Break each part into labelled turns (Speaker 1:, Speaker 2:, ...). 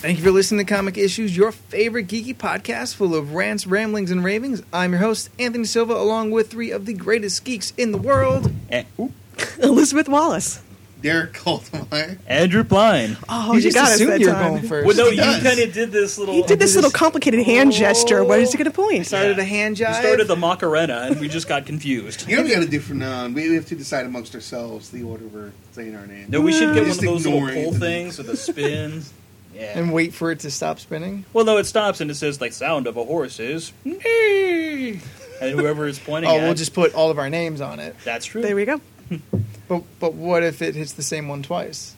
Speaker 1: Thank you for listening to Comic Issues, your favorite geeky podcast full of rants, ramblings, and ravings. I'm your host, Anthony Silva, along with three of the greatest geeks in the world.
Speaker 2: A- oop.
Speaker 3: Elizabeth Wallace.
Speaker 4: Derek Coltmeyer.
Speaker 2: Andrew Pline.
Speaker 3: Oh,
Speaker 1: you
Speaker 3: you,
Speaker 1: just
Speaker 3: got us
Speaker 1: assumed
Speaker 3: that
Speaker 1: you were
Speaker 3: time.
Speaker 1: going first.
Speaker 5: Well, no, you
Speaker 4: Yes.
Speaker 5: kind of did this little.
Speaker 3: He did this little
Speaker 1: Oh.
Speaker 3: complicated hand gesture. What is he going to
Speaker 1: You
Speaker 3: point?
Speaker 1: started a hand
Speaker 5: You
Speaker 1: jive.
Speaker 5: started the Macarena, and we just got confused.
Speaker 4: You know what we got to do from now on? uh, We we have to decide amongst ourselves the order we're saying our names.
Speaker 5: No, we should get one of
Speaker 4: Just
Speaker 5: those little
Speaker 4: ignore
Speaker 5: pull
Speaker 4: Anthony.
Speaker 5: things with a spin. Yeah.
Speaker 1: and wait for it to stop spinning.
Speaker 5: well, no, it stops and it says like sound of a horse is, and whoever is pointing.
Speaker 1: Oh,
Speaker 5: at,
Speaker 1: we'll just put all of our names on it.
Speaker 5: That's true.
Speaker 3: There we go.
Speaker 1: But but what if it hits the same one twice?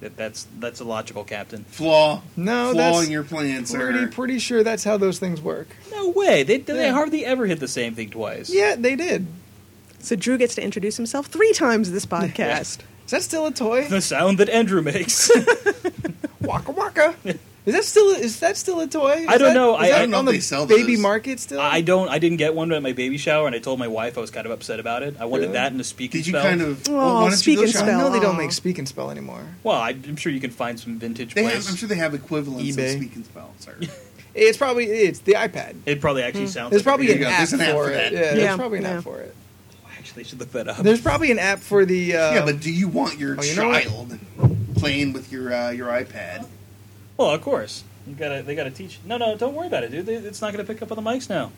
Speaker 5: That- that's that's illogical, Captain.
Speaker 4: Flaw.
Speaker 1: No,
Speaker 4: Flaw
Speaker 1: that's
Speaker 4: in your plan, sir.
Speaker 1: Pretty pretty sure that's how those things work.
Speaker 5: No way. They they
Speaker 1: Yeah.
Speaker 5: hardly ever hit the same thing twice.
Speaker 1: Yeah, they did.
Speaker 3: So Drew gets to introduce himself three times this podcast.
Speaker 1: Is that still a toy?
Speaker 5: The sound that Andrew makes.
Speaker 1: waka waka. Is that still is that still a toy? Is
Speaker 5: I don't
Speaker 1: that-
Speaker 5: know.
Speaker 1: is
Speaker 5: I-
Speaker 1: that
Speaker 5: I don't
Speaker 4: know
Speaker 1: on
Speaker 4: if
Speaker 1: the
Speaker 4: they sell
Speaker 1: baby
Speaker 4: those.
Speaker 1: market still.
Speaker 5: I don't. I didn't get one at my baby shower, and I told my wife I was kind of upset about it. I wanted
Speaker 1: Really?
Speaker 5: that and a speaking
Speaker 4: Did you
Speaker 5: spell.
Speaker 4: kind of?
Speaker 3: Oh,
Speaker 4: why don't
Speaker 3: speak
Speaker 4: you go
Speaker 3: and
Speaker 4: shop?
Speaker 3: spell.
Speaker 1: No, they don't
Speaker 3: Aw.
Speaker 1: make speak and spell anymore.
Speaker 5: Well, I- I'm sure you can find some vintage
Speaker 4: They
Speaker 5: place.
Speaker 4: have, I'm sure they have equivalents of
Speaker 1: eBay.
Speaker 4: speak and spell, sir.
Speaker 1: It's probably it's the iPad.
Speaker 5: It probably actually sounds.
Speaker 1: There's
Speaker 5: like a
Speaker 1: probably
Speaker 5: video
Speaker 1: an
Speaker 4: you go.
Speaker 1: app
Speaker 4: There's an app
Speaker 1: for
Speaker 4: for
Speaker 1: it.
Speaker 4: that.
Speaker 1: Yeah,
Speaker 3: Yeah.
Speaker 1: there's probably an
Speaker 3: Yeah.
Speaker 1: app for it.
Speaker 5: Actually, should look that up.
Speaker 1: There's probably an app for the. Um,
Speaker 4: yeah, but do you want your
Speaker 1: oh, you know what?
Speaker 4: child playing with your uh, your iPad?
Speaker 5: well, of course. You gotta, they gotta teach. No, no, don't worry about it, dude. They- It's not gonna pick up on the mics now.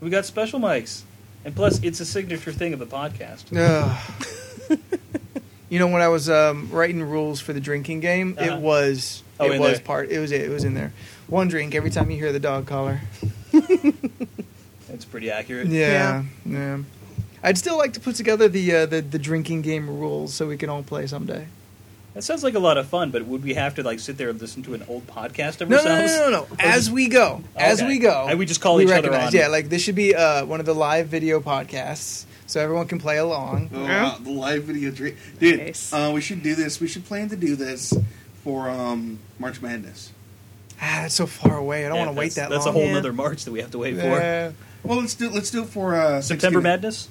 Speaker 5: We got special mics, and plus, it's a signature thing of the podcast.
Speaker 1: Ugh. you know when I was um, writing rules for the drinking game,
Speaker 5: Uh-huh.
Speaker 1: it was
Speaker 5: Oh,
Speaker 1: it
Speaker 5: in
Speaker 1: was
Speaker 5: there.
Speaker 1: part it was it was in there. One drink every time you hear the dog collar.
Speaker 5: It's pretty accurate.
Speaker 1: Yeah, yeah. I'd still like to put together the uh, the the drinking game rules so we can all play someday.
Speaker 5: That sounds like a lot of fun, but would we have to like sit there and listen to an old podcast of
Speaker 1: No, no, no,
Speaker 5: ourselves?
Speaker 1: no, no, no. As we go, as
Speaker 5: Okay.
Speaker 1: we go,
Speaker 5: And we just call each other on.
Speaker 1: Yeah, like this should be uh, one of the live video podcasts, so everyone can play along.
Speaker 4: Oh, wow, the live video dream, dude.
Speaker 3: Nice.
Speaker 4: Uh, we should do this. We should plan to do this for um, March Madness.
Speaker 1: Ah, that's so far away. I don't
Speaker 5: Yeah,
Speaker 1: want to wait that
Speaker 5: that's- That's a
Speaker 1: long.
Speaker 5: whole
Speaker 3: Yeah.
Speaker 5: other March that we have to wait
Speaker 1: Yeah.
Speaker 4: Well, let's do let's do it for uh,
Speaker 5: for. September
Speaker 4: Thanksgiving.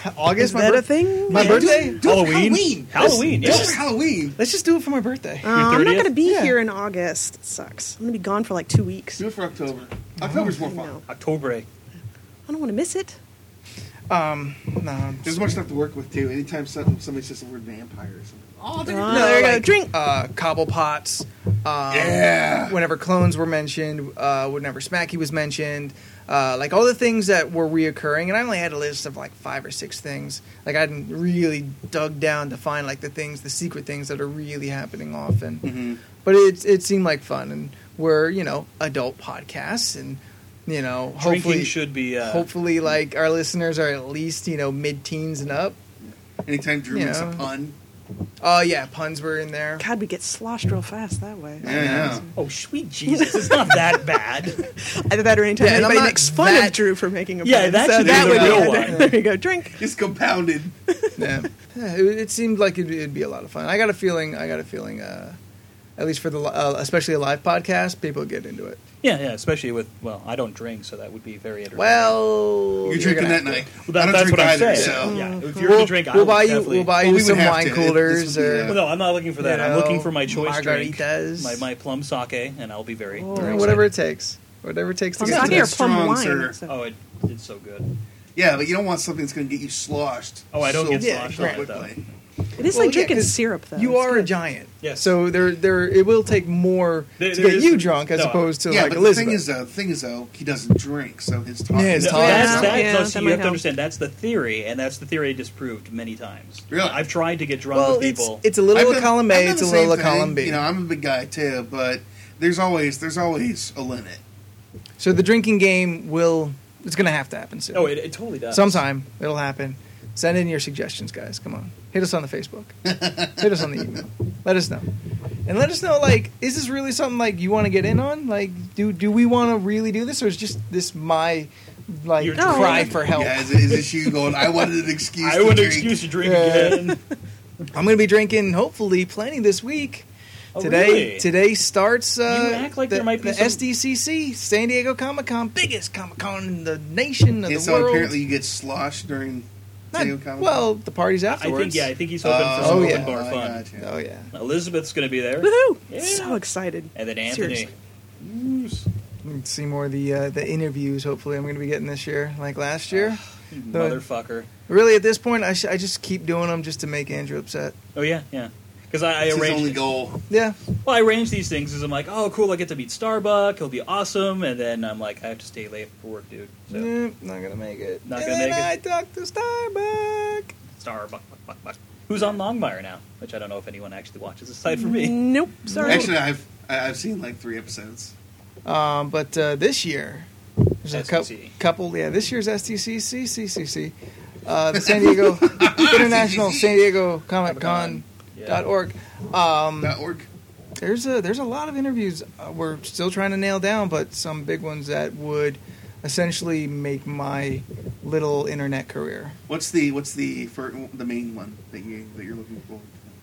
Speaker 5: Madness,
Speaker 1: August.
Speaker 3: Is
Speaker 1: my
Speaker 3: that
Speaker 1: birth-
Speaker 3: a thing?
Speaker 1: My
Speaker 4: Yeah,
Speaker 1: birthday?
Speaker 4: do it- do it
Speaker 5: Halloween?
Speaker 4: for Halloween.
Speaker 5: Halloween,
Speaker 4: Let's- do it
Speaker 5: yes.
Speaker 4: for Halloween.
Speaker 1: Let's just do it for my birthday.
Speaker 3: Uh, I'm not
Speaker 5: 30th?
Speaker 3: going to be
Speaker 1: Yeah.
Speaker 3: here in August. It sucks. I'm going to be gone for like two weeks.
Speaker 4: Do it for October. October's more
Speaker 3: I
Speaker 4: fun.
Speaker 3: know.
Speaker 5: October.
Speaker 3: I don't want to miss it.
Speaker 1: Um, no, I'm
Speaker 4: There's
Speaker 1: just-
Speaker 4: much stuff to work with too. Anytime some- somebody says the word vampire or something.
Speaker 3: Oh,
Speaker 1: no, there you go.
Speaker 3: like,
Speaker 1: Drink uh, cobblepots. Um,
Speaker 4: Yeah.
Speaker 1: Whenever clones were mentioned, uh, whenever Smacky was mentioned, uh, like all the things that were reoccurring, and I only had a list of like five or six things. Like I hadn't really dug down to find like the things, the secret things that are really happening often.
Speaker 5: Mm-hmm.
Speaker 1: But it it seemed like fun, and we're you know adult podcasts, and you know hopefully
Speaker 5: Drinking should be. Uh,
Speaker 1: hopefully like our listeners are at least you know mid teens and up.
Speaker 4: Anytime Drew makes a
Speaker 1: Yeah.
Speaker 4: pun.
Speaker 1: Oh yeah, puns were in there.
Speaker 3: God, we get sloshed real fast that way.
Speaker 4: Yeah, yeah.
Speaker 5: Oh, sweet Jesus! It's not that bad.
Speaker 3: Either that or anytime
Speaker 1: Yeah, and I'm
Speaker 3: anybody
Speaker 1: not
Speaker 3: makes fun
Speaker 1: that-
Speaker 3: of Drew for making a
Speaker 5: Yeah,
Speaker 3: pun.
Speaker 5: that
Speaker 3: so
Speaker 5: should be
Speaker 3: that
Speaker 4: the
Speaker 3: would
Speaker 4: real
Speaker 3: be
Speaker 5: one.
Speaker 3: There you go. Drink.
Speaker 4: It's compounded.
Speaker 1: Yeah, Yeah, it, it seemed like it'd, it'd be a lot of fun. I got a feeling. I got a feeling. Uh, at least for the li- uh, especially a live podcast, people get into it.
Speaker 5: Yeah, yeah. Especially with well, I don't drink, so that would be very interesting.
Speaker 1: Well,
Speaker 4: You're drinking
Speaker 1: gonna
Speaker 4: that night.
Speaker 5: Well, that-
Speaker 4: I don't
Speaker 5: that's
Speaker 4: drink
Speaker 5: what I'm
Speaker 4: either,
Speaker 5: saying.
Speaker 4: so
Speaker 5: Yeah, if you're
Speaker 1: Mm, We'll,
Speaker 5: gonna drink, I
Speaker 1: we'll
Speaker 5: would
Speaker 1: buy you.
Speaker 5: definitely-
Speaker 1: We'll buy
Speaker 4: Well,
Speaker 1: you
Speaker 4: we would
Speaker 1: some
Speaker 4: have
Speaker 1: wine
Speaker 4: to. It- this
Speaker 1: coolers
Speaker 4: would be,
Speaker 1: or
Speaker 4: uh,
Speaker 5: Well, no, I'm not looking for that.
Speaker 1: You
Speaker 5: I'm looking
Speaker 1: know,
Speaker 5: for my choice drink,
Speaker 1: margaritas.
Speaker 5: my my plum sake, and I'll be very.
Speaker 3: Oh.
Speaker 1: you know,
Speaker 5: very
Speaker 1: whatever it takes. Whatever it takes to
Speaker 3: I'm
Speaker 1: get
Speaker 3: not
Speaker 1: to
Speaker 3: here.
Speaker 1: that.
Speaker 3: Plum
Speaker 4: strong,
Speaker 3: wine.
Speaker 4: sir.
Speaker 3: so-
Speaker 5: excited. Oh, it, it's so good.
Speaker 4: Yeah, but you don't want something that's going to get you sloshed.
Speaker 5: Oh, I don't
Speaker 4: so
Speaker 5: get
Speaker 1: Yeah,
Speaker 5: sloshed
Speaker 1: right.
Speaker 5: on it though.
Speaker 4: quickly.
Speaker 3: It is
Speaker 1: Well,
Speaker 3: like
Speaker 1: yeah,
Speaker 3: drinking
Speaker 1: 'cause
Speaker 3: syrup, though.
Speaker 1: You
Speaker 3: It's
Speaker 1: are a
Speaker 3: good.
Speaker 1: giant.
Speaker 5: Yes.
Speaker 1: So there, there. It will take more
Speaker 5: There-
Speaker 1: to
Speaker 5: there
Speaker 1: get
Speaker 5: is-
Speaker 1: you drunk as
Speaker 5: no,
Speaker 1: opposed to
Speaker 4: yeah,
Speaker 1: like
Speaker 4: but
Speaker 1: Elizabeth.
Speaker 4: the thing is, uh, though, the thing is, though, he doesn't drink, so his talk.
Speaker 1: Yeah, his
Speaker 5: No,
Speaker 1: talk
Speaker 5: that's,
Speaker 1: Yeah,
Speaker 5: that's,
Speaker 3: yeah,
Speaker 5: that's-
Speaker 3: that
Speaker 5: you
Speaker 3: might
Speaker 5: have to
Speaker 3: help.
Speaker 5: understand that's the theory, and that's the theory disproved many times.
Speaker 4: Really?
Speaker 5: I've tried to get drunk
Speaker 1: well,
Speaker 5: with people.
Speaker 1: it's, it's a little
Speaker 4: I've
Speaker 1: of
Speaker 4: done-
Speaker 1: column
Speaker 4: I've
Speaker 1: A,
Speaker 4: done
Speaker 1: it's a
Speaker 4: the
Speaker 1: little
Speaker 4: same
Speaker 1: of column
Speaker 4: thing.
Speaker 1: B.
Speaker 4: You know, I'm a big guy too, but there's always there's always a limit.
Speaker 1: So the drinking game will. It's going to have to happen soon.
Speaker 5: oh, it, it totally does.
Speaker 1: Sometime it'll happen. Send in your suggestions, guys. Come on, hit us on the Facebook, hit us on the email. Let us know, and let us know. Like, is this really something like you want to get in on? Like, do do we want to really do this, or is just this my like
Speaker 5: Your
Speaker 1: cry
Speaker 5: dream.
Speaker 1: for help?
Speaker 4: Yeah, is, is this you going? I wanted an excuse.
Speaker 5: I
Speaker 4: to
Speaker 5: would
Speaker 4: drink.
Speaker 5: excuse to drink
Speaker 1: Yeah.
Speaker 5: again.
Speaker 1: I'm going to be drinking, hopefully, plenty this week.
Speaker 5: Oh,
Speaker 1: today,
Speaker 5: really?
Speaker 1: today starts. Uh,
Speaker 5: act like
Speaker 1: the,
Speaker 5: there might be
Speaker 1: the
Speaker 5: some-
Speaker 1: SDCC, San Diego Comic Con, biggest Comic Con in the nation of
Speaker 4: And
Speaker 1: the
Speaker 4: so
Speaker 1: world.
Speaker 4: apparently you get sloshed during
Speaker 1: Not-
Speaker 4: Same comment?
Speaker 1: well, the party's
Speaker 5: I
Speaker 1: afterwards.
Speaker 5: think yeah, I think he's hoping for
Speaker 1: Oh,
Speaker 5: some
Speaker 1: oh,
Speaker 5: open
Speaker 1: yeah.
Speaker 5: bar
Speaker 4: I
Speaker 5: fun.
Speaker 4: gotcha.
Speaker 1: Oh yeah,
Speaker 5: Elizabeth's going to be there,
Speaker 3: Woohoo!
Speaker 5: Yeah.
Speaker 3: So excited.
Speaker 5: and then Anthony.
Speaker 3: Seriously.
Speaker 5: Ooze.
Speaker 1: Let's see more of the uh, the interviews. Hopefully, I'm going to be getting this year, like last year.
Speaker 5: You motherfucker.
Speaker 1: Really, at this point, I, sh- I just keep doing them just to make Andrew upset.
Speaker 5: Oh yeah, yeah. Because I, I
Speaker 4: It's his
Speaker 5: arranged.
Speaker 4: only goal.
Speaker 1: Yeah,
Speaker 5: Well, I arrange these things because I'm like, oh, cool, I get to meet Starbuck. He'll be awesome. And then I'm like, I have to stay late for work, dude. So
Speaker 1: Nope, eh, not gonna make it.
Speaker 5: Not
Speaker 1: and
Speaker 5: gonna
Speaker 1: then
Speaker 5: make
Speaker 1: I
Speaker 5: it.
Speaker 1: talked to Starbuck.
Speaker 5: Starbuck, buck, buck, buck. who's on Longmire now? Which I don't know if anyone actually watches aside from
Speaker 1: Mm,
Speaker 5: me.
Speaker 3: Nope. Sorry.
Speaker 4: Actually, I've I- I've seen like three episodes.
Speaker 1: Um, but uh, this year, there's a cou-
Speaker 5: SDCC.
Speaker 1: couple. Yeah, this year's SDCC, CCC, uh, the San Diego International San Diego Comic Con.
Speaker 5: Yeah.
Speaker 1: Dot org. Um,
Speaker 4: Dot org.
Speaker 1: there's a there's a lot of interviews uh, we're still trying to nail down, but some big ones that would essentially make my little internet career.
Speaker 4: What's the what's the fir- the main one that you that you're looking for?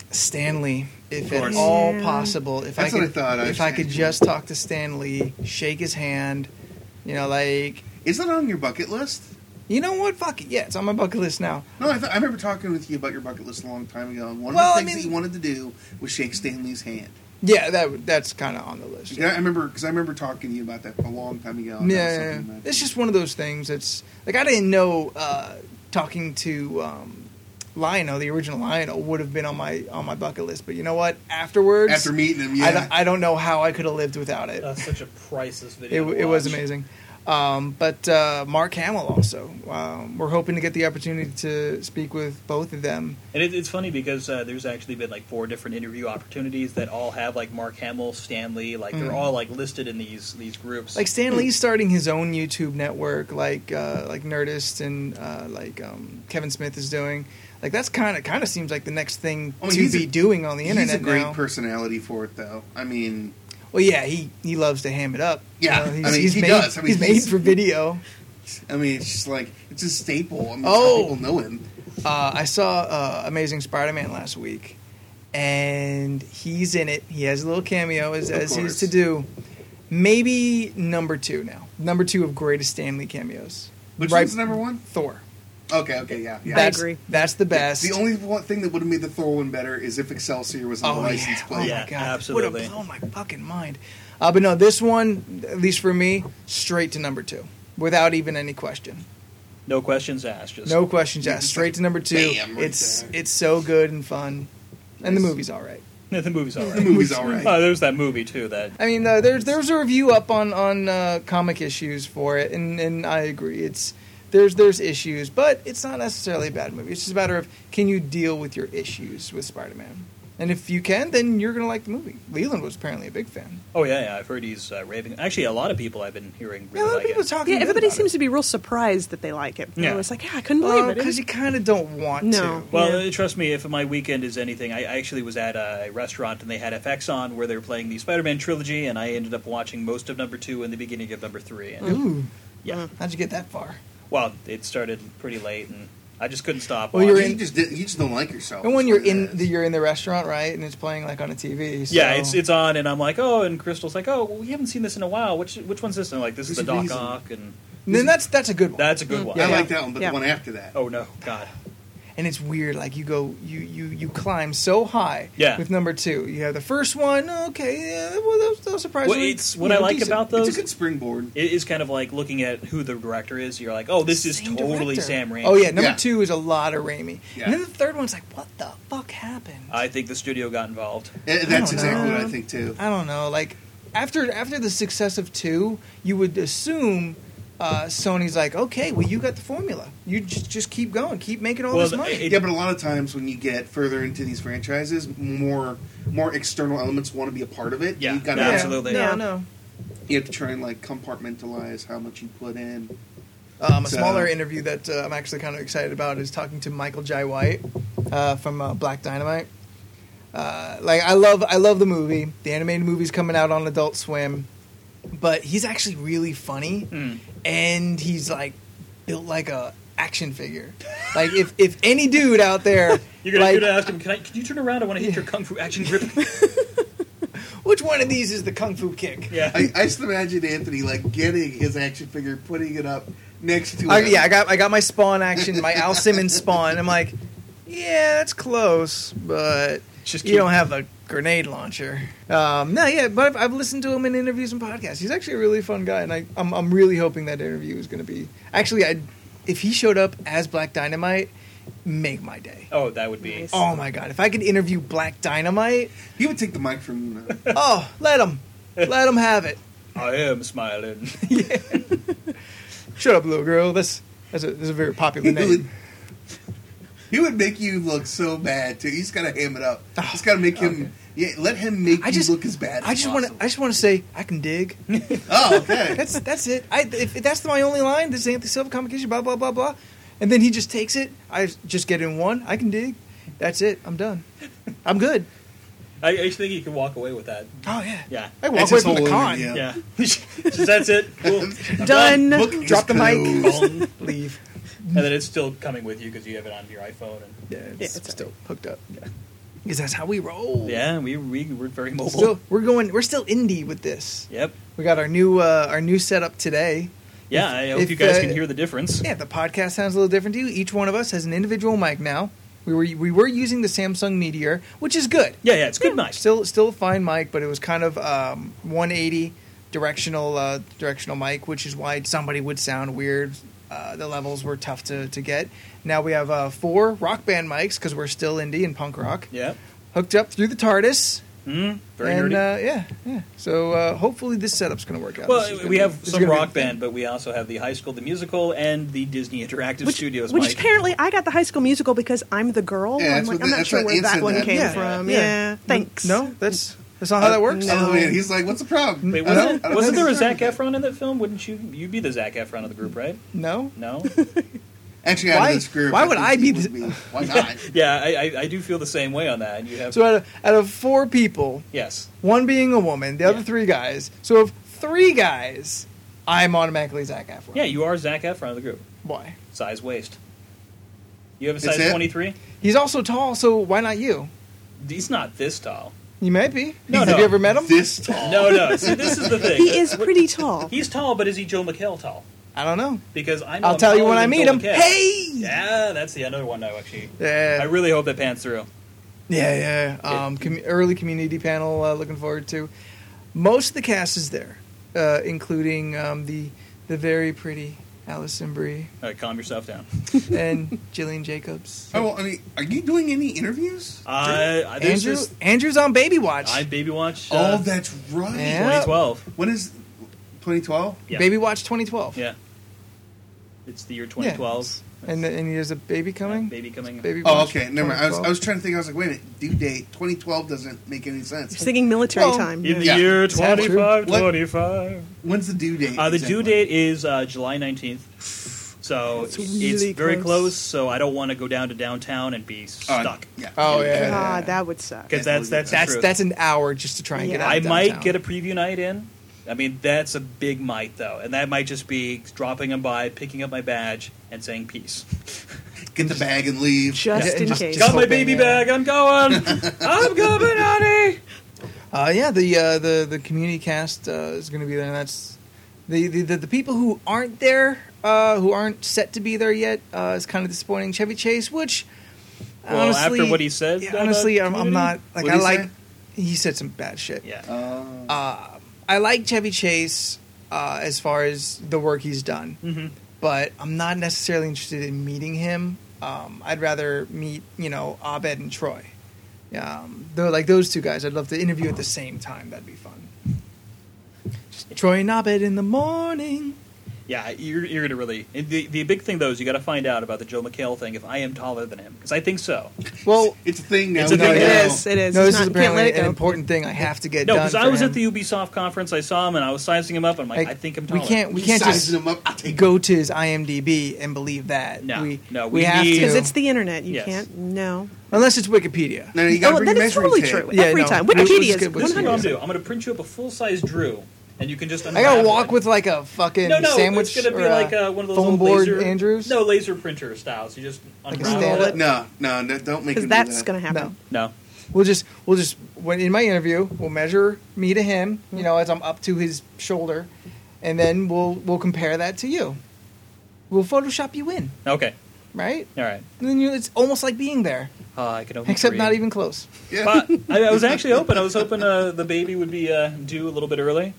Speaker 1: Stanley, if
Speaker 5: Of
Speaker 1: at
Speaker 5: course.
Speaker 1: all
Speaker 3: Yeah.
Speaker 1: possible. If
Speaker 4: That's
Speaker 1: I
Speaker 4: what
Speaker 1: could,
Speaker 4: I thought,
Speaker 1: if I could
Speaker 4: actually.
Speaker 1: just talk to Stanley, shake his hand, you know, like
Speaker 4: Is that on your bucket list?
Speaker 1: you know what, fuck it, yeah, it's on my bucket list now.
Speaker 4: No, I, th- I remember talking with you about your bucket list a long time ago. And one
Speaker 1: Well, I
Speaker 4: of the things
Speaker 1: mean-
Speaker 4: that you wanted to do was shake Stanley's hand.
Speaker 1: Yeah, that that's kind of on the list.
Speaker 4: Yeah, I remember because I remember talking to you about that a long time ago. and that was
Speaker 1: yeah,
Speaker 4: something that-
Speaker 1: it's just one of those things. It's like I didn't know uh, talking to um, Lionel, the original Lionel, would have been on my on my bucket list. But you know what? Afterwards,
Speaker 4: after meeting him.
Speaker 1: I,
Speaker 4: Yeah,
Speaker 1: don't, I don't know how I could have lived without it.
Speaker 5: That's such a priceless
Speaker 1: it,
Speaker 5: video. to
Speaker 1: it was
Speaker 5: watch.
Speaker 1: amazing. Um, but uh, Mark Hamill also. Um, we're hoping to get the opportunity to speak with both of them.
Speaker 5: And it, it's funny because uh, there's actually been like four different interview opportunities that all have like Mark Hamill, Stanley, like they're
Speaker 1: Mm.
Speaker 5: all like listed in these these groups.
Speaker 1: Like Stan Lee's starting his own YouTube network, like uh, like Nerdist and uh, like um, Kevin Smith is doing. Like that's kind of kind of seems like the next thing
Speaker 4: I mean,
Speaker 1: to
Speaker 4: Oh, he's
Speaker 1: be
Speaker 4: a-
Speaker 1: doing on the internet
Speaker 4: he's a great
Speaker 1: now.
Speaker 4: personality for it, though. I mean,
Speaker 1: well, yeah, he he loves to ham it up.
Speaker 4: Yeah,
Speaker 1: You know, he's,
Speaker 4: I mean,
Speaker 1: he's
Speaker 4: he
Speaker 1: made,
Speaker 4: does. I mean,
Speaker 1: he's made
Speaker 4: he's-
Speaker 1: for video.
Speaker 4: I mean, it's just like it's a staple. I mean,
Speaker 1: Oh.
Speaker 4: oh. people know him.
Speaker 1: Uh, I saw uh, Amazing Spider-Man last week, and he's in it. He has a little cameo as,
Speaker 4: Of
Speaker 1: as he's
Speaker 4: course.
Speaker 1: to do. Maybe number two now. Number two of greatest Stanley cameos.
Speaker 4: Which
Speaker 1: Right-
Speaker 4: one's number one?
Speaker 1: Thor.
Speaker 4: Okay, okay, yeah, yeah.
Speaker 3: That-
Speaker 1: That's,
Speaker 3: agree.
Speaker 1: That's the best.
Speaker 4: The only one thing that would have made the Thor one better is if Excelsior was on the
Speaker 1: oh
Speaker 4: license
Speaker 1: yeah. Oh
Speaker 4: plate.
Speaker 5: Yeah,
Speaker 1: my god. Would
Speaker 5: absolutely.
Speaker 1: have blown my fucking mind. Uh, but no, this one, at least for me, straight to number two, without even any question.
Speaker 5: no questions asked. Just
Speaker 1: No questions
Speaker 4: Yeah,
Speaker 1: asked.
Speaker 4: it's
Speaker 1: Straight
Speaker 4: like
Speaker 1: to number two.
Speaker 4: bam right
Speaker 1: it's
Speaker 4: there.
Speaker 1: it's so good and fun, and the
Speaker 4: Nice.
Speaker 1: movie's all right.
Speaker 5: the movie's all right.
Speaker 4: The movie's all right.
Speaker 5: Oh, there's that movie too. That
Speaker 1: I mean, uh, there's there's a review up on on uh, comic issues for it, and and I agree. It's there's there's issues, but it's not necessarily a bad movie. It's just a matter of can you deal with your issues with Spider-Man, and if you can, then you're gonna like the movie. Leland was apparently a big fan.
Speaker 5: oh yeah, yeah. I've heard he's uh, raving. Actually, a lot of people I've been hearing
Speaker 1: Yeah, a
Speaker 5: really
Speaker 1: lot of
Speaker 5: like
Speaker 1: people
Speaker 5: it.
Speaker 1: talking.
Speaker 3: yeah, everybody seems
Speaker 1: to
Speaker 3: to be real surprised that they like it.
Speaker 5: Yeah.
Speaker 3: I was like, yeah, I couldn't believe it. It
Speaker 1: because Uh,
Speaker 3: is-
Speaker 1: you kind of don't want
Speaker 3: No.
Speaker 1: to.
Speaker 5: Well,
Speaker 3: Yeah.
Speaker 5: uh, trust me, if my weekend is anything, I I actually was at a restaurant and they had FX on where they were playing the Spider-Man trilogy, and I ended up watching most of number two and the beginning of number three. And
Speaker 1: Ooh,
Speaker 5: yeah,
Speaker 1: how'd you get that far?
Speaker 5: well, it started pretty late, and I just couldn't stop.
Speaker 1: Well, you're
Speaker 5: watching.
Speaker 4: You just did, you just don't like yourself.
Speaker 1: And when you're in
Speaker 4: Yes.
Speaker 1: the, you're in the restaurant, right, and it's playing like on a TV. So.
Speaker 5: Yeah, it's it's on, and I'm like, oh, and Crystal's like, oh, well, we haven't seen this in a while. Which which one's this? And I'm like, this is the
Speaker 4: There's a
Speaker 5: Doc
Speaker 4: reason.
Speaker 5: Ock, and
Speaker 1: then that's that's a good one.
Speaker 5: that's a good one.
Speaker 1: Mm-hmm. Yeah,
Speaker 4: I
Speaker 1: yeah.
Speaker 4: like that one, but
Speaker 3: Yeah.
Speaker 4: the one after that.
Speaker 5: Oh no, God,
Speaker 1: and it's weird. Like you go, you you you climb so high.
Speaker 5: Yeah.
Speaker 1: With number two, you have the first one. Okay, yeah, well, that was, that was surprisingly.
Speaker 5: Well, it's-
Speaker 1: you
Speaker 5: what I
Speaker 1: know,
Speaker 5: like
Speaker 1: decent.
Speaker 5: about
Speaker 4: it's
Speaker 5: those-
Speaker 4: a good springboard.
Speaker 5: it is kind of like looking at who the director is. You're like, oh, this is
Speaker 1: Same
Speaker 5: totally
Speaker 1: director.
Speaker 5: Sam Raimi.
Speaker 1: Oh yeah, number
Speaker 4: Yeah.
Speaker 1: two is a lot of Raimi,
Speaker 4: Yeah.
Speaker 1: and then the third one's like, what the fuck happened?
Speaker 5: I think the studio got involved.
Speaker 4: Eh, That's
Speaker 1: don't
Speaker 4: exactly
Speaker 1: know.
Speaker 4: what I think too.
Speaker 1: I don't know. Like after after the success of two, you would assume. Uh, Sony's like, okay, well, you got the formula. You just just keep going, keep making all
Speaker 5: Well,
Speaker 1: this money.
Speaker 5: it-
Speaker 4: yeah, but a lot of times when you get further into these franchises, more more external elements want to be a part of it.
Speaker 5: Yeah,
Speaker 4: You've got
Speaker 1: Yeah.
Speaker 4: to,
Speaker 5: absolutely.
Speaker 1: No,
Speaker 3: Yeah.
Speaker 1: no.
Speaker 4: You have to try and like compartmentalize how much you put in.
Speaker 1: Um, a
Speaker 4: So-
Speaker 1: smaller interview that uh, I'm actually kind of excited about is talking to Michael Jai White uh, from uh, Black Dynamite. Uh, like I love, I love the movie. The animated movie's coming out on Adult Swim, but he's actually really funny,
Speaker 5: Hmm.
Speaker 1: and he's like built like a action figure. like if if any dude out there,
Speaker 5: You're gonna,
Speaker 1: like,
Speaker 5: you're gonna ask him, can, I, can you turn around? I want to hit your kung fu action grip.
Speaker 1: which one of these is the kung fu kick?
Speaker 5: yeah,
Speaker 4: I, I just imagine Anthony like getting his action figure, putting it up, next to
Speaker 1: I,
Speaker 4: it.
Speaker 1: yeah, I got I got my Spawn action, my Al Simmons Spawn. I'm like, yeah, that's close, but
Speaker 5: Just
Speaker 1: you
Speaker 5: keep-
Speaker 1: don't have a grenade launcher. Um, no, yeah, but I've, I've listened to him in interviews and podcasts. He's actually a really fun guy, and I, I'm I'm really hoping that interview is going to be actually. I if he showed up as Black Dynamite, make my day.
Speaker 5: Oh, that would be.
Speaker 3: Nice.
Speaker 1: Oh my god, if I could interview Black Dynamite,
Speaker 4: He would take the mic from you. Know.
Speaker 1: oh let him, let him have it.
Speaker 5: I am smiling.
Speaker 1: Shut up, little girl. That's that's a, that's a very popular
Speaker 4: He would,
Speaker 1: name.
Speaker 4: he would make you look so bad too. He's got to ham it up. He's got to make him. Yeah, let him make
Speaker 1: Oh, I just-
Speaker 4: you look as bad.
Speaker 1: I
Speaker 4: as
Speaker 1: just want to
Speaker 4: possible.
Speaker 1: I just want to say I can dig.
Speaker 4: Oh, okay.
Speaker 1: That's that's it. I, if that's my only line. This is Anthony Silva complication. Blah blah blah blah. And then he just takes it. I just get in one. I can dig. That's it. I'm done. I'm good.
Speaker 5: I actually think you can walk away with that.
Speaker 1: Oh yeah.
Speaker 5: Yeah.
Speaker 1: I walk
Speaker 4: That's
Speaker 1: away
Speaker 4: his
Speaker 1: from the
Speaker 4: whole
Speaker 1: con.
Speaker 4: interview,
Speaker 5: Yeah. Just, that's it. Cool. I'm
Speaker 3: Done.
Speaker 4: Book is
Speaker 1: Drop the mic.
Speaker 4: closed.
Speaker 5: Gone.
Speaker 1: Leave.
Speaker 5: and then it's still coming with you because you have it on your iPhone. And
Speaker 1: Yeah, it's,
Speaker 3: it's
Speaker 1: still hooked up. Yeah. Because that's how we roll.
Speaker 5: yeah, we, we were very mobile.
Speaker 1: Still, we're going. We're still indie with this.
Speaker 5: Yep.
Speaker 1: We got our new uh, our new setup today.
Speaker 5: Yeah,
Speaker 1: If-
Speaker 5: I hope
Speaker 1: if,
Speaker 5: you guys
Speaker 1: uh,
Speaker 5: can hear the difference.
Speaker 1: Yeah, the podcast sounds a little different to you. Each one of us has an individual mic now. We were we were using the Samsung Meteor, which is good.
Speaker 5: Yeah, yeah, it's good mic.
Speaker 1: Still, still a fine mic, but it was kind of um, 180 directional uh, directional mic, which is why somebody would sound weird. Uh, the levels were tough to, to get. Now we have uh, four rock band mics because we're still indie and punk rock,
Speaker 5: Yeah.
Speaker 1: hooked up through the TARDIS.
Speaker 5: Mm, very
Speaker 1: and
Speaker 5: nerdy.
Speaker 1: uh, yeah, yeah. So uh, hopefully this setup's going to work out. This is
Speaker 5: Well,
Speaker 1: gonna
Speaker 5: we
Speaker 1: be-
Speaker 5: have
Speaker 1: this is
Speaker 5: some
Speaker 1: gonna be
Speaker 5: rock
Speaker 1: the thing.
Speaker 5: band, but we also have the High School the Musical and the Disney Interactive
Speaker 3: Which,
Speaker 5: Studios.
Speaker 3: which
Speaker 5: mic.
Speaker 3: apparently I got the High School Musical because I'm the girl.
Speaker 4: Yeah,
Speaker 3: I'm
Speaker 4: that's
Speaker 3: like,
Speaker 4: what
Speaker 3: I'm
Speaker 4: the-
Speaker 3: not
Speaker 4: that's
Speaker 3: sure
Speaker 4: what
Speaker 3: where
Speaker 4: Ian
Speaker 3: that
Speaker 4: said
Speaker 3: one
Speaker 4: that.
Speaker 3: came
Speaker 1: Yeah.
Speaker 3: from.
Speaker 1: Yeah.
Speaker 3: Yeah, thanks. Uh,
Speaker 1: No, that's that's not how that works.
Speaker 3: No.
Speaker 4: Oh man, he's like, what's the problem?
Speaker 5: Wait,
Speaker 4: I don't-
Speaker 5: wasn't,
Speaker 4: I don't
Speaker 5: wasn't there a Zac
Speaker 4: understand.
Speaker 5: Efron in that film? Wouldn't you you be the Zac Efron of the group, right?
Speaker 1: No,
Speaker 5: No.
Speaker 4: Actually, out
Speaker 1: Why-
Speaker 4: of this group,
Speaker 1: why would
Speaker 4: think
Speaker 1: I be
Speaker 4: he
Speaker 1: the-
Speaker 4: would Why not?
Speaker 5: yeah, I, I, I do feel the same way on that. And you have
Speaker 1: So out of, out of four people,
Speaker 5: yes,
Speaker 1: one being a woman, the other
Speaker 5: Yeah.
Speaker 1: three guys. So of three guys, I'm automatically Zach Efron.
Speaker 5: yeah, you are Zac Efron of the group.
Speaker 1: Why?
Speaker 5: Size waist. You have a
Speaker 4: That's
Speaker 5: size
Speaker 4: it?
Speaker 5: twenty three.
Speaker 1: He's also tall, so why not you?
Speaker 5: He's not this tall.
Speaker 1: You might be.
Speaker 5: No,
Speaker 1: Have
Speaker 5: no.
Speaker 1: you ever met him?
Speaker 4: This tall.
Speaker 5: No, no. See, this is the thing.
Speaker 3: He is pretty tall.
Speaker 5: He's tall, but is he Joe McHale tall?
Speaker 1: I don't know.
Speaker 5: Because I know
Speaker 1: I'll
Speaker 5: I'm
Speaker 1: tell you
Speaker 5: taller
Speaker 1: when I
Speaker 5: than
Speaker 1: meet
Speaker 5: Joe
Speaker 1: him.
Speaker 5: McHale.
Speaker 1: Hey.
Speaker 5: Yeah, that's the other one though. Actually,
Speaker 1: Yeah.
Speaker 5: I really hope that pans through.
Speaker 1: Yeah, yeah. Um, com- early community panel. Uh, looking forward to. Most of the cast is there, uh, including um, the the very pretty Alison Brie
Speaker 5: All right, calm yourself down.
Speaker 1: and Jillian Jacobs.
Speaker 4: Oh, well, I mean, are you doing any interviews?
Speaker 5: Uh, I- there's
Speaker 1: Andrew,
Speaker 5: this.
Speaker 1: Andrew's on Baby Watch.
Speaker 5: I baby watch.
Speaker 4: oh,
Speaker 5: Uh,
Speaker 4: that's right.
Speaker 1: Yeah.
Speaker 5: 2012.
Speaker 4: When is 2012?
Speaker 5: Yeah.
Speaker 1: Baby Watch 2012.
Speaker 5: Yeah. It's the year 2012.
Speaker 1: And and he has a baby coming.
Speaker 5: uh, baby coming.
Speaker 1: Baby
Speaker 4: Oh,
Speaker 1: Watch
Speaker 4: okay. Never mind. I was, I
Speaker 1: 2012.
Speaker 4: was trying to think. I was like, wait a minute. Due date 2012 doesn't make any
Speaker 3: You're
Speaker 4: sense.
Speaker 3: singing military
Speaker 1: Well,
Speaker 3: time.
Speaker 5: In the
Speaker 4: Yeah.
Speaker 5: year
Speaker 1: Is that true?
Speaker 5: 2525.
Speaker 4: What- When's the due date?
Speaker 5: Uh, the
Speaker 4: exactly?
Speaker 5: due date is uh, July 19th. So
Speaker 1: That's
Speaker 5: it's
Speaker 1: really
Speaker 5: very
Speaker 1: close.
Speaker 5: close, so I don't want to go down to downtown and be
Speaker 4: Uh,
Speaker 5: stuck.
Speaker 4: Yeah.
Speaker 1: Oh, yeah.
Speaker 3: God, that would suck.
Speaker 5: Because that's, that's, the
Speaker 1: That's
Speaker 5: truth.
Speaker 1: that's an hour just to try and get
Speaker 3: Yeah.
Speaker 1: out.
Speaker 5: I
Speaker 1: of
Speaker 5: might
Speaker 1: downtown.
Speaker 5: get a preview night in. I mean, that's a big might, though. And that might just be dropping them by, picking up my badge, and saying peace.
Speaker 4: Get the bag and leave.
Speaker 3: Just
Speaker 1: Yeah,
Speaker 3: in
Speaker 1: just-
Speaker 3: case.
Speaker 1: just-
Speaker 5: Got my
Speaker 1: hoping,
Speaker 5: baby
Speaker 1: yeah.
Speaker 5: bag. I'm going. I'm coming, honey.
Speaker 1: Uh, yeah, the uh, the the community cast uh, is going to be there, and that's the the, the, the people who aren't there, uh, who aren't set to be there yet, uh, is kind of disappointing. Chevy Chase, which
Speaker 5: Well, after
Speaker 1: honestly-
Speaker 5: what he said
Speaker 1: yeah,
Speaker 5: about
Speaker 1: honestly, I'm, I'm
Speaker 5: community?
Speaker 1: not like
Speaker 4: What'd
Speaker 1: I
Speaker 4: he
Speaker 1: like.
Speaker 4: say?
Speaker 1: He said some bad shit.
Speaker 5: Yeah.
Speaker 4: Oh.
Speaker 1: Uh, I like Chevy Chase uh, as far as the work he's done,
Speaker 5: Mm-hmm.
Speaker 1: but I'm not necessarily interested in meeting him. Um, I'd rather meet you know Abed and Troy. Um, though, like those two guys, I'd love to interview at the same time. That'd be fun. Troy and Abed in the morning.
Speaker 5: Yeah, you're, you're gonna really. The, the big thing though is you got to find out about the Joe McHale thing. If I am taller than him, because I think so.
Speaker 1: Well,
Speaker 4: It's a thing now.
Speaker 5: It's a
Speaker 4: No,
Speaker 5: thing
Speaker 4: no,
Speaker 5: now.
Speaker 3: It
Speaker 4: no.
Speaker 3: is. It is.
Speaker 1: no,
Speaker 3: It's
Speaker 1: this
Speaker 3: not-
Speaker 1: is
Speaker 3: you can't let
Speaker 1: apparently
Speaker 3: it
Speaker 1: an
Speaker 3: go.
Speaker 1: important thing I have to get
Speaker 5: No,
Speaker 1: done.
Speaker 5: because I was
Speaker 1: for
Speaker 5: at the
Speaker 1: him.
Speaker 5: Ubisoft conference, I saw him and I was sizing him up. I'm like,
Speaker 1: Like,
Speaker 5: I think I'm
Speaker 1: we
Speaker 5: taller.
Speaker 1: can't we
Speaker 4: You
Speaker 1: can't just
Speaker 4: sizing them up. I'll take
Speaker 1: go to his IMDb and believe that.
Speaker 5: No,
Speaker 1: we,
Speaker 5: no,
Speaker 1: we,
Speaker 5: we
Speaker 1: have
Speaker 5: need-
Speaker 1: to
Speaker 3: Because it's the internet. You
Speaker 5: Yes.
Speaker 3: can't. No.
Speaker 1: unless it's Wikipedia.
Speaker 4: No, no, you
Speaker 3: Oh,
Speaker 4: gotta bring
Speaker 3: that is
Speaker 4: measuring
Speaker 3: totally
Speaker 4: tape.
Speaker 3: true.
Speaker 1: Yeah,
Speaker 3: Every
Speaker 1: no.
Speaker 3: time.
Speaker 1: We'll- we'll
Speaker 3: Wikipedia
Speaker 1: just
Speaker 3: is
Speaker 1: get
Speaker 5: This is what I'm
Speaker 3: 100
Speaker 5: gonna do. I'm gonna print you up a full size Drew, and you can just.
Speaker 1: I gotta
Speaker 5: unwrap
Speaker 1: walk
Speaker 5: it.
Speaker 1: with like a fucking
Speaker 5: No, no,
Speaker 1: sandwich
Speaker 5: it's gonna be
Speaker 1: or a
Speaker 5: like uh, one of those
Speaker 1: foam
Speaker 5: old
Speaker 1: board
Speaker 5: laser,
Speaker 1: Andrews.
Speaker 5: No laser printer styles. You just
Speaker 1: a
Speaker 5: unravel
Speaker 1: stand-up?
Speaker 5: it.
Speaker 4: No, no, no, don't make him
Speaker 3: Because
Speaker 4: do
Speaker 3: that's
Speaker 4: that.
Speaker 3: going to happen.
Speaker 1: No.
Speaker 5: No,
Speaker 1: We'll just we'll just when in my interview, we'll measure me to him, you know, as I'm up to his shoulder, and then we'll we'll compare that to you. We'll Photoshop you in,
Speaker 5: Okay.
Speaker 1: right?
Speaker 5: All right.
Speaker 1: And then you, it's almost like being there,
Speaker 5: Uh, I can only
Speaker 1: except
Speaker 5: dream.
Speaker 1: not even close.
Speaker 4: Yeah.
Speaker 5: But I, I was actually hoping. I was hoping uh, the baby would be uh, due a little bit early,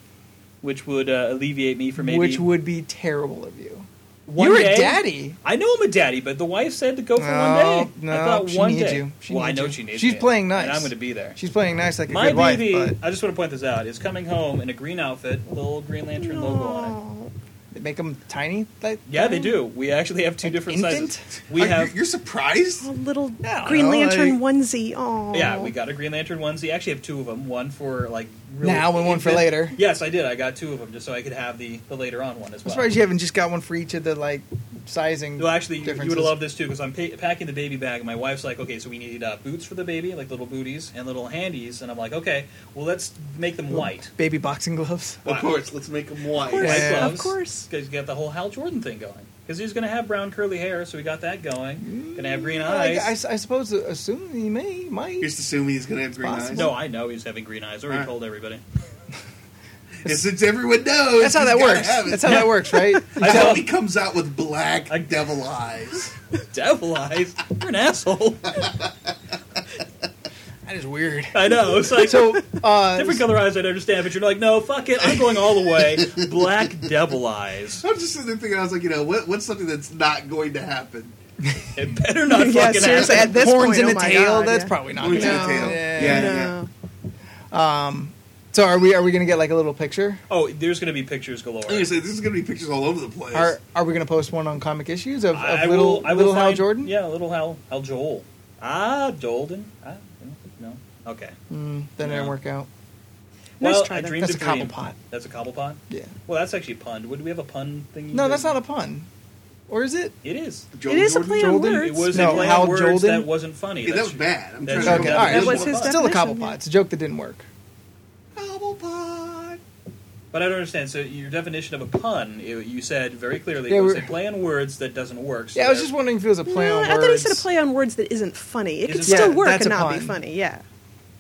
Speaker 5: which would uh, alleviate me from maybe.
Speaker 1: Which would be terrible of you.
Speaker 5: One
Speaker 1: You're
Speaker 5: day?
Speaker 1: a daddy.
Speaker 5: I know I'm a daddy, but the wife said to go for one day.
Speaker 1: No,
Speaker 5: I
Speaker 1: no,
Speaker 5: thought
Speaker 1: she
Speaker 5: one
Speaker 1: needs
Speaker 5: day.
Speaker 1: you. She
Speaker 5: well, I
Speaker 1: needs
Speaker 5: know
Speaker 1: you.
Speaker 5: she needs
Speaker 1: She's
Speaker 5: me,
Speaker 1: playing nice.
Speaker 5: and I'm going to be there.
Speaker 1: She's playing nice like a
Speaker 5: My
Speaker 1: good wife,
Speaker 5: baby,
Speaker 1: but
Speaker 5: I just want to point this out, is coming home in a green outfit, with a little Green Lantern logo on it.
Speaker 1: they make them tiny. Like
Speaker 5: Yeah, they do. We actually have two different sizes. We
Speaker 4: Are you-
Speaker 5: have
Speaker 4: You're surprised?
Speaker 3: A little
Speaker 1: Yeah,
Speaker 3: Green
Speaker 1: I don't know,
Speaker 3: Lantern onesie. Oh,
Speaker 5: Yeah, we got a Green Lantern onesie. Actually, I have two of them. One for like
Speaker 1: Now and one for
Speaker 5: infant-
Speaker 1: later.
Speaker 5: Yes, I did. I got two of them just so I could have the, the later on one as
Speaker 1: I'm
Speaker 5: well.
Speaker 1: surprised you haven't just got one for each of the like sizing.
Speaker 5: well, actually, you, you
Speaker 1: differences.
Speaker 5: would love this too because I'm pa- packing the baby bag, and my wife's like, "Okay, so we need uh, boots for the baby, like little booties and little handies," and I'm like, "Okay, well, let's make them white."
Speaker 1: baby boxing gloves.
Speaker 5: Wow.
Speaker 4: Of course, let's make him
Speaker 3: Of
Speaker 4: white.
Speaker 3: course,
Speaker 5: White
Speaker 1: Yeah.
Speaker 5: gloves.
Speaker 3: of course.
Speaker 5: Because you got the whole Hal Jordan thing going. Because he's going to have brown curly hair, so we got that going. Going to have green
Speaker 1: Mm, I,
Speaker 5: eyes.
Speaker 1: I, I suppose, uh, assume you may, you might.
Speaker 4: You're just assuming he's going to have green eyes.
Speaker 1: possible.
Speaker 5: no, I know he's having green eyes. I already
Speaker 4: Alright.
Speaker 5: told everybody.
Speaker 4: And since everyone knows,
Speaker 1: That's how
Speaker 4: he's
Speaker 1: that
Speaker 4: gotta
Speaker 1: works.
Speaker 4: have it.
Speaker 1: That's how that works, right?
Speaker 5: I
Speaker 4: Until
Speaker 5: saw-
Speaker 4: he comes out with black
Speaker 5: I-
Speaker 4: devil eyes.
Speaker 5: Devil eyes? You're an asshole.
Speaker 1: that is weird.
Speaker 5: I know. It's like
Speaker 1: So, uh,
Speaker 5: different color eyes. I'd understand, but you're like, no, fuck it. I'm going all the way. Black devil eyes.
Speaker 4: I'm just sitting there thinking, I was like, you know, what, what's something that's not going to happen?
Speaker 5: It better not
Speaker 3: Yeah,
Speaker 5: fucking
Speaker 3: seriously,
Speaker 5: happen.
Speaker 3: at this
Speaker 1: horns
Speaker 3: point,
Speaker 1: in
Speaker 3: oh
Speaker 1: the
Speaker 3: my
Speaker 1: tail.
Speaker 3: God,
Speaker 1: that's
Speaker 3: yeah.
Speaker 1: probably not.
Speaker 4: Horns in the
Speaker 1: No,
Speaker 4: tail.
Speaker 1: yeah.
Speaker 4: Yeah.
Speaker 3: No.
Speaker 1: So are we? Are we gonna get like a little picture?
Speaker 5: Oh, there's going to be pictures galore.
Speaker 4: Like I said, this is going to be pictures all over the place.
Speaker 1: Are Are we gonna post one on comic issues of, of
Speaker 5: I- I
Speaker 1: little
Speaker 5: will- I will
Speaker 1: little Hal
Speaker 5: find-
Speaker 1: Jordan?
Speaker 5: Yeah, little Hal. Hal Joel. Ah, Jolden. Ah, no. Okay.
Speaker 1: Mm, that didn't
Speaker 5: No.
Speaker 1: work out.
Speaker 3: Nice
Speaker 5: well,
Speaker 3: try,
Speaker 5: I
Speaker 3: though.
Speaker 5: dreamed
Speaker 1: That's
Speaker 5: a
Speaker 1: a
Speaker 5: dream.
Speaker 1: cobblepot.
Speaker 5: That's a cobblepot.
Speaker 1: Yeah.
Speaker 5: Well, that's actually punned. Would we have a pun thing?
Speaker 1: No, that's not a pun. Or is it?
Speaker 5: It is.
Speaker 4: Joel
Speaker 3: it is
Speaker 4: Jordan?
Speaker 3: a play on
Speaker 1: Jordan?
Speaker 3: words.
Speaker 5: It was
Speaker 1: No,
Speaker 5: a play
Speaker 1: Hal
Speaker 5: on words
Speaker 1: Jolden?
Speaker 5: that wasn't funny.
Speaker 4: Yeah, that was
Speaker 5: That's-
Speaker 4: bad. I'm
Speaker 5: that's
Speaker 4: trying
Speaker 5: true.
Speaker 4: to
Speaker 1: Okay,
Speaker 5: That
Speaker 1: all right.
Speaker 5: was
Speaker 3: his
Speaker 5: a
Speaker 1: Still a
Speaker 3: definition,
Speaker 1: cobblepot.
Speaker 3: yeah.
Speaker 1: It's a joke that didn't work.
Speaker 4: Cobblepot.
Speaker 5: But I don't understand. So your definition of a pun, you you said very clearly,
Speaker 1: Yeah,
Speaker 5: it was a
Speaker 1: we're-
Speaker 5: play on words that doesn't work. So
Speaker 1: Yeah, I was
Speaker 5: there-
Speaker 1: just wondering if it was a play
Speaker 3: No,
Speaker 1: on
Speaker 3: I
Speaker 1: words.
Speaker 3: thought he said a play on words that isn't funny. It could
Speaker 5: Isn't-
Speaker 3: still
Speaker 1: Yeah,
Speaker 3: work
Speaker 1: that's
Speaker 3: and
Speaker 1: a
Speaker 3: not be
Speaker 1: pun.
Speaker 3: funny. Yeah.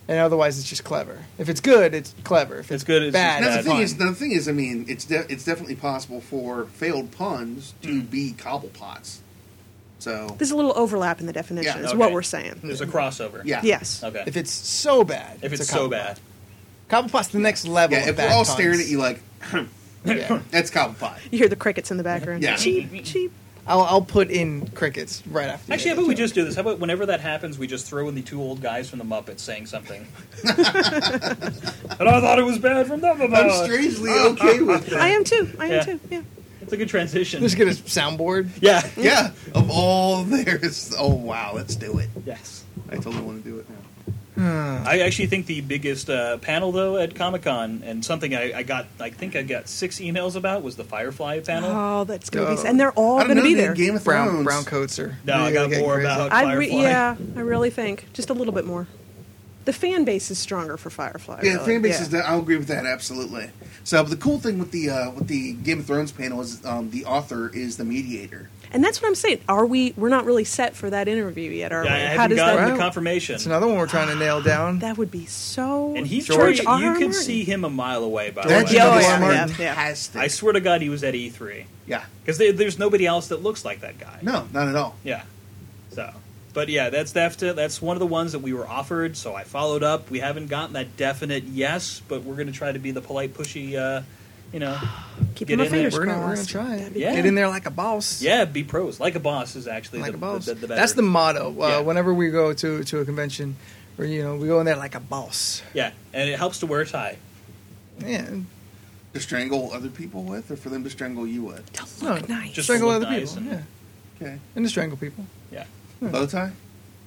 Speaker 1: And otherwise, it's just clever. If it's good, it's clever. If
Speaker 5: It's
Speaker 1: it's,
Speaker 5: good, it's
Speaker 1: bad,
Speaker 5: just
Speaker 4: Now,
Speaker 5: bad.
Speaker 4: the
Speaker 1: it's
Speaker 4: thing
Speaker 1: fun.
Speaker 4: is, now, the thing is, I mean, it's de- it's definitely possible for failed puns to
Speaker 3: Mm.
Speaker 4: be cobblepots. So,
Speaker 3: There's a little overlap in the definition,
Speaker 4: Yeah,
Speaker 3: is
Speaker 5: okay.
Speaker 3: what we're saying.
Speaker 5: there's a crossover.
Speaker 4: yeah.
Speaker 3: Yes.
Speaker 5: Okay.
Speaker 1: If it's so bad,
Speaker 5: If it's,
Speaker 1: a
Speaker 5: so
Speaker 1: cobblepot.
Speaker 5: bad,
Speaker 1: cobblepot's the next level.
Speaker 4: Yeah,
Speaker 1: of
Speaker 4: if we're
Speaker 1: bad
Speaker 4: all
Speaker 1: puns.
Speaker 4: staring at you like,
Speaker 1: yeah.
Speaker 4: that's cobblepot.
Speaker 3: You hear the crickets in the background.
Speaker 4: Yeah.
Speaker 3: Cheep, cheep.
Speaker 1: I'll, I'll put in crickets right after. you
Speaker 5: actually, how
Speaker 1: make
Speaker 5: about we
Speaker 1: that joke.
Speaker 5: just do this? How about whenever that happens, we just throw in the two old guys from the Muppets saying something. and I thought it was bad from them.
Speaker 4: I'm strangely okay with that.
Speaker 3: Oh. I am too. I am
Speaker 5: Yeah.
Speaker 3: too. Yeah.
Speaker 5: It's a good transition.
Speaker 1: Just get a soundboard.
Speaker 5: yeah.
Speaker 4: Yeah, of all there's. Oh wow, let's do it.
Speaker 5: Yes.
Speaker 4: I totally want to do it now.
Speaker 5: I actually think the biggest uh, panel though at Comic Con and something I, I got I think I got six emails about was the Firefly panel.
Speaker 3: Oh, that's gonna
Speaker 1: Oh.
Speaker 3: be. And they're all
Speaker 4: I don't
Speaker 3: gonna
Speaker 4: know,
Speaker 3: be
Speaker 4: the
Speaker 3: there.
Speaker 4: Game of
Speaker 1: Brown
Speaker 4: Thrones.
Speaker 1: brown coats are.
Speaker 5: No, I
Speaker 1: really
Speaker 5: got
Speaker 1: getting
Speaker 5: more
Speaker 1: crazy.
Speaker 5: about-
Speaker 3: I re-
Speaker 5: Firefly.
Speaker 3: yeah, I really think just a little bit more. The fan base is stronger for Firefly.
Speaker 4: Yeah,
Speaker 3: really.
Speaker 4: fan base is. That, I'll agree with that absolutely. So but the cool thing with the uh, with the Game of Thrones panel is um, the author is the mediator.
Speaker 3: And that's what I'm saying. Are we? We're not really set for that interview yet, are
Speaker 5: Yeah, I
Speaker 3: we? How
Speaker 5: haven't
Speaker 3: does
Speaker 5: gotten
Speaker 3: that?
Speaker 5: the
Speaker 1: Wow.
Speaker 5: confirmation.
Speaker 1: It's another one we're trying to nail down.
Speaker 3: That would be so.
Speaker 5: and he's
Speaker 3: George
Speaker 5: pretty-
Speaker 3: R.
Speaker 5: you
Speaker 3: R.
Speaker 5: can
Speaker 3: Martin.
Speaker 5: see him a mile away by
Speaker 1: George
Speaker 5: the way.
Speaker 1: R.
Speaker 3: Oh, yeah,
Speaker 1: Martin.
Speaker 3: yeah, yeah.
Speaker 4: Fantastic.
Speaker 5: I swear to God he was at E three.
Speaker 4: Yeah.
Speaker 5: Because there's nobody else that looks like that guy.
Speaker 4: No, not at all.
Speaker 5: Yeah. So, but yeah, that's that's that's one of the ones that we were offered. So I followed up. We haven't gotten that definite yes, but we're going to try to be the polite, pushy. Uh, you know, Get
Speaker 3: Keeping my
Speaker 5: in there.
Speaker 3: fingers
Speaker 1: We're
Speaker 3: crossed.
Speaker 1: gonna, we're gonna try it.
Speaker 3: That'd be
Speaker 5: Yeah.
Speaker 1: Get in there like a boss.
Speaker 5: yeah, be pros like a boss is actually
Speaker 1: like
Speaker 5: the,
Speaker 1: a boss.
Speaker 5: The, the, better.
Speaker 1: That's the motto. Uh,
Speaker 5: Yeah.
Speaker 1: Whenever we go to to a convention, or you know, we go in there like a boss.
Speaker 5: yeah, and it helps to wear a tie.
Speaker 1: Yeah,
Speaker 4: To strangle other people with, or for them to strangle you with.
Speaker 3: To
Speaker 1: no,
Speaker 3: look nice.
Speaker 5: Just
Speaker 1: strangle
Speaker 5: look
Speaker 1: other
Speaker 5: nice
Speaker 1: people.
Speaker 5: and-
Speaker 1: yeah,
Speaker 4: Okay.
Speaker 1: and to strangle people.
Speaker 5: Yeah,
Speaker 3: Hmm.
Speaker 4: Bow tie.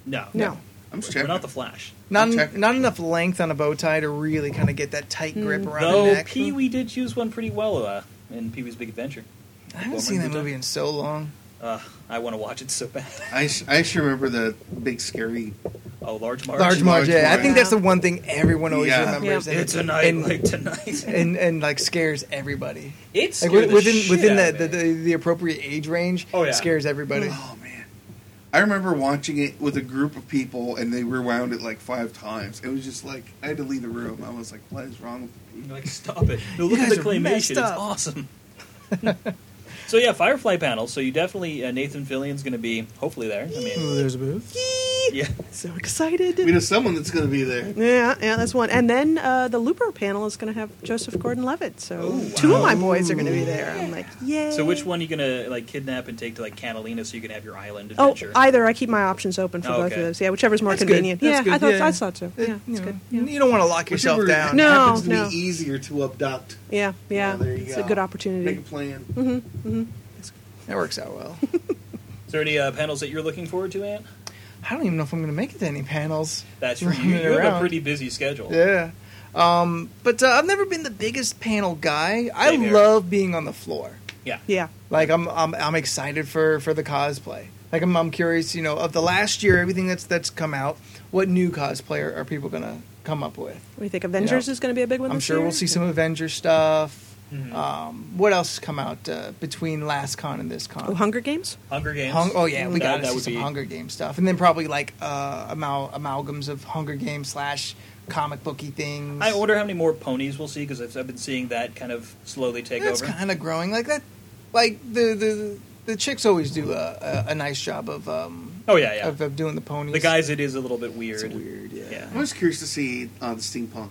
Speaker 5: no,
Speaker 3: No.
Speaker 4: I'm
Speaker 5: we're
Speaker 4: checking.
Speaker 5: not the Flash.
Speaker 1: Not
Speaker 4: Check.
Speaker 1: not enough length on a bow tie to really kind of get that tight grip
Speaker 3: Hmm.
Speaker 1: around the
Speaker 5: Though
Speaker 1: neck.
Speaker 5: Pee Wee did use one pretty well uh, in Pee Wee's Big Adventure.
Speaker 1: I haven't seen that
Speaker 5: Boomerang.
Speaker 1: movie in so long.
Speaker 5: Uh, I want to watch it so bad.
Speaker 4: I sh- I just remember the big scary.
Speaker 5: Oh, Large Marge.
Speaker 1: Large Marge.
Speaker 4: Large
Speaker 1: Yeah, I
Speaker 4: Marge.
Speaker 1: think that's the one thing everyone always
Speaker 4: Yeah.
Speaker 1: remembers.
Speaker 5: It's a night
Speaker 1: and,
Speaker 5: like tonight.
Speaker 1: and and like scares everybody.
Speaker 5: it's
Speaker 1: Like within within,
Speaker 5: the,
Speaker 1: the, the, the the appropriate age range.
Speaker 5: Oh, yeah.
Speaker 1: scares everybody.
Speaker 4: Oh man. I remember watching it with a group of people, and they rewound it like five times. It was just like I had to leave the room. I was like, "What is wrong with me?"
Speaker 5: You're Like, stop it. No, look at
Speaker 1: guys
Speaker 5: the
Speaker 1: are
Speaker 5: claymation.
Speaker 1: messed
Speaker 5: It's
Speaker 1: up.
Speaker 5: awesome. So yeah, Firefly panel. So you definitely uh, Nathan Fillion's going to be hopefully there. I mean,
Speaker 1: Oh, there's a booth.
Speaker 5: yeah,
Speaker 3: So excited.
Speaker 4: We know someone that's going to be there.
Speaker 3: Yeah, yeah, that's one. And then uh, the Looper panel is going to have Joseph Gordon-Levitt. So
Speaker 5: Oh,
Speaker 3: two of
Speaker 5: wow.
Speaker 3: my boys are going to be there. I'm like, yay!
Speaker 5: So which one are you gonna like kidnap and take to like Catalina so you can have your island
Speaker 3: Oh,
Speaker 5: adventure?
Speaker 3: either. I keep my options open for
Speaker 5: Oh,
Speaker 3: both
Speaker 5: okay.
Speaker 3: of those. Yeah, whichever's more
Speaker 1: That's good.
Speaker 3: convenient.
Speaker 1: That's
Speaker 3: yeah,
Speaker 1: good.
Speaker 3: I thought
Speaker 1: Yeah.
Speaker 3: I thought so.
Speaker 1: It-
Speaker 3: yeah,
Speaker 1: you,
Speaker 3: it's
Speaker 1: know,
Speaker 3: good. Yeah.
Speaker 1: you don't want to lock yourself
Speaker 4: Whichever
Speaker 1: down.
Speaker 3: No.
Speaker 4: happens to
Speaker 3: no.
Speaker 4: be easier to abduct.
Speaker 3: Yeah, yeah,
Speaker 4: there you
Speaker 3: it's a
Speaker 4: go.
Speaker 3: good
Speaker 4: Make a
Speaker 3: opportunity.
Speaker 4: plan.
Speaker 1: That works out well.
Speaker 5: Is there any uh, panels that you're looking forward to, Ant?
Speaker 1: I don't even know if I'm going to make it to any panels.
Speaker 5: That's you.
Speaker 1: Running
Speaker 5: You have a
Speaker 1: around.
Speaker 5: pretty busy schedule.
Speaker 1: Yeah. Um, but uh, I've never been the biggest panel guy. I
Speaker 5: Same here.
Speaker 1: love being on the floor.
Speaker 5: Yeah.
Speaker 3: Yeah,
Speaker 1: Like I'm, I'm, I'm excited for for the cosplay. Like I'm, I'm curious. You know, of the last year, everything that's that's come out, what new cosplay are, are people gonna come up with?
Speaker 3: what do you think? Avengers
Speaker 1: Yeah.
Speaker 3: is going to be a big one.
Speaker 1: I'm
Speaker 3: this
Speaker 1: sure
Speaker 3: year?
Speaker 1: we'll see some Avenger stuff.
Speaker 5: Mhm.
Speaker 1: Um, what else has come out uh, between last con and this con?
Speaker 3: Oh, Hunger Games.
Speaker 5: Hunger Games.
Speaker 1: Hung- oh yeah, we
Speaker 5: That-
Speaker 1: got to
Speaker 5: that
Speaker 1: see
Speaker 5: would
Speaker 1: some
Speaker 5: be-
Speaker 1: Hunger Game stuff, and then probably like uh, amal- amalgams of Hunger Game slash comic booky things.
Speaker 5: I wonder how many more ponies we'll see because I've, I've been seeing that kind of slowly take
Speaker 1: That's
Speaker 5: over.
Speaker 1: kind of growing like that. Like the the the chicks always do a, a, a nice job of um
Speaker 5: oh yeah, yeah.
Speaker 1: of, of doing the ponies.
Speaker 5: the guys, it is a little bit
Speaker 1: it's
Speaker 5: weird.
Speaker 1: weird, yeah.
Speaker 5: Yeah.
Speaker 4: I was curious to see uh, the steampunk.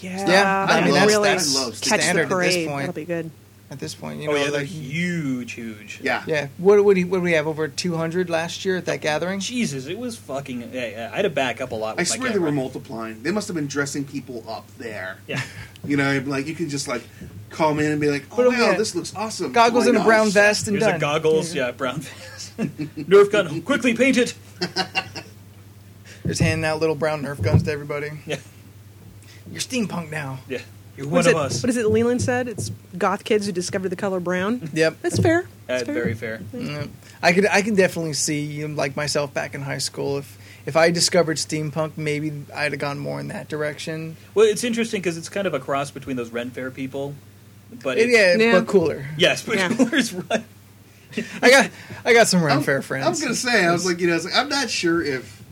Speaker 3: Yeah,
Speaker 1: Yeah,
Speaker 4: I
Speaker 3: that'll
Speaker 4: mean, that's-
Speaker 3: really
Speaker 4: that's love
Speaker 3: catch
Speaker 1: standard
Speaker 3: the
Speaker 1: at this
Speaker 3: parade.
Speaker 1: point.
Speaker 3: That'll be good.
Speaker 1: At this point, you know,
Speaker 5: oh yeah, they're
Speaker 1: like
Speaker 5: huge, huge.
Speaker 4: Yeah.
Speaker 1: yeah. What would he, what do we have over two hundred last year at that gathering?
Speaker 5: Jesus, it was fucking. Yeah, yeah. I had to back up a lot. With
Speaker 4: I
Speaker 5: my
Speaker 4: swear they
Speaker 5: camera.
Speaker 4: were multiplying. They must have been dressing people up there.
Speaker 5: Yeah.
Speaker 4: You know, like you could just like come in and be like,
Speaker 1: Put
Speaker 4: "Oh
Speaker 1: 'em
Speaker 4: wow,
Speaker 1: in.
Speaker 4: this looks awesome."
Speaker 1: Goggles
Speaker 4: Oh my
Speaker 1: and a brown
Speaker 4: gosh.
Speaker 1: vest and
Speaker 5: Here's
Speaker 1: done.
Speaker 5: a goggles. Yeah, brown face. Nerf gun. Quickly paint it.
Speaker 1: Just handing out little brown Nerf guns to everybody.
Speaker 5: Yeah.
Speaker 1: You're steampunk now.
Speaker 5: Yeah. You're
Speaker 3: What
Speaker 5: one
Speaker 3: is
Speaker 5: of
Speaker 3: it-
Speaker 5: us.
Speaker 3: What is it? Leland said it's goth kids who discovered the color brown.
Speaker 1: Yep.
Speaker 3: That's fair.
Speaker 5: Uh,
Speaker 3: That's fair.
Speaker 5: very fair.
Speaker 1: Mm. I could I can definitely see um, like myself back in high school if if I discovered steampunk maybe I'd have gone more in that direction.
Speaker 5: Well, it's interesting because it's kind of a cross between those Ren Fair people, but it's,
Speaker 1: yeah,
Speaker 3: Yeah.
Speaker 1: but cooler.
Speaker 5: yes, but
Speaker 3: Yeah.
Speaker 5: Cooler's right.
Speaker 1: I got I got some Ren
Speaker 4: I'm-
Speaker 1: Fair friends.
Speaker 4: I was gonna say, I was like, you know, I was like, I'm not sure if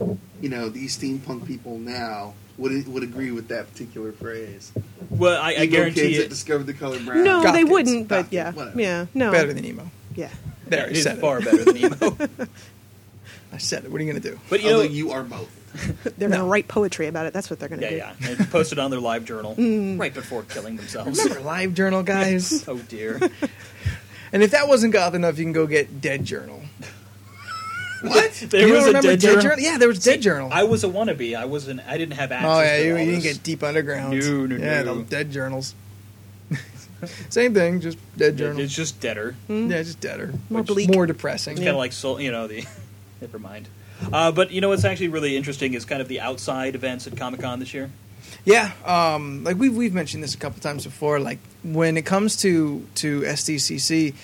Speaker 4: you know these steampunk people now would would agree with that particular phrase.
Speaker 5: Well, I, I
Speaker 4: Emo
Speaker 5: guarantee
Speaker 4: kids that
Speaker 5: it.
Speaker 4: discovered the color brown.
Speaker 3: No,
Speaker 1: Goth
Speaker 3: they
Speaker 1: kids.
Speaker 3: wouldn't.
Speaker 4: Goth
Speaker 3: But
Speaker 4: kids,
Speaker 3: yeah,
Speaker 4: whatever.
Speaker 3: yeah, no,
Speaker 1: better than emo.
Speaker 3: yeah.
Speaker 1: There, I
Speaker 5: it is
Speaker 1: said it.
Speaker 5: far better than emo.
Speaker 1: I said it. What are you gonna do?
Speaker 5: But you know,
Speaker 4: Although you are both.
Speaker 3: They're
Speaker 1: No.
Speaker 3: going to write poetry about it. That's what they're going to
Speaker 5: yeah,
Speaker 3: do.
Speaker 5: yeah, and posted on their live journal right before killing themselves.
Speaker 1: Remember Live Journal, guys.
Speaker 5: oh dear.
Speaker 1: and if that wasn't goth enough, you can go get Dead Journal.
Speaker 5: What?
Speaker 1: Do
Speaker 5: There
Speaker 1: you
Speaker 5: was a
Speaker 1: remember
Speaker 5: dead, journal.
Speaker 1: Yeah, there was Dead Journal.
Speaker 5: I was a wannabe. I wasn't. I didn't have access.
Speaker 1: oh yeah,
Speaker 5: to
Speaker 1: you,
Speaker 5: all
Speaker 1: you didn't
Speaker 5: this.
Speaker 1: get deep underground.
Speaker 5: No, no,
Speaker 1: yeah,
Speaker 5: no.
Speaker 1: the Dead Journals. Same thing, just Dead Journal. Mm-hmm.
Speaker 5: It's just deader.
Speaker 1: Yeah, just deader.
Speaker 3: More
Speaker 1: Which-
Speaker 3: bleak.
Speaker 1: More depressing.
Speaker 5: It's kind of like soul, you know the. never mind. Uh, but you know what's actually really interesting is kind of the outside events at Comic Con this year.
Speaker 1: Yeah, um, like we've we've mentioned this a couple times before. Like when it comes to to SDCC,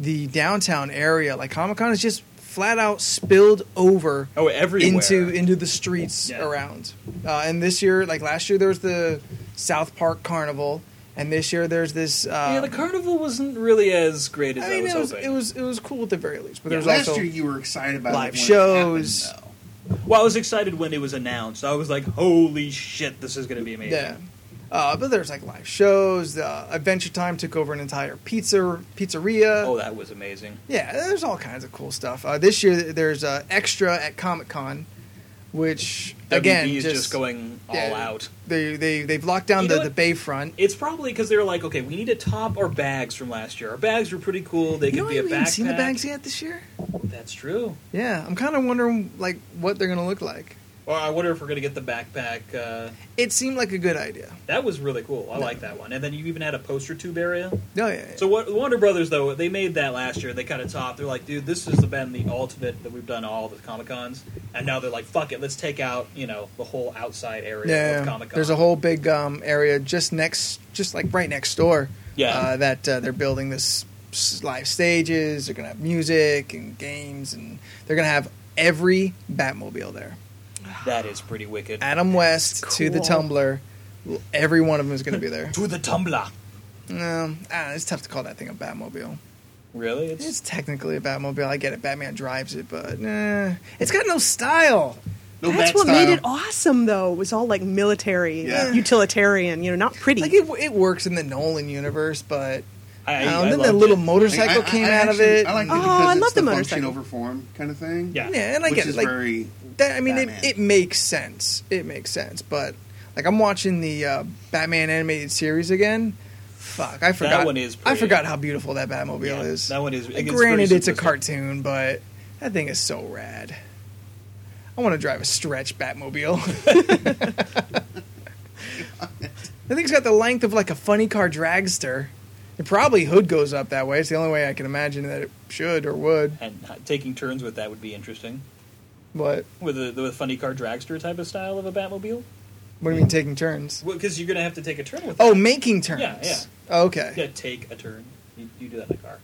Speaker 1: the downtown area, like Comic Con, is just flat out spilled over
Speaker 5: Oh, everywhere.
Speaker 1: into into the streets
Speaker 5: Yeah.
Speaker 1: around. Uh, and this year, like last year, there was the South Park Carnival, and this year there's this. Um,
Speaker 5: yeah, the carnival wasn't really as great as
Speaker 1: I
Speaker 5: I,
Speaker 1: mean,
Speaker 5: was,
Speaker 1: it was
Speaker 5: hoping.
Speaker 1: it was it was cool at the very least, but
Speaker 5: Yeah,
Speaker 1: there's
Speaker 4: Last
Speaker 1: also
Speaker 4: year you were excited about it
Speaker 1: live
Speaker 4: when it
Speaker 1: shows.
Speaker 4: happened,
Speaker 5: Well, I was excited when it was announced. I was like, "Holy shit, this is going to be amazing!"
Speaker 1: Yeah. Uh, but there's like live shows. Uh, Adventure Time took over an entire pizza pizzeria.
Speaker 5: Oh, that was amazing.
Speaker 1: Yeah, there's all kinds of cool stuff. Uh, this year, there's uh, extra at Comic Con, which again,
Speaker 5: WB is
Speaker 1: just,
Speaker 5: just, going all
Speaker 1: yeah.
Speaker 5: out.
Speaker 1: They they they've locked down
Speaker 5: You
Speaker 1: the,
Speaker 5: know
Speaker 1: the
Speaker 5: what?
Speaker 1: bayfront.
Speaker 5: It's probably because they were like, "Okay, we need to top our bags from last year. Our bags were pretty cool. They
Speaker 1: You know,
Speaker 5: could
Speaker 1: I
Speaker 5: be a
Speaker 1: haven't even
Speaker 5: backpack."
Speaker 1: seen the bags yet this year.
Speaker 5: That's true.
Speaker 1: Yeah, I'm kind of wondering like what they're gonna look like.
Speaker 5: Or I wonder if we're going to get the backpack. Uh,
Speaker 1: It seemed like a good idea.
Speaker 5: that was really cool. I
Speaker 1: No.
Speaker 5: like that one. And then you even had a poster tube area.
Speaker 1: Oh yeah, yeah.
Speaker 5: So what Warner Brothers though they made that last year. They kind of topped. They're like, dude, this has been the ultimate that we've done all the Comic Cons, and now they're like, fuck it, let's take out you know the whole outside area
Speaker 1: yeah,
Speaker 5: of
Speaker 1: yeah.
Speaker 5: Comic Con.
Speaker 1: there's a whole big um, area just next, just like right next door.
Speaker 5: Yeah.
Speaker 1: uh, that uh, they're building this s- live stages. They're gonna have music and games, and they're gonna have every Batmobile there.
Speaker 5: that is pretty wicked.
Speaker 1: Adam West to the
Speaker 3: cool.
Speaker 1: Tumblr. Every one of them is going to be there.
Speaker 5: to the Tumblr.
Speaker 1: No, I don't know, it's tough to call that thing a Batmobile.
Speaker 5: Really?
Speaker 1: It's technically a Batmobile. I get it. Batman drives it, but nah, it's got no style.
Speaker 4: No, no
Speaker 3: That's
Speaker 4: bat
Speaker 3: what
Speaker 4: style.
Speaker 3: made it awesome, though. It was all like military,
Speaker 4: Yeah.
Speaker 3: utilitarian. You know, not pretty.
Speaker 1: Like it, it works in the Nolan universe, but
Speaker 5: I, I,
Speaker 1: Um, then
Speaker 5: I
Speaker 1: the
Speaker 5: loved
Speaker 1: little
Speaker 5: it.
Speaker 1: motorcycle
Speaker 4: Like, I- I-
Speaker 1: came
Speaker 4: I
Speaker 1: out
Speaker 4: actually-
Speaker 1: of it.
Speaker 4: I like it
Speaker 3: Oh,
Speaker 1: yeah,
Speaker 4: because
Speaker 3: I
Speaker 4: it's
Speaker 3: love
Speaker 4: the,
Speaker 3: the
Speaker 4: function
Speaker 3: motorcycle.
Speaker 4: over form kind of thing.
Speaker 5: Yeah.
Speaker 1: and I
Speaker 4: which
Speaker 1: get
Speaker 4: is
Speaker 1: it. Like
Speaker 4: very
Speaker 1: that. I mean, it,
Speaker 4: Batman.
Speaker 1: it makes sense. It makes sense. But like, I'm watching the uh, Batman animated series again. Fuck, I forgot.
Speaker 5: one is
Speaker 1: I
Speaker 5: pretty.
Speaker 1: forgot how beautiful that Batmobile
Speaker 5: Yeah,
Speaker 1: is.
Speaker 5: That one is.
Speaker 1: Like,
Speaker 5: it's
Speaker 1: granted,
Speaker 5: very
Speaker 1: it's a
Speaker 5: simplistic.
Speaker 1: cartoon, but that thing is so rad. I want to drive a stretch Batmobile. that thing's got the length of like a funny car dragster. It probably hood goes up that way. It's the only way I can imagine that it should or would.
Speaker 5: And uh, taking turns with that would be interesting.
Speaker 1: But
Speaker 5: With a, with a funny car dragster type of style of a Batmobile?
Speaker 1: what do you mean taking turns?
Speaker 5: Because you're going to have to take a turn with
Speaker 1: Oh,
Speaker 5: it.
Speaker 1: making turns.
Speaker 5: Mm-hmm. Yeah, yeah.
Speaker 1: Okay.
Speaker 5: Yeah, take a turn. You, you do that in a car.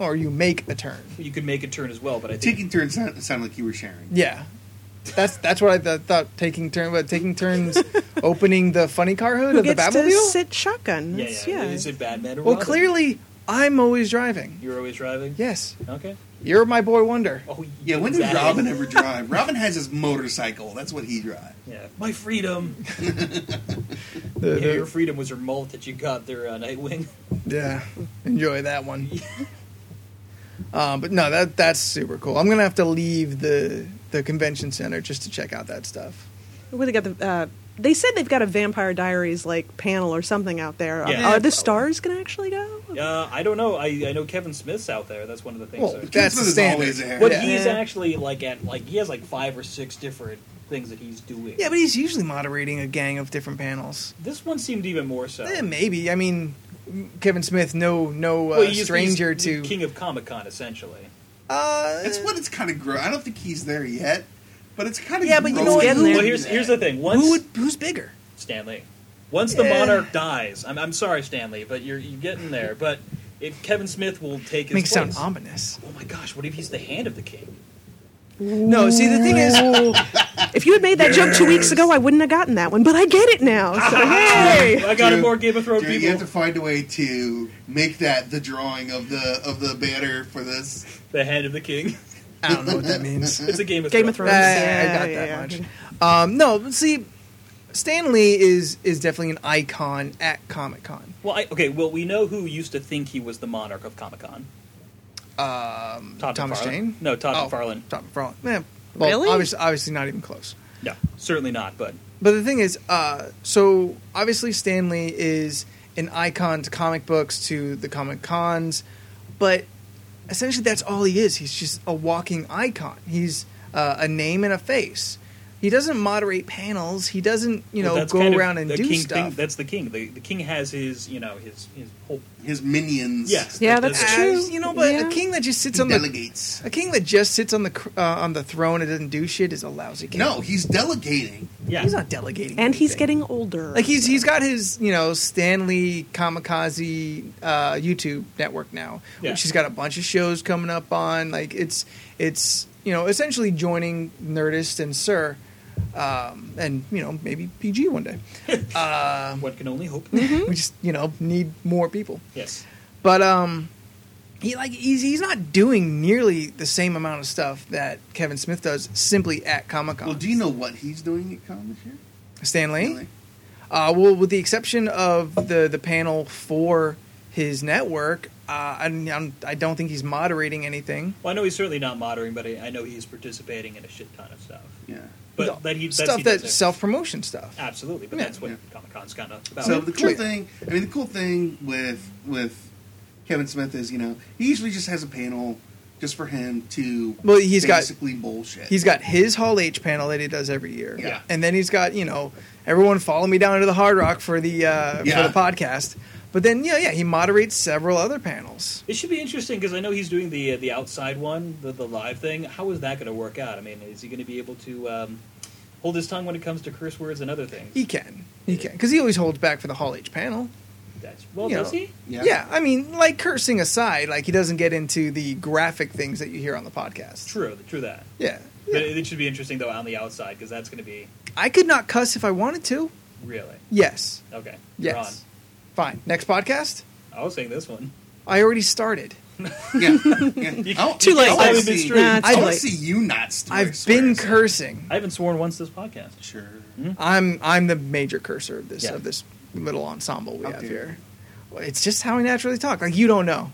Speaker 1: Or you make a turn.
Speaker 5: You could make a turn as well, but I think.
Speaker 4: taking turns. Sound, sound like you were sharing.
Speaker 1: Yeah. That's that's what I th- thought. Taking turn, but taking turns, opening the funny car hood
Speaker 3: Who
Speaker 1: of the
Speaker 3: gets
Speaker 1: Batmobile.
Speaker 3: to sit shotgun?
Speaker 5: yeah,
Speaker 3: That's-
Speaker 5: yeah. Is it Batman or
Speaker 1: Well,
Speaker 5: Robin?
Speaker 1: clearly, I'm always driving.
Speaker 5: You're always driving?
Speaker 1: Yes,
Speaker 5: Okay.
Speaker 1: you're my boy Wonder.
Speaker 5: Oh,
Speaker 4: Yeah, when did
Speaker 5: exactly.
Speaker 4: Robin ever drive? Robin has his motorcycle. That's what he drives.
Speaker 5: Yeah, my freedom.
Speaker 1: The-
Speaker 5: yeah,
Speaker 1: the-
Speaker 5: your freedom was your mullet that you got there, uh, Nightwing.
Speaker 1: yeah, enjoy that one. um, but no, that that's super cool. I'm gonna have to leave the the convention center just to check out that stuff.
Speaker 3: Well, they got the. Uh, they said they've got a Vampire Diaries like panel or something out there.
Speaker 5: Yeah.
Speaker 3: Are-
Speaker 5: Yeah,
Speaker 3: Are
Speaker 5: probably.
Speaker 3: the stars going to actually go?
Speaker 5: Uh, I don't know. I, I know Kevin Smith's out there. That's one of the things.
Speaker 1: Well,
Speaker 5: that-
Speaker 1: that's the
Speaker 4: Smith is
Speaker 1: standard.
Speaker 4: always there.
Speaker 5: But
Speaker 1: yeah.
Speaker 5: he's
Speaker 3: Yeah.
Speaker 5: actually like at like he has like five or six different things that he's doing.
Speaker 1: Yeah, but he's usually moderating a gang of different panels.
Speaker 5: this one seemed even more so.
Speaker 1: Eh, maybe. I mean, Kevin Smith, no no uh,
Speaker 5: Well, he's- he's
Speaker 1: stranger
Speaker 5: the
Speaker 1: to.
Speaker 5: King of Comic Con essentially.
Speaker 1: uh,
Speaker 4: That's what it's kind of grow. I don't think he's there yet, but it's kind of
Speaker 1: Yeah, but you know what?
Speaker 4: growing
Speaker 1: Who-
Speaker 5: Well,
Speaker 4: into
Speaker 5: here's
Speaker 4: that.
Speaker 5: here's the thing. Once
Speaker 1: who would, who's bigger?
Speaker 5: Stanley, once the
Speaker 1: Yeah.
Speaker 5: monarch dies, I'm, I'm sorry, Stanley, but you're you're getting there. But if Kevin Smith will take his
Speaker 1: Makes it sound
Speaker 5: place-
Speaker 1: ominous.
Speaker 5: Oh my gosh! What if he's the hand of the king?
Speaker 1: No, see the thing is,
Speaker 3: If you had made that joke two weeks ago, I wouldn't have gotten that one. But I get it now. So hey,
Speaker 5: I got
Speaker 4: Dude,
Speaker 5: more Game of Thrones
Speaker 4: Dude, you have
Speaker 5: people.
Speaker 4: to find a way to make that the drawing of the of the banner for this.
Speaker 5: The hand of the king.
Speaker 1: I don't know what that means.
Speaker 5: It's a Game of
Speaker 3: Game
Speaker 5: Thrones.
Speaker 3: of Thrones.
Speaker 1: I- I
Speaker 3: Yeah,
Speaker 1: got
Speaker 3: yeah,
Speaker 1: that
Speaker 3: yeah.
Speaker 1: much. Um, no, but see, Stan Lee is is definitely an icon at Comic Con.
Speaker 5: Well, I, okay. Well, we know who used to think he was the monarch of Comic Con.
Speaker 1: Um,
Speaker 5: Todd
Speaker 1: Thomas
Speaker 5: McFarlane?
Speaker 1: Jane?
Speaker 5: No, Todd
Speaker 1: Oh,
Speaker 5: McFarlane.
Speaker 1: Todd McFarlane. Yeah. Well,
Speaker 3: Really?
Speaker 1: Obviously, obviously, not even close.
Speaker 5: Yeah, certainly not. But
Speaker 1: But the thing is, uh, so obviously Stanley is an icon to comic books, to the comic cons, but essentially that's all he is. He's just a walking icon. He's uh, a name and a face. He doesn't moderate panels. He doesn't, you
Speaker 5: well,
Speaker 1: know,
Speaker 5: that's
Speaker 1: go
Speaker 5: kind of
Speaker 1: around and
Speaker 5: the
Speaker 1: do
Speaker 5: king
Speaker 1: stuff.
Speaker 5: Thing, that's the king. The, the king has his, you know, his his whole.
Speaker 4: His minions.
Speaker 5: Yes.
Speaker 3: Yeah,
Speaker 5: that-
Speaker 3: that's
Speaker 5: that-
Speaker 3: true.
Speaker 1: As- you know, but
Speaker 3: Yeah.
Speaker 1: a king that just sits
Speaker 4: He
Speaker 1: on the
Speaker 4: delegates.
Speaker 1: a king that just sits on the cr- uh, on the throne and doesn't do shit is a lousy king.
Speaker 4: No, he's delegating.
Speaker 5: Yeah.
Speaker 1: he's not delegating.
Speaker 3: and he's
Speaker 1: anything.
Speaker 3: getting older.
Speaker 1: like he's he's got his you know Stanley Kamikaze uh, YouTube network now,
Speaker 5: Yeah.
Speaker 1: which he's got a bunch of shows coming up on. Like it's it's you know essentially joining Nerdist and Sir, um, and you know maybe PG one day.
Speaker 5: One can only hope.
Speaker 3: Mm-hmm.
Speaker 1: We just you know need more people.
Speaker 5: Yes.
Speaker 1: But um, he like he's he's not doing nearly the same amount of stuff that Kevin Smith does simply at Comic Con.
Speaker 4: Well, do you know what he's doing at Con this year?
Speaker 1: Stanley?
Speaker 4: Really?
Speaker 1: Uh, well, with the exception of the the panel for his network, uh, I, I'm, I don't think he's moderating anything.
Speaker 5: Well, I know he's certainly not moderating, but I, I know he's participating in a shit ton of stuff.
Speaker 4: Yeah.
Speaker 5: But
Speaker 1: No,
Speaker 5: that he that's
Speaker 1: stuff
Speaker 5: he does Ah.
Speaker 1: that
Speaker 5: there.
Speaker 1: self promotion stuff.
Speaker 5: absolutely. But
Speaker 1: Yeah,
Speaker 5: that's what
Speaker 4: yeah.
Speaker 5: Comic Con's kind of about.
Speaker 4: So the cool
Speaker 1: Clear.
Speaker 4: thing, I mean, the cool thing with with Kevin Smith is, you know, he usually just has a panel just for him to.
Speaker 1: Well, he's got-
Speaker 4: basically bullshit.
Speaker 1: He's got his Hall H panel that he does every year,
Speaker 4: Yeah.
Speaker 1: and then he's got you know everyone follow me down to the Hard Rock for the uh,
Speaker 4: Yeah.
Speaker 1: for the podcast. But then yeah, yeah, he moderates several other panels.
Speaker 5: it should be interesting because I know he's doing the uh, the outside one, the, the live thing. How is that going to work out? I mean, is he going to be able to um, hold his tongue when it comes to curse words and other things?
Speaker 1: He can, he can, because he always holds back for the Hall H panel.
Speaker 5: That's, well,
Speaker 1: You
Speaker 5: does
Speaker 1: know,
Speaker 5: he?
Speaker 1: Yeah. I mean, like cursing aside, like he doesn't get into the graphic things that you hear on the podcast.
Speaker 5: True, true that.
Speaker 1: Yeah.
Speaker 5: But it, it should be interesting though on the outside because that's going to be
Speaker 1: I could not cuss if I wanted to.
Speaker 5: really
Speaker 1: Yes.
Speaker 5: okay. you're on.
Speaker 1: Yes. Fine. Next podcast?
Speaker 5: I was saying this one.
Speaker 1: I already started.
Speaker 4: yeah. yeah. I want-
Speaker 3: Too late.
Speaker 4: I want to
Speaker 5: Haven't been
Speaker 4: see,
Speaker 5: streamed. Nah,
Speaker 3: it's
Speaker 4: I
Speaker 3: too
Speaker 4: want to
Speaker 3: late.
Speaker 4: see you not. Swear,
Speaker 1: I've
Speaker 4: swear,
Speaker 1: been
Speaker 4: swear.
Speaker 1: cursing.
Speaker 5: I haven't sworn once this podcast.
Speaker 4: Sure.
Speaker 1: I'm I'm the major cursor of this
Speaker 5: Yeah.
Speaker 1: of this little ensemble we
Speaker 4: How
Speaker 1: have
Speaker 4: dare
Speaker 1: here. it's just how I naturally talk. Like you don't know.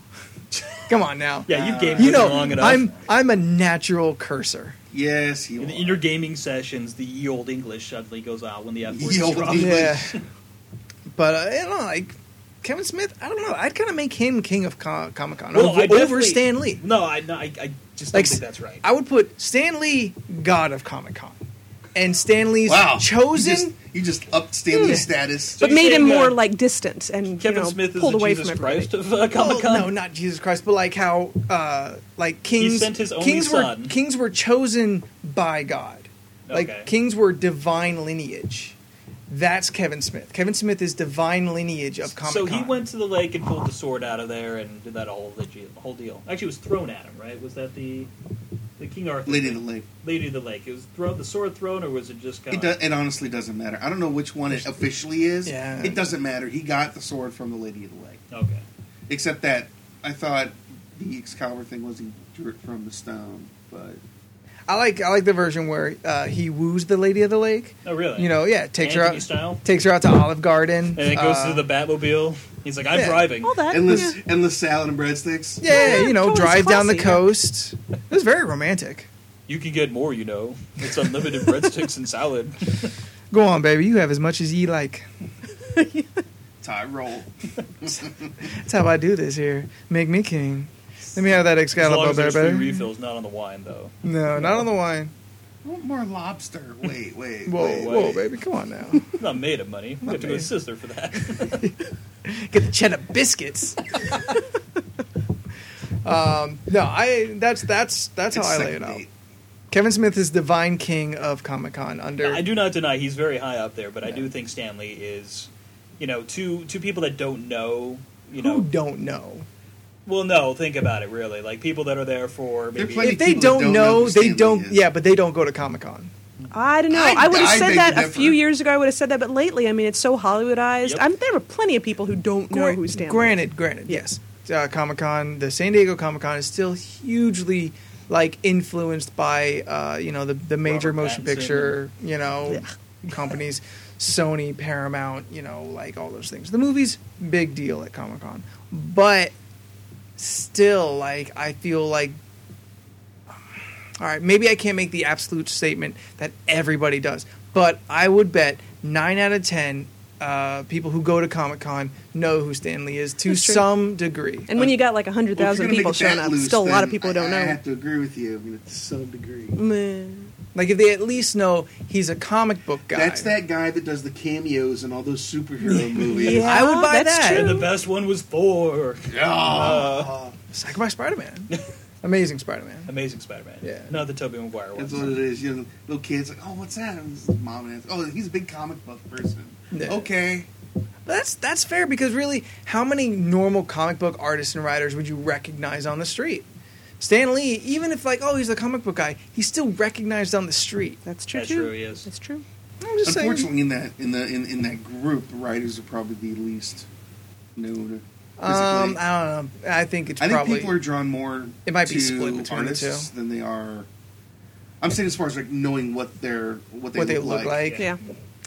Speaker 1: Come on now.
Speaker 5: Yeah, you've gamed
Speaker 1: You
Speaker 5: with me
Speaker 1: know,
Speaker 5: long enough.
Speaker 1: I'm I'm a natural cursor.
Speaker 4: Yes, you
Speaker 5: in, in
Speaker 4: are.
Speaker 5: your gaming sessions, the ye old English suddenly goes out when the F word
Speaker 4: Ye
Speaker 5: is
Speaker 4: olde
Speaker 5: dropped.
Speaker 4: English.
Speaker 1: Yeah. but uh, I don't know, like Kevin Smith. I don't know. I'd kind of make him king of Com- Comic Con
Speaker 5: Well,
Speaker 1: over,
Speaker 5: I definitely-
Speaker 1: over Stan Lee.
Speaker 5: No, I, no, I, I just don't
Speaker 1: Like,
Speaker 5: think that's right.
Speaker 1: I would put Stan Lee god of Comic Con, and Stan Lee's
Speaker 4: wow.
Speaker 1: chosen. Hmm.
Speaker 4: You just, you just upped Stanley's status.
Speaker 5: So
Speaker 3: but
Speaker 5: you're
Speaker 3: made him
Speaker 5: saying, uh,
Speaker 3: more like distant and
Speaker 5: Kevin
Speaker 3: you know,
Speaker 5: Smith is
Speaker 3: pulled
Speaker 5: the
Speaker 3: away
Speaker 5: Jesus
Speaker 3: from everybody.
Speaker 5: Christ of uh,
Speaker 1: Well,
Speaker 5: Comic Con.
Speaker 1: no, not Jesus Christ, but like how, uh, like kings,
Speaker 5: sent his only
Speaker 1: kings
Speaker 5: son.
Speaker 1: were kings were chosen by God, like
Speaker 5: Okay.
Speaker 1: kings were divine lineage. That's Kevin Smith. Kevin Smith is divine lineage of Comic
Speaker 5: So
Speaker 1: Con.
Speaker 5: he went to the lake and pulled the sword out of there and did that whole the whole deal. Actually, it was thrown at him, right? Was that the the King Arthur?
Speaker 4: Lady of the
Speaker 5: thing?
Speaker 4: Lake.
Speaker 5: Lady of the Lake. It was thrown the sword thrown, or was it just kind
Speaker 4: It,
Speaker 5: of?
Speaker 4: do, it honestly doesn't matter. I don't know which one it officially is.
Speaker 1: Yeah.
Speaker 4: It doesn't matter. He got the sword from the Lady of the Lake.
Speaker 5: Okay.
Speaker 4: Except that I thought the Excalibur thing was he drew it from the stone, but
Speaker 1: I like I like the version where uh, he woos the lady of the lake.
Speaker 5: Oh, really?
Speaker 1: You know, yeah, takes her
Speaker 5: Anthony
Speaker 1: out,
Speaker 5: style?
Speaker 1: takes her out to Olive Garden,
Speaker 5: And it goes
Speaker 1: uh,
Speaker 5: to the Batmobile. He's like, I'm
Speaker 1: yeah.
Speaker 5: driving.
Speaker 3: All that.
Speaker 4: endless,
Speaker 3: yeah.
Speaker 4: endless salad and breadsticks.
Speaker 1: yeah,
Speaker 3: Yeah,
Speaker 1: you know,
Speaker 3: totally,
Speaker 1: drive down the
Speaker 3: classy, yeah.
Speaker 1: coast. It was very romantic.
Speaker 5: You can get more, you know. It's unlimited breadsticks and salad.
Speaker 1: Go on, baby, you have as much as ye like.
Speaker 4: Tyrol.
Speaker 1: That's how I do this here. Make me king. Let me have that
Speaker 5: As long
Speaker 1: Excalibur,
Speaker 5: as there's free
Speaker 1: baby.
Speaker 5: refills, not on the wine though.
Speaker 1: No, not on the wine.
Speaker 4: I want more lobster. Wait, wait.
Speaker 1: Whoa,
Speaker 4: wait,
Speaker 1: whoa,
Speaker 4: wait.
Speaker 1: baby, come on now.
Speaker 5: I'm not made of money. I'm gonna have to go to
Speaker 1: made.
Speaker 5: sister for that.
Speaker 1: Get the cheddar biscuits. um, no, I. That's that's that's how
Speaker 4: It's
Speaker 1: I lay
Speaker 4: second
Speaker 1: it out.
Speaker 4: date.
Speaker 1: Kevin Smith is divine king of Comic Con. Under
Speaker 5: I do not deny he's very high up there, but I do think Stanley is, you know, to to people that don't know, you know,
Speaker 1: who don't know.
Speaker 5: well, no, think about it really, like people that are there for
Speaker 4: They're
Speaker 5: maybe
Speaker 4: plenty-
Speaker 1: If they
Speaker 4: people that
Speaker 1: don't
Speaker 4: don't know
Speaker 1: know,
Speaker 4: who
Speaker 1: they
Speaker 4: Stanley
Speaker 1: don't.
Speaker 4: is.
Speaker 1: Yeah, but they don't go to Comic Con.
Speaker 3: I don't know.
Speaker 4: I-
Speaker 3: I, would have
Speaker 4: I
Speaker 3: said
Speaker 4: beg
Speaker 3: that
Speaker 4: to
Speaker 3: a
Speaker 4: differ.
Speaker 3: few years ago. I would have said that, but lately, I mean, it's so Hollywoodized.
Speaker 5: Yep.
Speaker 3: I'm, there are plenty of people who don't know
Speaker 1: Gra-
Speaker 3: who Stanley. is.
Speaker 1: Granted, granted,
Speaker 3: Yeah.
Speaker 1: yes. Uh, Comic Con, the San Diego Comic Con, is still hugely like influenced by uh, you know the the major
Speaker 5: Robert
Speaker 1: motion
Speaker 5: Pattinson.
Speaker 1: picture you know companies, Sony, Paramount, you know like all those things. The movies big deal at Comic Con, but still like I feel like. All right, maybe I can't make the absolute statement that everybody does, but I would bet nine out of ten uh, people who go to Comic Con know who Stanley is to
Speaker 3: That's true.
Speaker 1: some degree.
Speaker 3: And when you got like hundred
Speaker 4: Well, if
Speaker 3: thousand
Speaker 4: you're
Speaker 3: people
Speaker 4: gonna make it that
Speaker 3: showing up,
Speaker 4: loose,
Speaker 3: still a lot of
Speaker 4: then
Speaker 3: people
Speaker 4: I,
Speaker 3: who don't
Speaker 4: I
Speaker 3: know.
Speaker 4: have to agree with you. I mean, to some degree.
Speaker 3: Meh.
Speaker 1: Like if they at least know he's a comic book guy.
Speaker 4: That's that guy that does the cameos in all those superhero movies. Oh.
Speaker 3: Yeah,
Speaker 1: I would buy
Speaker 3: that's
Speaker 1: that.
Speaker 3: True.
Speaker 5: And the best one was Thor,
Speaker 1: Uh,
Speaker 4: Ah.
Speaker 1: Psycho by Spider Man, Amazing Spider Man.
Speaker 5: Amazing Spider-Man.
Speaker 1: Yeah.
Speaker 5: not the Tobey Maguire one.
Speaker 4: That's what it is. You know, little kids like, oh, what's that? And his mom and oh, he's a big comic book person.
Speaker 1: Yeah.
Speaker 4: Okay,
Speaker 1: That's that's fair because really, how many normal comic book artists and writers would you recognize on the street? Stan Lee, even if like oh he's a comic book guy, he's still recognized on the street.
Speaker 3: That's true.
Speaker 5: That's
Speaker 3: too.
Speaker 5: true, he is.
Speaker 3: That's true.
Speaker 1: I'm just saying.
Speaker 4: unfortunately, in that in the in, in that group, the writers are probably the least known.
Speaker 1: Um,
Speaker 4: physically.
Speaker 1: I don't know. I think it's
Speaker 4: I think
Speaker 1: probably
Speaker 4: people are drawn more.
Speaker 1: It might
Speaker 4: to
Speaker 1: be split between the
Speaker 4: artists than they are. I'm saying as far as like knowing what they're what they
Speaker 1: what they
Speaker 4: look
Speaker 1: look
Speaker 4: like.
Speaker 1: like.
Speaker 3: Yeah.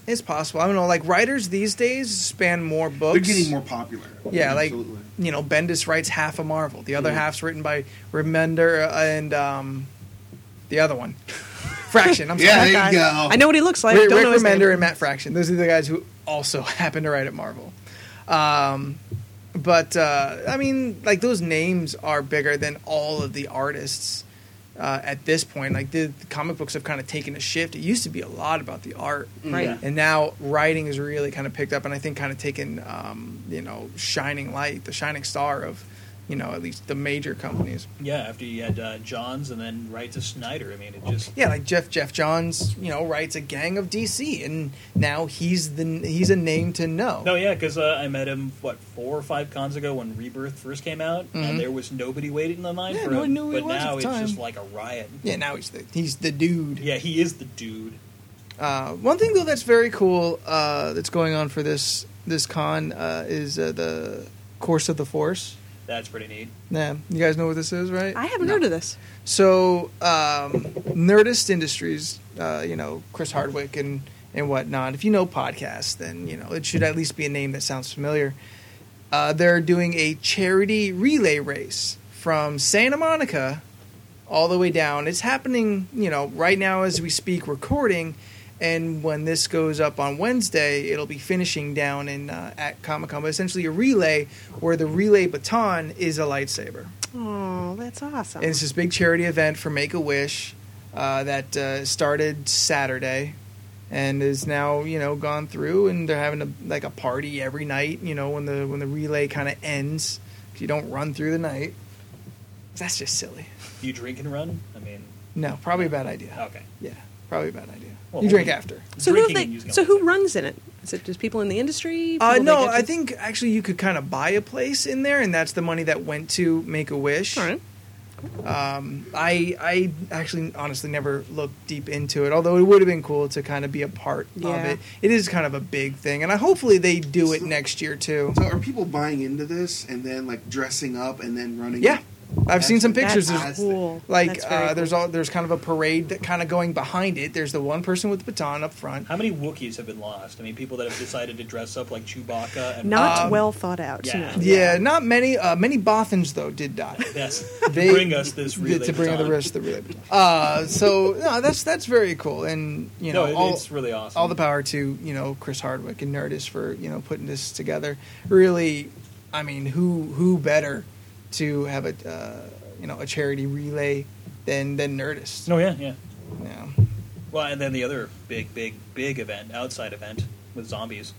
Speaker 1: It's possible. I don't know. Like writers these days span more
Speaker 4: They're
Speaker 1: books.
Speaker 4: getting more popular.
Speaker 1: Yeah, like
Speaker 4: Absolutely.
Speaker 1: you know, Bendis writes half of Marvel. The other
Speaker 4: Mhm.
Speaker 1: half's written by Remender and um, the other one, Fraction. I'm sorry.
Speaker 4: yeah, there
Speaker 3: That
Speaker 4: you go.
Speaker 3: guy. I know what he looks like.
Speaker 1: Rick,
Speaker 3: don't
Speaker 1: Rick
Speaker 3: know his name.
Speaker 1: Remender and Matt Fraction. Those are the guys who also happen to write at Marvel. Um, but uh, I mean, like those names are bigger than all of the artists uh, at this point. Like the, the comic books have kind of taken a shift. It used to be a lot about the art,
Speaker 3: Right.
Speaker 5: Yeah.
Speaker 1: and now writing is really kind of picked up, and I think kind of taken, um, you know, shining light, the shining star of, you know, at least the major companies.
Speaker 5: Yeah, after you had uh, Johns and then right to Snyder. I mean, it just
Speaker 1: Yeah, like Jeff Jeff Johns, you know, writes a gang of DC, and now he's the he's a name to know.
Speaker 5: No, yeah, because uh, I met him what four or five cons ago when Rebirth first came out,
Speaker 1: Mhm.
Speaker 5: and there was nobody waiting in the line
Speaker 1: Yeah,
Speaker 5: for
Speaker 1: no
Speaker 5: him.
Speaker 1: one knew who he
Speaker 5: but
Speaker 1: was at
Speaker 5: now
Speaker 1: the
Speaker 5: it's
Speaker 1: time.
Speaker 5: just like a riot.
Speaker 1: Yeah, now he's the he's the dude.
Speaker 5: Yeah, he is the dude.
Speaker 1: Uh, one thing though that's very cool uh, that's going on for this this con uh, is uh, the course of the force.
Speaker 5: That's pretty neat.
Speaker 1: Yeah, you guys know what this is, right?
Speaker 3: I haven't heard of this.
Speaker 1: So um, Nerdist Industries, uh, you know Chris Hardwick and and whatnot. If you know podcasts, then you know it should at least be a name that sounds familiar. Uh, they're doing a charity relay race from Santa Monica all the way down. It's happening, you know, right now as we speak, recording. And when this goes up on Wednesday, it'll be finishing down in uh, at Comic Con. But essentially, a relay where the relay baton is a lightsaber.
Speaker 3: Oh, that's awesome.
Speaker 1: And it's this big charity event for Make a Wish uh, that uh, started Saturday and is now you know gone through. And they're having a, like a party every night. You know when the when the relay kind of ends, 'cause you don't run through the night. That's just silly.
Speaker 5: You drink and run. I mean,
Speaker 1: No, probably a bad idea.
Speaker 5: okay.
Speaker 1: Yeah, probably a bad idea.
Speaker 5: Well,
Speaker 1: you drink
Speaker 5: we-
Speaker 1: after.
Speaker 3: so who, have
Speaker 5: Drinking and
Speaker 3: they,
Speaker 5: using
Speaker 3: so who
Speaker 5: alcohol.
Speaker 3: runs in it? Is it just people in the industry?
Speaker 1: Uh,
Speaker 3: People that
Speaker 1: no,
Speaker 3: get
Speaker 1: I
Speaker 3: to-
Speaker 1: think actually you could kind of buy a place in there, and that's the money that went to Make a Wish.
Speaker 3: All right.
Speaker 1: Um, I I actually honestly never looked deep into it, although it would have been cool to kind of be a part of
Speaker 3: Yeah.
Speaker 1: it. It is kind of a big thing, and I hopefully they do it next year too.
Speaker 4: So are people buying into this and then like dressing up and then running?
Speaker 1: Yeah, I've seen some
Speaker 4: That's-
Speaker 1: pictures. There's-
Speaker 3: That's cool.
Speaker 1: Like
Speaker 3: That's very
Speaker 1: uh,
Speaker 3: cool.
Speaker 1: there's all there's kind of a parade that kind of going behind it. There's the one person with the baton up front.
Speaker 5: How many Wookiees have been lost? I mean, people that have decided to dress up like Chewbacca and
Speaker 3: not
Speaker 1: um,
Speaker 3: well thought out.
Speaker 5: yeah.
Speaker 3: no.
Speaker 1: Yeah, not many. Uh, many Bothans though did die.
Speaker 5: Yes,
Speaker 1: They-
Speaker 5: to bring us this relay
Speaker 1: to bring
Speaker 5: baton.
Speaker 1: the rest of the relay. baton. Uh, so no, that's that's very cool, and you know
Speaker 5: no, it-
Speaker 1: all,
Speaker 5: it's really awesome.
Speaker 1: all the power to you know Chris Hardwick and Nerdist for you know putting this together. Really, I mean, who who better to have a uh, you know a charity relay than than Nerdist?
Speaker 5: No, yeah, yeah.
Speaker 1: Yeah.
Speaker 5: Well, and then the other big, big, big event, outside event with zombies.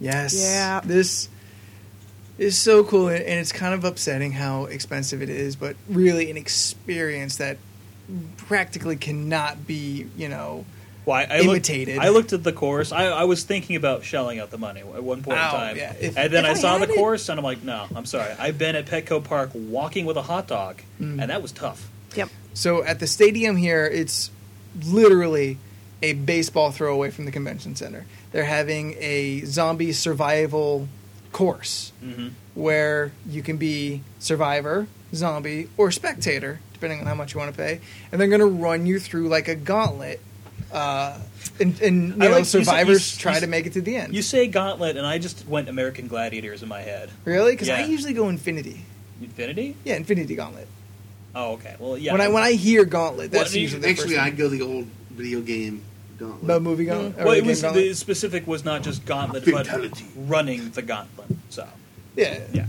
Speaker 1: Yes.
Speaker 3: Yeah.
Speaker 1: This is so cool, and and it's kind of upsetting how expensive it is, but really an experience that practically cannot be you know
Speaker 5: Why I
Speaker 1: Imitated.
Speaker 5: Looked, I looked at the chorus. I, I was thinking about shelling out the money at one point in
Speaker 1: Oh,
Speaker 5: time,
Speaker 1: yeah, if-
Speaker 5: and then
Speaker 1: if I
Speaker 5: I saw the
Speaker 1: had it-
Speaker 5: chorus, and I'm like, no, I'm sorry. I've been at Petco Park walking with a hot dog,
Speaker 1: Mm.
Speaker 5: and that was tough.
Speaker 3: Yep.
Speaker 1: So at the stadium here, it's literally a baseball throw away from the convention center. They're having a zombie survival course
Speaker 5: Mm-hmm.
Speaker 1: where you can be survivor, zombie, or spectator, depending on how much you want to pay. And they're going to run you through like a gauntlet. Uh, and, and you
Speaker 5: I
Speaker 1: know,
Speaker 5: like- you said- you
Speaker 1: survivors
Speaker 5: s- you
Speaker 1: try
Speaker 5: s-
Speaker 1: to make it to the end.
Speaker 5: You say gauntlet, and I just went American Gladiators in my head.
Speaker 1: really? Because I
Speaker 5: Yeah.
Speaker 1: usually go Infinity.
Speaker 5: Infinity?
Speaker 1: Yeah, Infinity Gauntlet.
Speaker 5: Oh, okay. Well, yeah.
Speaker 1: When I when I hear Gauntlet,
Speaker 5: Well,
Speaker 1: that's
Speaker 5: you-
Speaker 1: usually the
Speaker 4: Actually,
Speaker 1: first
Speaker 4: I
Speaker 1: one.
Speaker 4: go the old video game gauntlet.
Speaker 1: the movie Gauntlet. or
Speaker 5: Mm-hmm. well,
Speaker 1: the
Speaker 5: it
Speaker 1: game
Speaker 5: was
Speaker 1: Gauntlet.
Speaker 5: the specific was not just gauntlet,
Speaker 4: Fatality.
Speaker 5: but running the gauntlet. So
Speaker 1: yeah.
Speaker 5: yeah,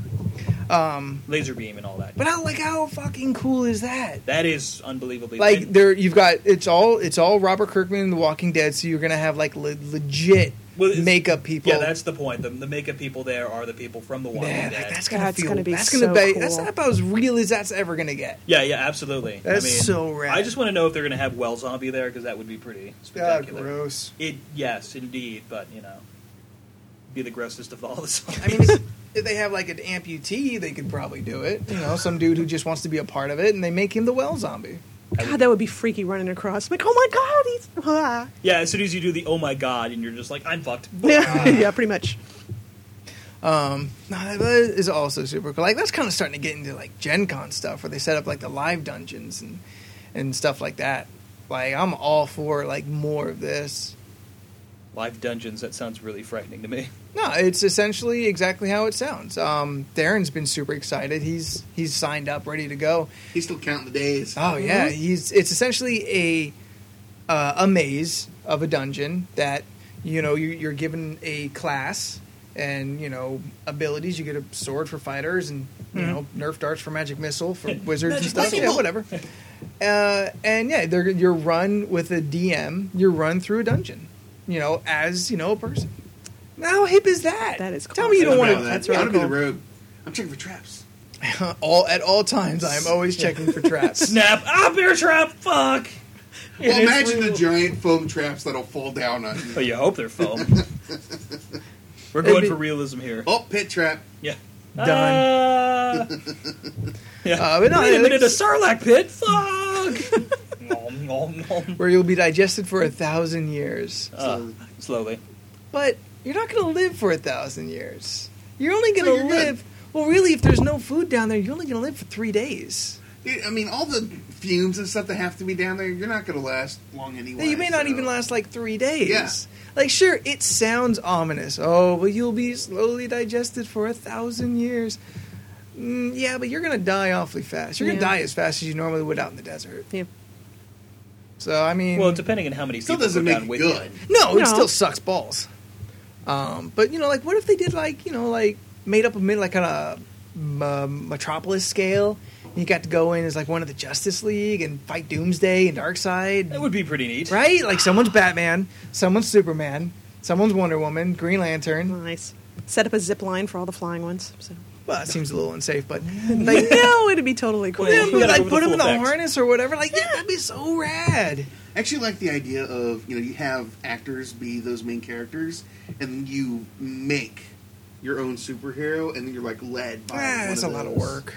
Speaker 1: Um,
Speaker 5: laser beam and all that.
Speaker 1: But how like how fucking cool is that?
Speaker 5: that is unbelievably
Speaker 1: Like
Speaker 5: and-
Speaker 1: there, you've got it's all it's all Robert Kirkman in The Walking Dead, so you're gonna have like le- legit
Speaker 5: Well, it's-
Speaker 1: makeup people.
Speaker 5: Yeah, that's the point. The, the makeup people there are the people from The Walking
Speaker 1: Man, like,
Speaker 5: Dead.
Speaker 1: that's gonna
Speaker 3: That's
Speaker 1: feel
Speaker 3: gonna be
Speaker 1: that's gonna be
Speaker 3: so
Speaker 1: that's
Speaker 3: cool.
Speaker 1: about as real as that's ever gonna get.
Speaker 5: yeah, yeah, absolutely.
Speaker 1: That's
Speaker 5: I mean,
Speaker 1: so rad.
Speaker 5: I just want to know if they're going to have Well Zombie there because that would be pretty spectacular.
Speaker 1: gross.
Speaker 5: It yes, indeed, but you know, be the grossest of all the zombies.
Speaker 1: I mean, if if they have like an amputee, they could probably do it. You know, some dude who just wants to be a part of it, and they make him the well zombie.
Speaker 3: God, that would be freaky running across. Like, oh my God, he's. Ah.
Speaker 5: yeah, as soon as you do the oh my god, and you're just like I'm fucked.
Speaker 3: Yeah, yeah, pretty much.
Speaker 1: Um, no, that is also super cool. Like that's kind of starting to get into like Gen Con stuff where they set up like the live dungeons and and stuff like that. Like I'm all for like more of this.
Speaker 5: Live dungeons. That sounds really frightening to me.
Speaker 1: No, it's essentially exactly how it sounds. Um, Darren's been super excited. He's he's signed up, ready to go.
Speaker 4: He's still counting the days.
Speaker 1: Oh yeah,
Speaker 3: Mm-hmm.
Speaker 1: he's it's essentially a uh, a maze of a dungeon that you know you, you're given a class and you know abilities. You get a sword for fighters and you
Speaker 3: Mm-hmm.
Speaker 1: know Nerf darts for magic missile for wizards and
Speaker 5: Magic
Speaker 1: stuff.
Speaker 5: missile.
Speaker 1: Yeah, whatever. Uh, and yeah, they're, you're run with a DM. You're run through a dungeon. You know, as you know a person. How hip is that?
Speaker 3: That is cool.
Speaker 1: Tell me you
Speaker 4: I
Speaker 1: don't
Speaker 4: don't
Speaker 1: want
Speaker 4: know
Speaker 1: to.
Speaker 4: that.
Speaker 3: that's
Speaker 4: I
Speaker 3: really
Speaker 4: want to be
Speaker 3: cool.
Speaker 4: the rogue. I'm checking for traps.
Speaker 1: all at all times. I am always checking for traps.
Speaker 5: Snap! Ah, bear trap! Fuck!
Speaker 4: Well,
Speaker 5: It's
Speaker 4: imagine
Speaker 5: real.
Speaker 4: the giant foam traps that'll fall down on you.
Speaker 5: Well, Oh, you hope they're foam. We're
Speaker 1: It'd
Speaker 5: going
Speaker 1: be-
Speaker 5: for realism here.
Speaker 4: Oh, pit trap.
Speaker 5: Yeah.
Speaker 1: Done.
Speaker 5: Ah. yeah.
Speaker 1: Uh, but no,
Speaker 5: Wait a
Speaker 1: it's-
Speaker 5: minute, a Sarlacc pit? Fuck! Nom, nom, nom.
Speaker 1: where you'll be digested for a thousand years.
Speaker 5: Ah, slowly.
Speaker 1: But you're not going to live for a thousand years. You're only
Speaker 4: So
Speaker 1: going to
Speaker 4: you're good.
Speaker 1: live. Well, really, if there's no food down there, you're only going to live for three days.
Speaker 4: I mean, all the fumes and stuff that have to be down there, you're not going to last long anyway.
Speaker 1: you may not
Speaker 4: so-
Speaker 1: even last like three days.
Speaker 4: Yeah.
Speaker 1: Like, sure, it sounds ominous. Oh, but you'll be slowly digested for a thousand years. Mm, yeah, but you're going to die awfully fast. You're going to
Speaker 3: Yeah.
Speaker 1: die as fast as you normally would out in the desert.
Speaker 3: Yeah.
Speaker 1: So, I mean.
Speaker 5: Well, depending on how many
Speaker 4: Still
Speaker 5: people
Speaker 4: doesn't
Speaker 5: go
Speaker 4: make
Speaker 5: down
Speaker 4: it
Speaker 5: with
Speaker 4: good.
Speaker 5: you.
Speaker 1: No,
Speaker 3: No.
Speaker 1: it still sucks balls. Um, but you know, like, what if they did like you know, like made up a mid like on a m- uh, metropolis scale? And you got to go in as like one of the Justice League and fight Doomsday and Darkseid,
Speaker 5: That would be pretty neat.
Speaker 1: right? Like someone's Batman, someone's Superman, someone's Wonder Woman, Green Lantern.
Speaker 3: Nice. Set up a zip line for all the flying ones. So.
Speaker 1: Well, that seems a little unsafe, but
Speaker 3: Like,
Speaker 1: like,
Speaker 3: no, it'd be totally cool.
Speaker 5: Well,
Speaker 1: yeah,
Speaker 5: you
Speaker 1: but,
Speaker 5: gotta
Speaker 1: like
Speaker 5: go with
Speaker 1: put
Speaker 5: the
Speaker 1: him in the
Speaker 5: fullbacks.
Speaker 1: harness or whatever. Like, yeah, that'd be so rad.
Speaker 4: actually like the idea of you know you have actors be those main characters and you make your own superhero and then you're like led by
Speaker 1: Ah,
Speaker 4: one
Speaker 1: that's a
Speaker 4: of
Speaker 1: lot of
Speaker 4: those.
Speaker 1: work.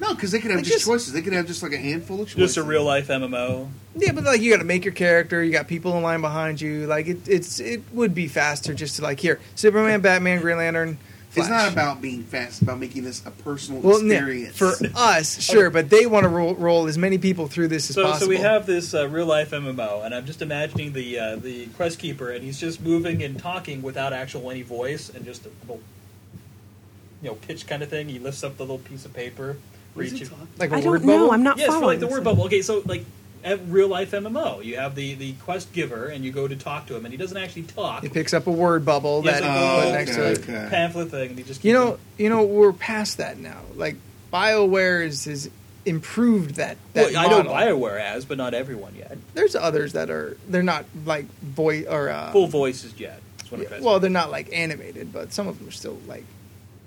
Speaker 4: no because they could have
Speaker 1: Like
Speaker 4: just,
Speaker 1: just-
Speaker 4: choices they could have just like a handful of choices
Speaker 5: Just a real life MMO.
Speaker 1: Yeah, but like you got to make your character. You got people in line behind you. Like it, it's it would be faster just to like here Superman, Batman, Green Lantern. Flash.
Speaker 4: it's not about being fast it's about making this a personal
Speaker 1: well, yeah,
Speaker 4: experience
Speaker 1: for us, sure, but they want to roll, roll as many people through this as
Speaker 5: So,
Speaker 1: possible.
Speaker 5: so we have this uh, real life MMO, and I'm just imagining the uh, the quest keeper, and he's just moving and talking without actual any voice, and just a little, you know, pitch kind of thing. He lifts up the little piece of paper.
Speaker 4: What
Speaker 5: reads
Speaker 4: is he
Speaker 5: you-
Speaker 4: talking about?
Speaker 1: like a
Speaker 3: I
Speaker 1: word
Speaker 3: don't know.
Speaker 1: bubble?
Speaker 3: I'm not
Speaker 5: yes, for
Speaker 3: following.
Speaker 5: like the word
Speaker 3: this.
Speaker 5: bubble. Okay, so like at real life MMO, you have the the quest giver, and you go to talk to him, and he doesn't actually talk.
Speaker 1: He picks up a word bubble
Speaker 5: He has
Speaker 1: that
Speaker 5: like,
Speaker 4: Oh,
Speaker 5: a
Speaker 1: put
Speaker 5: little,
Speaker 1: next
Speaker 4: okay.
Speaker 1: to it.
Speaker 5: like, pamphlet thing, and he just
Speaker 1: You
Speaker 5: keeps
Speaker 1: know, you know, we're past that now. Like Bioware is, has improved that. that
Speaker 5: Well, I know
Speaker 1: model.
Speaker 5: Bioware has, but not everyone yet.
Speaker 1: There's others that are they're not like voice or uh,
Speaker 5: Full voices yet. That's what I'm
Speaker 1: Yeah,
Speaker 5: trying to
Speaker 1: well,
Speaker 5: say.
Speaker 1: they're not like animated, but some of them are still like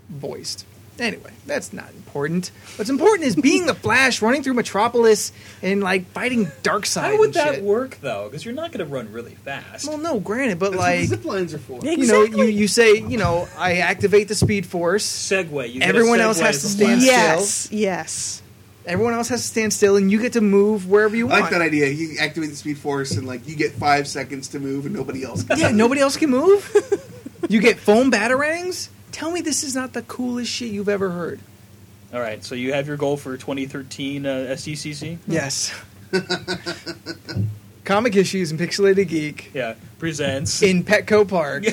Speaker 1: voiced. Anyway, that's not important. What's important is being the Flash, running through Metropolis, and like fighting Darkseid.
Speaker 5: how would
Speaker 1: and
Speaker 5: that
Speaker 1: shit.
Speaker 5: work though? Because you're not going to run really fast.
Speaker 1: Well, no, granted, but
Speaker 4: That's
Speaker 1: like
Speaker 4: what the zip lines are for
Speaker 3: Yeah.
Speaker 1: you know, you
Speaker 3: Exactly.
Speaker 1: you say you know I activate the Speed Force.
Speaker 5: Segway. You get a
Speaker 1: Everyone else
Speaker 5: Segway
Speaker 1: has
Speaker 5: as
Speaker 1: to
Speaker 5: a
Speaker 1: stand
Speaker 5: flash.
Speaker 3: Yes, yes.
Speaker 1: Everyone else has to stand still, and you get to move wherever you
Speaker 4: I
Speaker 1: want.
Speaker 4: like that idea. You activate the speed force, and like you get five seconds to move, and nobody else. Can.
Speaker 1: yeah, nobody else can move. you get foam batarangs. Tell me this is not the coolest shit you've ever heard.
Speaker 5: All right, so you have your goal for 2013 uh, SDCC.
Speaker 1: Yes. Comic issues and Pixelated Geek.
Speaker 5: Yeah, presents.
Speaker 1: in Petco Park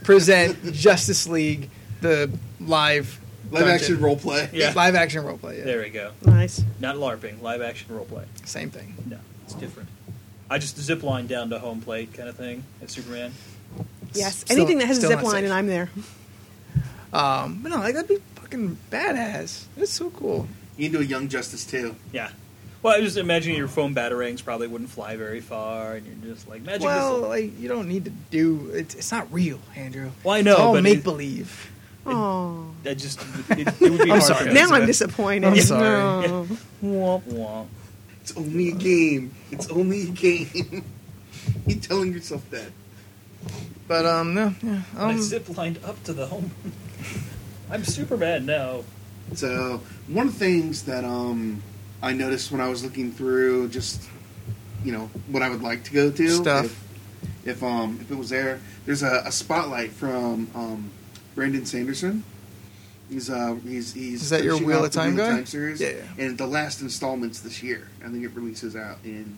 Speaker 1: present Justice League the live
Speaker 4: Live
Speaker 1: dungeon.
Speaker 4: action role play.
Speaker 5: Yeah.
Speaker 1: live action roleplay. Yeah.
Speaker 5: there we go.
Speaker 3: Nice.
Speaker 5: Not LARPing, live action roleplay.
Speaker 1: Same thing.
Speaker 5: No, it's different. I just zip line down to home plate kind of thing at Superman.
Speaker 3: Yes.
Speaker 1: Still-
Speaker 3: Anything that has a
Speaker 1: still
Speaker 3: zip
Speaker 1: not
Speaker 3: line,
Speaker 1: safe.
Speaker 3: and I'm there.
Speaker 1: Um, but no, like that'd be fucking badass. That's so cool.
Speaker 4: You can do a Young Justice too.
Speaker 5: Yeah. Well, I just imagine your foam batarangs probably wouldn't fly very far, and you're just like magic
Speaker 1: well,
Speaker 5: missile.
Speaker 1: like you don't need to do it's. It's not real, Andrew.
Speaker 5: Well, I know,
Speaker 1: It's all
Speaker 5: but
Speaker 1: make
Speaker 5: it-
Speaker 1: believe.
Speaker 3: Oh.
Speaker 5: That just it, it would be
Speaker 1: I'm
Speaker 5: hard
Speaker 1: sorry.
Speaker 5: For
Speaker 1: Yeah,
Speaker 3: Now
Speaker 5: us,
Speaker 3: I'm
Speaker 5: but-
Speaker 3: disappointed.
Speaker 1: I'm sorry.
Speaker 3: No.
Speaker 5: Womp womp.
Speaker 4: It's only a game. It's only a game. you telling yourself that.
Speaker 1: But um, no, yeah,
Speaker 5: I
Speaker 1: um,
Speaker 5: zip lined up to the home. I'm Superman now.
Speaker 4: So one of the things that um, I noticed when I was looking through just you know what I would like to go to
Speaker 1: Stuff.
Speaker 4: If, if um if it was there, there's a, a spotlight from um, Brandon Sanderson. He's uh he's he's
Speaker 1: Is that your
Speaker 4: finishing
Speaker 1: Wheel
Speaker 4: off
Speaker 1: of
Speaker 4: the
Speaker 1: Time guy?
Speaker 4: Time series.
Speaker 1: Yeah, yeah.
Speaker 4: And the last installment's this year. I think it releases out in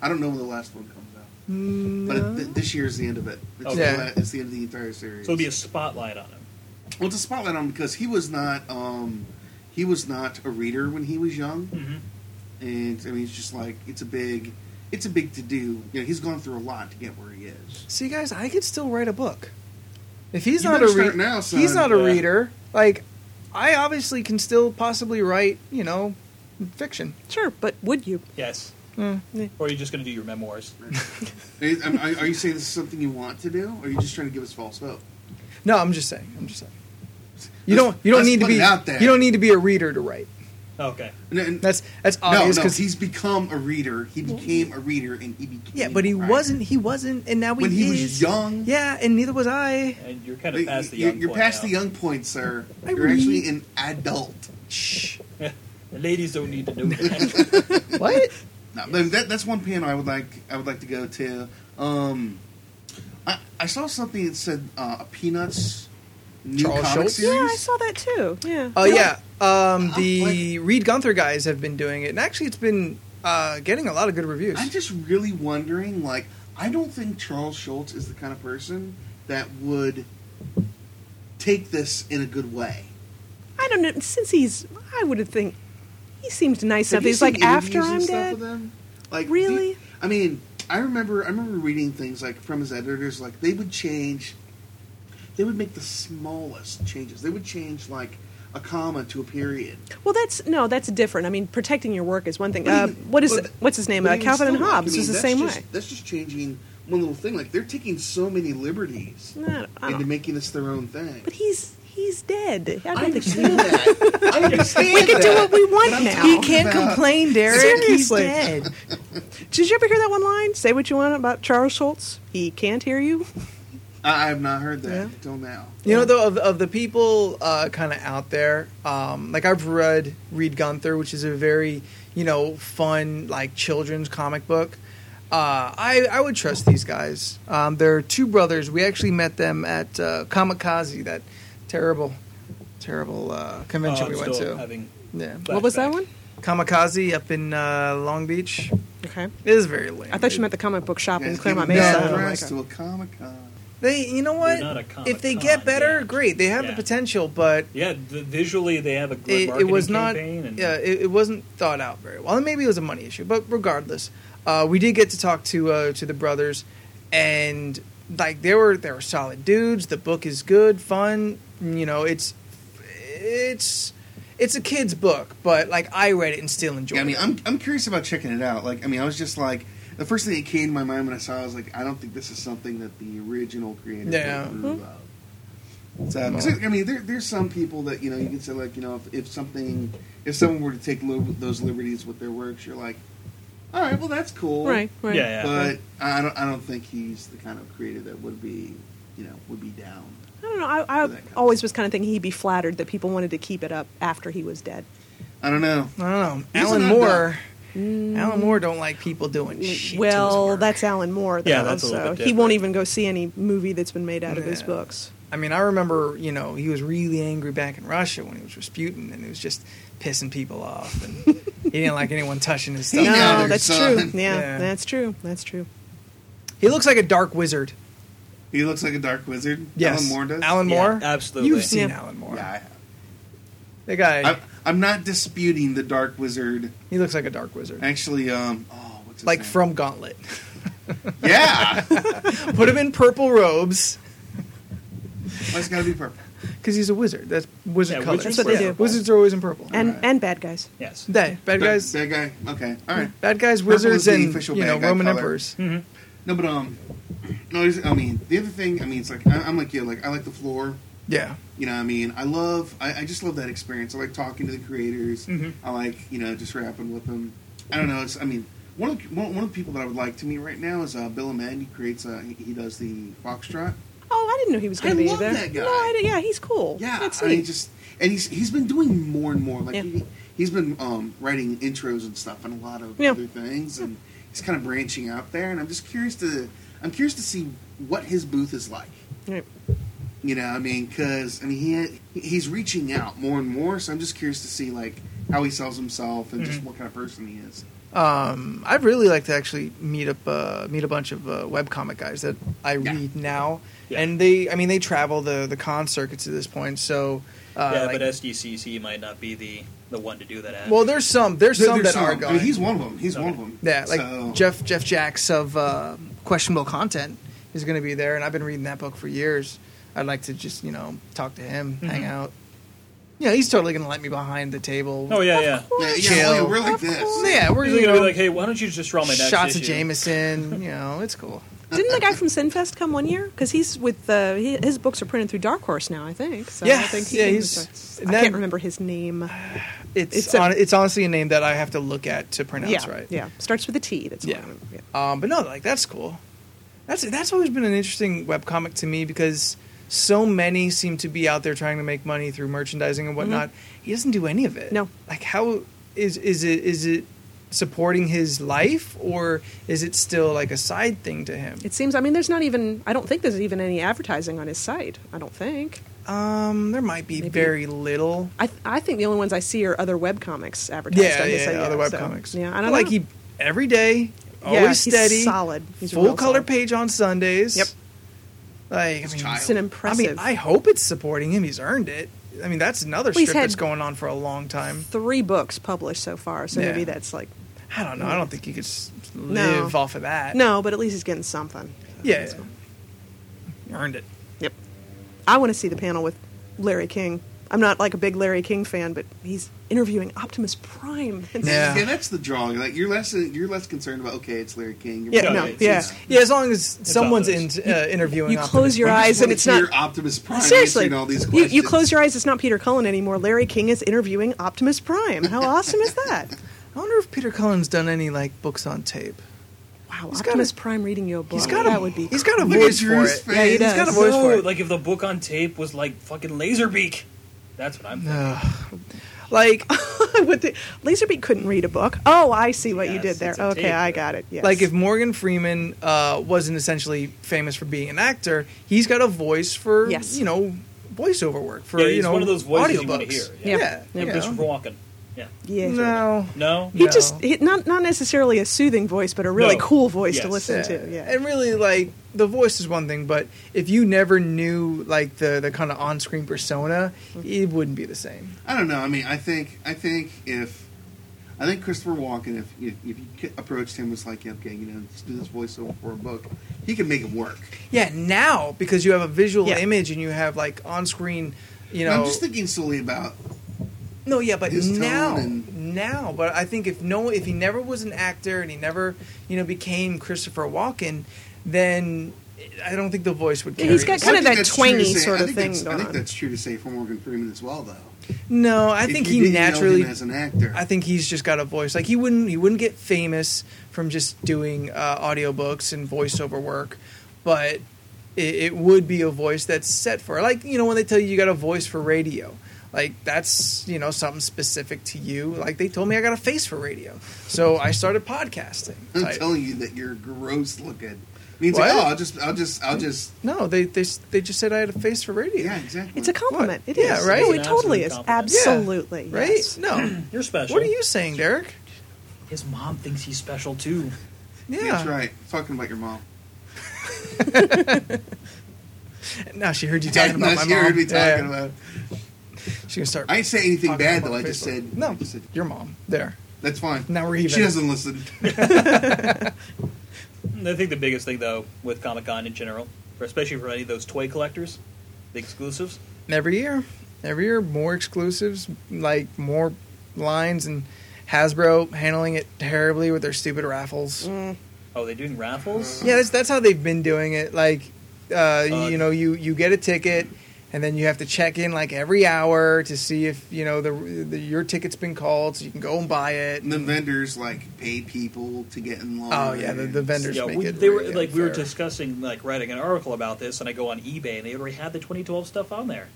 Speaker 4: I don't know when the last one comes out, but it, th- this year is the end of it. It's,
Speaker 5: Okay.
Speaker 4: the,
Speaker 1: Yeah.
Speaker 4: la- it's the end of the entire series.
Speaker 5: So it'll be a spotlight on him.
Speaker 4: Well, it's a spotlight on him because he was not um, he was not a reader when he was young,
Speaker 5: Mm-hmm.
Speaker 4: and I mean it's just like it's a big it's a big to do. You know, he's gone through a lot to get where he is.
Speaker 1: see, guys, I could still write a book. If he's
Speaker 4: You
Speaker 1: not a
Speaker 4: better start
Speaker 1: reader,
Speaker 4: now, son.
Speaker 1: he's not a
Speaker 5: Yeah.
Speaker 1: reader. Like, I obviously can still possibly write, you know, fiction.
Speaker 3: Sure, but would you?
Speaker 5: Yes.
Speaker 1: Mm.
Speaker 5: Or are you just going to do your memoirs?
Speaker 4: Are you, am- are you saying this is something you want to do, or are you just trying to give us false hope?
Speaker 1: No, I'm just saying. I'm just saying. You
Speaker 4: Let's-
Speaker 1: don't. You don't
Speaker 4: let's
Speaker 1: need to
Speaker 4: put it
Speaker 1: be.
Speaker 4: out there.
Speaker 1: You don't need to be a reader to write.
Speaker 5: Okay.
Speaker 4: And, and,
Speaker 1: That's that's
Speaker 4: no,
Speaker 1: obvious
Speaker 4: no,
Speaker 1: because
Speaker 4: he's become a reader. He became a reader, and he became
Speaker 1: yeah, but he
Speaker 4: a writer.
Speaker 1: wasn't. He wasn't, and now he
Speaker 4: when he was
Speaker 1: is.
Speaker 4: young.
Speaker 1: Yeah, and neither was I.
Speaker 5: And you're kind of past the
Speaker 4: you're,
Speaker 5: young
Speaker 4: you're
Speaker 5: point
Speaker 4: past
Speaker 5: now.
Speaker 4: the young point, sir.
Speaker 1: I
Speaker 4: You're
Speaker 1: read.
Speaker 4: actually an adult.
Speaker 1: Shh.
Speaker 5: The ladies don't need to know that.
Speaker 1: What?
Speaker 4: No, but that, that's one panel I would like. I would like to go to. Um, I, I saw something that said uh, a Peanuts new
Speaker 1: Charles
Speaker 4: comic
Speaker 1: Schultz?
Speaker 4: series.
Speaker 3: Yeah, I saw that too. Yeah.
Speaker 1: Oh yeah, um,
Speaker 4: Oh,
Speaker 1: the Reed Gunther guys have been doing it, and actually, it's been uh, getting a lot of good reviews.
Speaker 4: I'm just really wondering, like, I don't think Charles Schultz is the kind of person that would take this in a good way.
Speaker 3: I don't know. Since he's, I would think he seemed nice. Stuff.
Speaker 4: Have you
Speaker 3: He's
Speaker 4: seen
Speaker 3: like after
Speaker 4: interviews and
Speaker 3: I'm
Speaker 4: stuff
Speaker 3: dead.
Speaker 4: with him? Like do-
Speaker 3: Really?
Speaker 4: I mean, I remember I remember reading things like from his editors, like they would change, they would make the smallest changes. They would change like a comma to a period.
Speaker 3: Well, that's no, that's different. I mean, protecting your work is one thing.
Speaker 4: But
Speaker 3: Uh,
Speaker 4: even-
Speaker 3: what is
Speaker 4: but-
Speaker 3: what's his name?
Speaker 4: But
Speaker 3: Uh,
Speaker 4: even
Speaker 3: Calvin and
Speaker 4: still, like, I
Speaker 3: Hobbes
Speaker 4: mean,
Speaker 3: is the
Speaker 4: that's
Speaker 3: same
Speaker 4: just-
Speaker 3: way.
Speaker 4: That's just changing one little thing. Like they're taking so many liberties
Speaker 3: No, I
Speaker 4: into
Speaker 3: don't-
Speaker 4: making this their own thing.
Speaker 3: but he's he's dead. I
Speaker 4: I
Speaker 3: don't think he
Speaker 4: understand that. I understand
Speaker 3: We can do
Speaker 4: that.
Speaker 3: what we want
Speaker 4: But I'm
Speaker 3: now.
Speaker 4: talking
Speaker 1: he can't
Speaker 4: about-
Speaker 1: complain, Derek. He's
Speaker 3: Seriously.
Speaker 1: dead.
Speaker 3: Did you ever hear that one line? Say what you want about Charles Schultz. He can't hear you.
Speaker 4: I, I have not heard that
Speaker 3: Yeah.
Speaker 4: until now.
Speaker 1: You know, though, of, of the people uh, kind of out there, um, like I've read Reed Gunther, which is a very, you know, fun, like children's comic book. Uh, I, I would trust these guys. Um, they're two brothers. We actually met them at uh, Kamikaze, that terrible, terrible uh, convention
Speaker 5: I'm
Speaker 1: we went
Speaker 5: Um, still
Speaker 1: to.
Speaker 5: having-
Speaker 1: yeah.
Speaker 5: But-
Speaker 3: What was that
Speaker 5: Flashback.
Speaker 3: one?
Speaker 1: Kamikaze up in uh, Long Beach.
Speaker 3: Okay.
Speaker 1: It is very lame.
Speaker 3: I thought you meant the comic book shop in
Speaker 4: Guys,
Speaker 3: Claremont
Speaker 4: give
Speaker 1: me
Speaker 3: Mesa.
Speaker 1: that
Speaker 3: I don't
Speaker 4: address
Speaker 3: like
Speaker 4: to
Speaker 3: it.
Speaker 4: a Comic Con.
Speaker 1: they. You know
Speaker 5: They're not a
Speaker 1: what?
Speaker 5: comic
Speaker 1: If they
Speaker 5: con,
Speaker 1: get better,
Speaker 5: yeah.
Speaker 1: great. They have
Speaker 5: Yeah.
Speaker 1: the potential, but
Speaker 5: Yeah, the, visually they have a good
Speaker 1: it, it
Speaker 5: marketing
Speaker 1: was not
Speaker 5: campaign. And,
Speaker 1: yeah it, it wasn't thought out very well and maybe it was a money issue but regardless uh, we did get to talk to uh, to the brothers and like they were they were solid dudes the book is good fun you know it's it's it's a kid's book but like i read it and still enjoyed
Speaker 4: Yeah, I mean,
Speaker 1: it
Speaker 4: I'm I'm curious about checking it out. Like, I mean, I was just like, the first thing that came to my mind when I saw, it, I was like, I don't think this is something that the original creator
Speaker 1: Yeah.
Speaker 4: drew up. So, 'cause, I mean, there, there's some people that you know you can say like, you know, if, if something, if someone were to take lo- those liberties with their works, you're like, all right, well, that's cool,
Speaker 3: Right,
Speaker 5: yeah,
Speaker 3: right.
Speaker 5: yeah.
Speaker 4: But I don't, I don't think he's the kind of creator that would be, you know, would be down.
Speaker 3: I don't know. I, I
Speaker 4: that kind of
Speaker 3: always was kind of thinking he'd be flattered that people wanted to keep it up after he was dead.
Speaker 4: I don't know.
Speaker 1: i don't know
Speaker 4: He's
Speaker 1: alan
Speaker 4: an
Speaker 1: moore alan moore don't like people doing shit to his
Speaker 3: well,
Speaker 1: work.
Speaker 3: that's Alan Moore, though,
Speaker 5: Yeah, that's a little
Speaker 3: so
Speaker 5: bit
Speaker 3: he won't
Speaker 5: different.
Speaker 3: even go see any movie that's been made out of his
Speaker 1: Yeah.
Speaker 3: books.
Speaker 1: I mean, I remember, you know, he was really angry back in Russia when he was Rasputin, and he was just pissing people off, and he didn't like anyone touching his stuff.
Speaker 4: He
Speaker 3: no,
Speaker 4: gathered
Speaker 3: that's
Speaker 4: sun.
Speaker 3: true. Yeah,
Speaker 1: Yeah.
Speaker 3: that's true. That's true.
Speaker 1: He looks like a dark wizard.
Speaker 4: He looks like a dark wizard.
Speaker 1: Yes,
Speaker 4: Alan Moore does.
Speaker 1: Alan Moore,
Speaker 5: Yeah, absolutely.
Speaker 1: You've seen
Speaker 3: Yeah.
Speaker 1: Alan Moore.
Speaker 4: Yeah, I have.
Speaker 1: The guy,
Speaker 4: I'm, I'm not disputing the Dark Wizard.
Speaker 1: he looks like a dark wizard,
Speaker 4: Actually, um, oh, what's his
Speaker 1: like
Speaker 4: name?
Speaker 1: from Gauntlet.
Speaker 4: yeah. Why
Speaker 1: Put him in purple robes
Speaker 4: it's gotta be purple?
Speaker 1: because he's a wizard. That's wizard
Speaker 5: Yeah,
Speaker 1: colors.
Speaker 5: wizards
Speaker 3: That's what they
Speaker 1: Yeah,
Speaker 3: do.
Speaker 1: Wizards are always in purple.
Speaker 3: And
Speaker 4: Alright.
Speaker 3: and bad guys.
Speaker 5: yes.
Speaker 1: they bad
Speaker 4: Dark-
Speaker 1: guys,
Speaker 4: Bad guy. Okay. All right.
Speaker 1: bad guys,
Speaker 4: Purple is
Speaker 1: wizards,
Speaker 4: the
Speaker 1: and
Speaker 4: official
Speaker 1: you know
Speaker 4: bad guy
Speaker 1: Roman
Speaker 4: color.
Speaker 1: emperors.
Speaker 4: No, but um, no. there's- I mean, the other thing. I mean, it's like I, I'm like you. Like I like the floor.
Speaker 1: Yeah,
Speaker 4: You know, what I mean, I love. I, I just love that experience. I like talking to the creators.
Speaker 5: Mhm.
Speaker 1: Mm-hmm.
Speaker 4: I like you know just rapping with them. I don't know. It's. I mean. One of, the, one, one of the people that I would like to meet right now is uh, Bill Amend. He creates, uh, he, he does the Foxtrot.
Speaker 3: Oh, I didn't know he was going
Speaker 4: I
Speaker 3: to be
Speaker 4: love
Speaker 3: there.
Speaker 4: that guy.
Speaker 3: No, I didn't- yeah, he's cool.
Speaker 4: Yeah,
Speaker 3: that's
Speaker 4: I
Speaker 3: neat.
Speaker 4: mean, just and he's he's been doing more and more. Like
Speaker 3: Yeah.
Speaker 4: he, he's been um, writing intros and stuff and a lot of
Speaker 3: Yeah.
Speaker 4: other things, and he's kind of branching out there. And I'm just curious to I'm curious to see what his booth is like.
Speaker 3: Right.
Speaker 4: You know, I mean, because I mean he had- he's reaching out more and more. So I'm just curious to see like how he sells himself and
Speaker 3: Mm-hmm.
Speaker 4: just what kind of person he is.
Speaker 1: Um, I'd really like to actually meet up uh, meet a bunch of uh, webcomic guys that I
Speaker 4: Yeah.
Speaker 1: read now,
Speaker 5: Yeah.
Speaker 1: and they I mean they travel the the con circuits at this point. So uh,
Speaker 5: yeah,
Speaker 1: like-
Speaker 5: but SDCC might not be the, the one to do that at.
Speaker 1: well, there's some there's
Speaker 4: There-
Speaker 1: some
Speaker 4: there's
Speaker 1: that are
Speaker 4: I
Speaker 1: going.
Speaker 4: mean, he's one of them. He's one of them.
Speaker 1: yeah, like
Speaker 4: So-
Speaker 1: Jeff Jeff Jacks of uh, questionable content is going to be there, and I've been reading that book for years. I'd like to just you know talk to him,
Speaker 5: Mm-hmm.
Speaker 1: hang out. Yeah, he's totally going to let me behind the table.
Speaker 5: oh, yeah, yeah.
Speaker 4: Yeah, yeah,
Speaker 1: Chill.
Speaker 4: oh, yeah, we're like
Speaker 3: Of
Speaker 4: this.
Speaker 3: course.
Speaker 1: yeah, we're
Speaker 5: He's
Speaker 1: you
Speaker 5: gonna
Speaker 1: know
Speaker 5: be like, hey, why don't you just draw my next
Speaker 1: shots of
Speaker 5: issue?
Speaker 1: Jameson. You know, it's cool.
Speaker 3: Didn't the guy from Sinfest come one year? Because he's with uh, he, his books are printed through Dark Horse now, I think. So I
Speaker 1: Yeah,
Speaker 3: think
Speaker 1: yeah,
Speaker 3: can-
Speaker 1: he's-
Speaker 3: I
Speaker 1: that-
Speaker 3: can't remember his name.
Speaker 1: It's
Speaker 3: It's a-
Speaker 1: hon- it's honestly a name that I have to look at to pronounce
Speaker 3: yeah,
Speaker 1: right.
Speaker 3: yeah. Starts with a T. That's
Speaker 1: Yeah.
Speaker 3: What I remember. yeah.
Speaker 1: Um, but no, like that's cool. That's that's always been an interesting webcomic to me because so many seem to be out there trying to make money through merchandising and whatnot. He doesn't do any of it.
Speaker 3: Mm-hmm. No.
Speaker 1: Like how is is it is it supporting his life or is it still like a side thing to him?
Speaker 3: It seems. I mean, there's not even. I don't think there's even any advertising on his site. I don't think.
Speaker 1: Um, there might be
Speaker 3: Maybe-
Speaker 1: very little.
Speaker 3: I, th- I think the only ones I see are other webcomics advertised on his site,
Speaker 1: other
Speaker 3: so,
Speaker 1: webcomics.
Speaker 3: Yeah, I
Speaker 1: But,
Speaker 3: don't
Speaker 1: like
Speaker 3: know.
Speaker 1: he every day, always
Speaker 3: yeah, he's
Speaker 1: steady,
Speaker 3: solid. He's
Speaker 1: full
Speaker 3: real
Speaker 1: color
Speaker 3: solid.
Speaker 1: page on Sundays.
Speaker 3: Yep.
Speaker 1: Like I
Speaker 4: His
Speaker 1: mean,
Speaker 4: child.
Speaker 3: It's an
Speaker 1: I mean,
Speaker 3: impressive.
Speaker 1: I hope it's supporting him. He's earned it. I mean, that's another
Speaker 3: Well, he's
Speaker 1: strip
Speaker 3: had-
Speaker 1: that's going on for a long time.
Speaker 3: three books published so far, so
Speaker 1: Yeah.
Speaker 3: maybe that's like
Speaker 1: I don't know. I don't think he could s- live off of that.
Speaker 3: no, but at least he's getting something.
Speaker 1: Yeah. Earned it.
Speaker 3: Yep. I want to see the panel with Larry King. I'm not like a big Larry King fan, but he's interviewing Optimus Prime. It's-
Speaker 1: Yeah.
Speaker 4: yeah, that's the draw. Like you're less you're less concerned about okay, it's Larry King. You're
Speaker 3: Yeah,
Speaker 5: Yeah,
Speaker 3: no,
Speaker 5: it's-
Speaker 3: yeah.
Speaker 4: it's-
Speaker 1: Yeah, as long as someone's in,
Speaker 5: others.
Speaker 1: uh, interviewing.
Speaker 3: you close
Speaker 1: Optimus
Speaker 3: your
Speaker 1: Prime.
Speaker 3: eyes and
Speaker 4: wanna
Speaker 3: it's not
Speaker 4: hear Optimus Prime
Speaker 3: seriously.
Speaker 4: answering all these
Speaker 3: you,
Speaker 4: questions.
Speaker 3: you close your eyes. It's not Peter Cullen anymore. Larry King is interviewing Optimus Prime. How awesome is that?
Speaker 1: I wonder if Peter Cullen's done any like books on tape.
Speaker 3: Wow,
Speaker 1: He's got
Speaker 3: Optimus
Speaker 1: a-
Speaker 3: Prime reading you a book.
Speaker 1: He's got a
Speaker 3: that would be.
Speaker 1: he's got a
Speaker 4: Look at
Speaker 1: voice for
Speaker 4: Drew's
Speaker 1: it.
Speaker 4: face.
Speaker 3: Yeah, he
Speaker 1: He's got a
Speaker 3: does.
Speaker 1: voice for
Speaker 5: No,
Speaker 1: it.
Speaker 5: like if the book on tape was like fucking Laserbeak. That's what I'm thinking.
Speaker 1: Ugh. like
Speaker 3: With the, Laserbeak couldn't read a book. Oh, I see what you
Speaker 5: Yes,
Speaker 3: did there.
Speaker 5: it's a
Speaker 3: Okay,
Speaker 5: tape.
Speaker 3: I got it. Yes.
Speaker 1: like if Morgan Freeman uh, wasn't essentially famous for being an actor, he's got a voice for
Speaker 3: Yes.
Speaker 1: you know voiceover work for
Speaker 5: Yeah, he's
Speaker 1: you know
Speaker 5: one of those voices you wanna
Speaker 1: audiobooks.
Speaker 5: hear,
Speaker 3: yeah.
Speaker 1: Yeah,
Speaker 3: Yeah.
Speaker 1: you
Speaker 5: Yeah,
Speaker 1: know.
Speaker 5: Christopher Walken. Yeah.
Speaker 3: yeah.
Speaker 1: no.
Speaker 5: No.
Speaker 3: He
Speaker 1: No.
Speaker 3: just he, not not necessarily a soothing voice, but a really
Speaker 5: No.
Speaker 3: cool voice to
Speaker 5: Yes.
Speaker 3: listen to. Yeah.
Speaker 1: And really, like the voice is one thing, but if you never knew like the the kind of on screen persona,
Speaker 3: Mm-hmm.
Speaker 1: it wouldn't be the same.
Speaker 4: I don't know. I mean, I think I think if I think Christopher Walken, if if, if you ki- approached him, was like, yeah, okay, you know, let's do this voiceover for a book, he can make it work.
Speaker 1: Yeah, now because you have a visual
Speaker 3: Yeah.
Speaker 1: image and you have like on screen, you know.
Speaker 4: I'm just thinking solely about
Speaker 1: No, yeah, but
Speaker 4: his tone
Speaker 1: now,
Speaker 4: and-
Speaker 1: now, but I think if no, if he never was an actor and he never, you know, became Christopher Walken, then I don't think the voice would.
Speaker 3: Yeah,
Speaker 1: Carry
Speaker 3: he's got
Speaker 1: it.
Speaker 3: kind
Speaker 4: I
Speaker 3: of
Speaker 4: think
Speaker 3: that
Speaker 4: that's true to
Speaker 3: twangy
Speaker 4: say-
Speaker 3: sort
Speaker 4: I
Speaker 3: of
Speaker 4: think
Speaker 3: thing
Speaker 4: that's-
Speaker 3: going
Speaker 4: I think
Speaker 3: on.
Speaker 4: that's true to say for Morgan Freeman as well, though.
Speaker 1: no. I
Speaker 4: If
Speaker 1: think
Speaker 4: you
Speaker 1: he
Speaker 4: didn't know him
Speaker 1: naturally.
Speaker 4: as an actor.
Speaker 1: I think he's just got a voice. Like he wouldn't, he wouldn't get famous from just doing uh, audiobooks and voiceover work, but it, it would be a voice that's set for. it. Like you know, when they tell you you got a voice for radio. Like that's you know something specific to you. Like they told me I got a face for radio, so I started podcasting.
Speaker 4: I'm
Speaker 1: Like-
Speaker 4: telling you that you're gross looking. Means
Speaker 1: What?
Speaker 4: like, oh, I'll just, I'll just, I'll just,
Speaker 1: No, they, they they just said I had a face for radio.
Speaker 4: yeah, exactly.
Speaker 3: It's a compliment. It is.
Speaker 1: Yeah, right?
Speaker 3: No,
Speaker 1: It's
Speaker 3: it
Speaker 5: an
Speaker 3: totally
Speaker 5: absolute
Speaker 3: is.
Speaker 5: compliment. Yeah.
Speaker 3: Absolutely.
Speaker 1: Right?
Speaker 3: yes.
Speaker 1: No.
Speaker 5: You're special.
Speaker 1: what are you saying, Derek?
Speaker 5: His mom thinks he's special too.
Speaker 1: Yeah.
Speaker 4: That's right. Talking about your mom.
Speaker 1: Now she heard you talking about my
Speaker 4: She heard
Speaker 1: mom.
Speaker 4: me
Speaker 1: Yeah.
Speaker 4: talking about.
Speaker 1: She can start.
Speaker 4: I didn't say anything
Speaker 1: talking
Speaker 4: bad
Speaker 1: about
Speaker 4: though. I
Speaker 1: Facebook.
Speaker 4: just said
Speaker 1: no.
Speaker 4: I just said,
Speaker 1: your mom. There.
Speaker 4: That's fine.
Speaker 1: Now we're even.
Speaker 4: She doesn't listen.
Speaker 5: I think the biggest thing though with Comic Con in general, for especially for any of those toy collectors, the exclusives.
Speaker 1: Every year, every year, more exclusives, like more lines, and Hasbro handling it terribly with their stupid raffles.
Speaker 5: Oh, they're doing raffles.
Speaker 1: Yeah, that's that's how they've been doing it. Like, uh, you,
Speaker 5: Uh,
Speaker 1: you know, you you get a ticket, and then you have to check in like every hour to see if you know the, the your ticket's been called, so you can go and buy it.
Speaker 4: And the vendors like pay people to get in line.
Speaker 1: Oh, yeah, the- the vendors-
Speaker 5: Yeah,
Speaker 1: make
Speaker 5: we,
Speaker 1: it
Speaker 5: they were
Speaker 1: really
Speaker 5: like we were
Speaker 1: unfair.
Speaker 5: discussing like writing an article about this, and I go on eBay and they already had the 2012 stuff on there.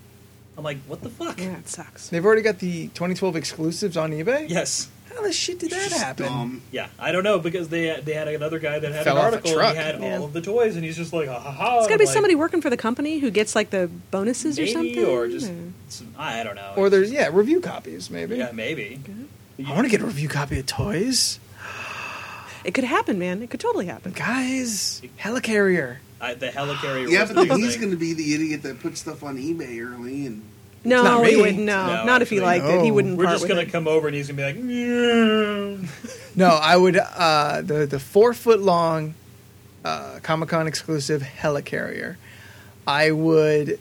Speaker 5: I'm like, what the fuck?
Speaker 3: Yeah, it sucks.
Speaker 1: They've already got the 2012 exclusives on eBay.
Speaker 5: Yes.
Speaker 1: How the shit did that
Speaker 4: Just um,
Speaker 1: happen?
Speaker 4: dumb.
Speaker 5: Yeah, I don't know because they they had another guy that had
Speaker 1: Fell
Speaker 5: an
Speaker 1: off a
Speaker 5: article
Speaker 1: truck.
Speaker 5: and he had
Speaker 3: Yeah.
Speaker 5: all of the toys, and he's just like, ha ha ha.
Speaker 3: It's got to
Speaker 5: I'm Oh,
Speaker 3: be
Speaker 5: like,
Speaker 3: somebody working for the company who gets like the bonuses
Speaker 5: maybe,
Speaker 3: or something.
Speaker 5: or just
Speaker 3: or-
Speaker 5: some, I don't know.
Speaker 1: Or there's yeah review copies maybe.
Speaker 5: yeah, maybe.
Speaker 1: I want to get a review copy of Toys,
Speaker 3: it could happen, man. It could totally happen.
Speaker 1: guys. Helicarrier.
Speaker 5: I, the helicarrier.
Speaker 4: Yeah,
Speaker 5: was
Speaker 4: but
Speaker 5: the
Speaker 4: then he's
Speaker 5: thing.
Speaker 4: going to be the idiot that puts stuff on eBay early and
Speaker 3: No,
Speaker 1: not
Speaker 3: he
Speaker 1: me.
Speaker 3: wouldn't. No,
Speaker 5: No,
Speaker 3: not if he
Speaker 5: actually,
Speaker 3: liked it. He
Speaker 1: no.
Speaker 3: wouldn't.
Speaker 5: We're
Speaker 3: part
Speaker 5: just
Speaker 3: with
Speaker 5: gonna
Speaker 3: it.
Speaker 5: come over and he's gonna be like, "Meow."
Speaker 1: No, I would uh, the the four foot long uh, Comic Con exclusive helicarrier. I would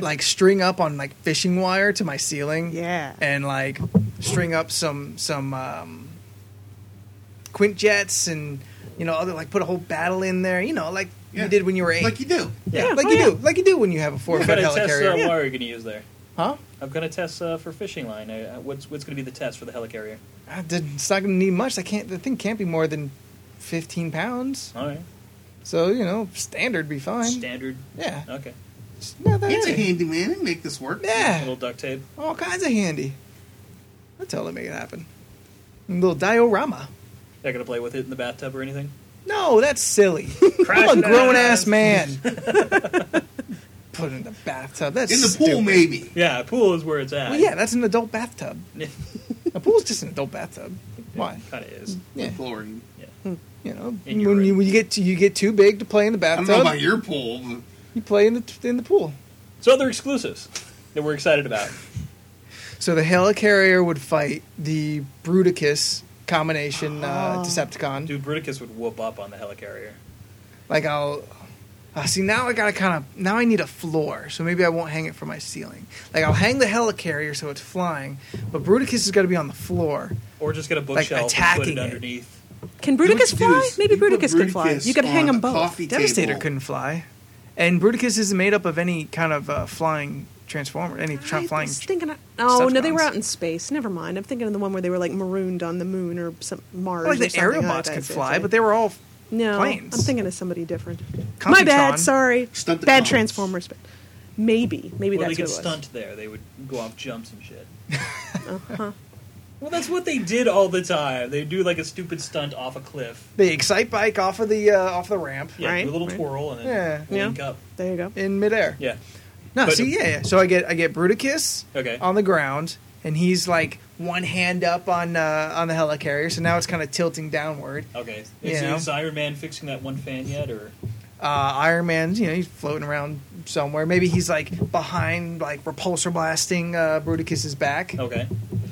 Speaker 1: like string up on like fishing wire to my ceiling,
Speaker 3: Yeah.
Speaker 1: and like string up some some um, quintjets and you know other like put a whole battle in there. You know, like
Speaker 4: Yeah.
Speaker 1: you did when you were eight,
Speaker 4: like you do.
Speaker 5: Yeah.
Speaker 1: like
Speaker 3: oh,
Speaker 1: you
Speaker 3: yeah.
Speaker 1: do, like you do when you have a four
Speaker 5: What
Speaker 1: foot
Speaker 5: kind of test uh,
Speaker 1: helicarrier,
Speaker 5: wire are you gonna use there?
Speaker 1: huh?
Speaker 5: I'm gonna test uh, for fishing line. Uh, what's what's gonna be the test for the helicarrier?
Speaker 1: I did, Ah, it's not going to need much. I can't. The thing can't be more than fifteen pounds.
Speaker 5: All right,
Speaker 1: So you know, standard be fine.
Speaker 5: standard.
Speaker 1: yeah,
Speaker 5: Okay,
Speaker 1: It's not that
Speaker 4: It's a
Speaker 1: handy.
Speaker 4: handyman and make this work.
Speaker 1: Yeah,
Speaker 5: little duct tape.
Speaker 1: all kinds of handy. I tell them make it happen. And little diorama.
Speaker 5: Not gonna play with it in the bathtub or anything.
Speaker 1: No, that's silly. I'm
Speaker 5: Crash
Speaker 1: a
Speaker 5: it
Speaker 1: grown
Speaker 5: out.
Speaker 1: ass man. put it in the bathtub. That's
Speaker 4: in the pool,
Speaker 1: stupid.
Speaker 4: maybe.
Speaker 5: Yeah, pool is where it's at.
Speaker 1: Well, yeah, that's an adult bathtub. A pool's just an adult bathtub. Why?
Speaker 5: Kind of is.
Speaker 1: Yeah,
Speaker 4: Chlorine.
Speaker 1: you know,
Speaker 5: In your
Speaker 1: when you,
Speaker 5: room.
Speaker 1: when you get to, you get too big to play in the
Speaker 4: I don't know
Speaker 1: bathtub,
Speaker 4: about your pool. But
Speaker 1: you play in the in the pool.
Speaker 5: So other exclusives that we're excited about.
Speaker 1: So the Helicarrier would fight the Bruticus combination uh,
Speaker 3: Ah.
Speaker 1: Decepticon.
Speaker 5: Dude, Bruticus would whoop up on the helicarrier.
Speaker 1: Like I'll uh, see now. I gotta kind of now. I need a floor, so maybe I won't hang it from my ceiling. Like I'll hang the Helicarrier so it's flying, but Bruticus has got to be on the floor.
Speaker 5: Or just get a bookshelf and put
Speaker 1: attacking it.
Speaker 5: it underneath.
Speaker 3: Can
Speaker 4: You know what
Speaker 3: Bruticus
Speaker 4: you do
Speaker 3: fly?
Speaker 4: is
Speaker 3: Maybe
Speaker 4: you put
Speaker 3: Bruticus could fly.
Speaker 4: Bruticus
Speaker 3: You could hang them
Speaker 4: on a
Speaker 3: both.
Speaker 4: coffee table.
Speaker 1: Devastator couldn't fly, and Bruticus is made up of any kind of uh, flying transformer, any tra-
Speaker 3: I
Speaker 1: flying.
Speaker 3: was thinking. Of, oh no, they
Speaker 1: Decepticons.
Speaker 3: were out in space. Never mind. I'm thinking of the one where they were like marooned on the moon or some Mars.
Speaker 1: Like
Speaker 3: or
Speaker 1: the
Speaker 3: something like
Speaker 1: Aerobots
Speaker 3: that,
Speaker 1: could
Speaker 3: so
Speaker 1: fly,
Speaker 3: it's
Speaker 1: but
Speaker 3: like-
Speaker 1: they were all
Speaker 3: no.
Speaker 1: planes.
Speaker 3: I'm thinking of somebody different. My
Speaker 1: Computron.
Speaker 3: bad. Sorry.
Speaker 4: Stunt the
Speaker 3: bad
Speaker 4: cons.
Speaker 3: Transformers, but maybe maybe
Speaker 5: Well, they
Speaker 3: that's
Speaker 5: could
Speaker 3: what it was.
Speaker 5: stunt there. They would go off jumps and shit.
Speaker 3: Uh-huh.
Speaker 5: Well, that's what they did all the time. They do like a stupid stunt off a cliff.
Speaker 1: the Excite Bike off of the uh, off the ramp
Speaker 5: Yeah,
Speaker 3: Right,
Speaker 5: do a little
Speaker 3: right.
Speaker 5: twirl and then
Speaker 3: Yeah.
Speaker 5: link
Speaker 3: Yeah.
Speaker 5: up.
Speaker 3: There you go.
Speaker 1: in midair.
Speaker 5: Yeah.
Speaker 1: No,
Speaker 5: But-
Speaker 1: see, yeah, yeah. So I get I get Bruticus
Speaker 5: Okay.
Speaker 1: on the ground, and he's like one hand up on uh, on the helicarrier, so now it's kind of tilting downward.
Speaker 5: Okay. Is,
Speaker 1: Yeah.
Speaker 5: is Iron Man fixing that one fan yet, or
Speaker 1: Uh, Iron Man's, you know, he's floating around somewhere. Maybe he's like behind, like repulsor blasting uh, Bruticus's back.
Speaker 5: okay?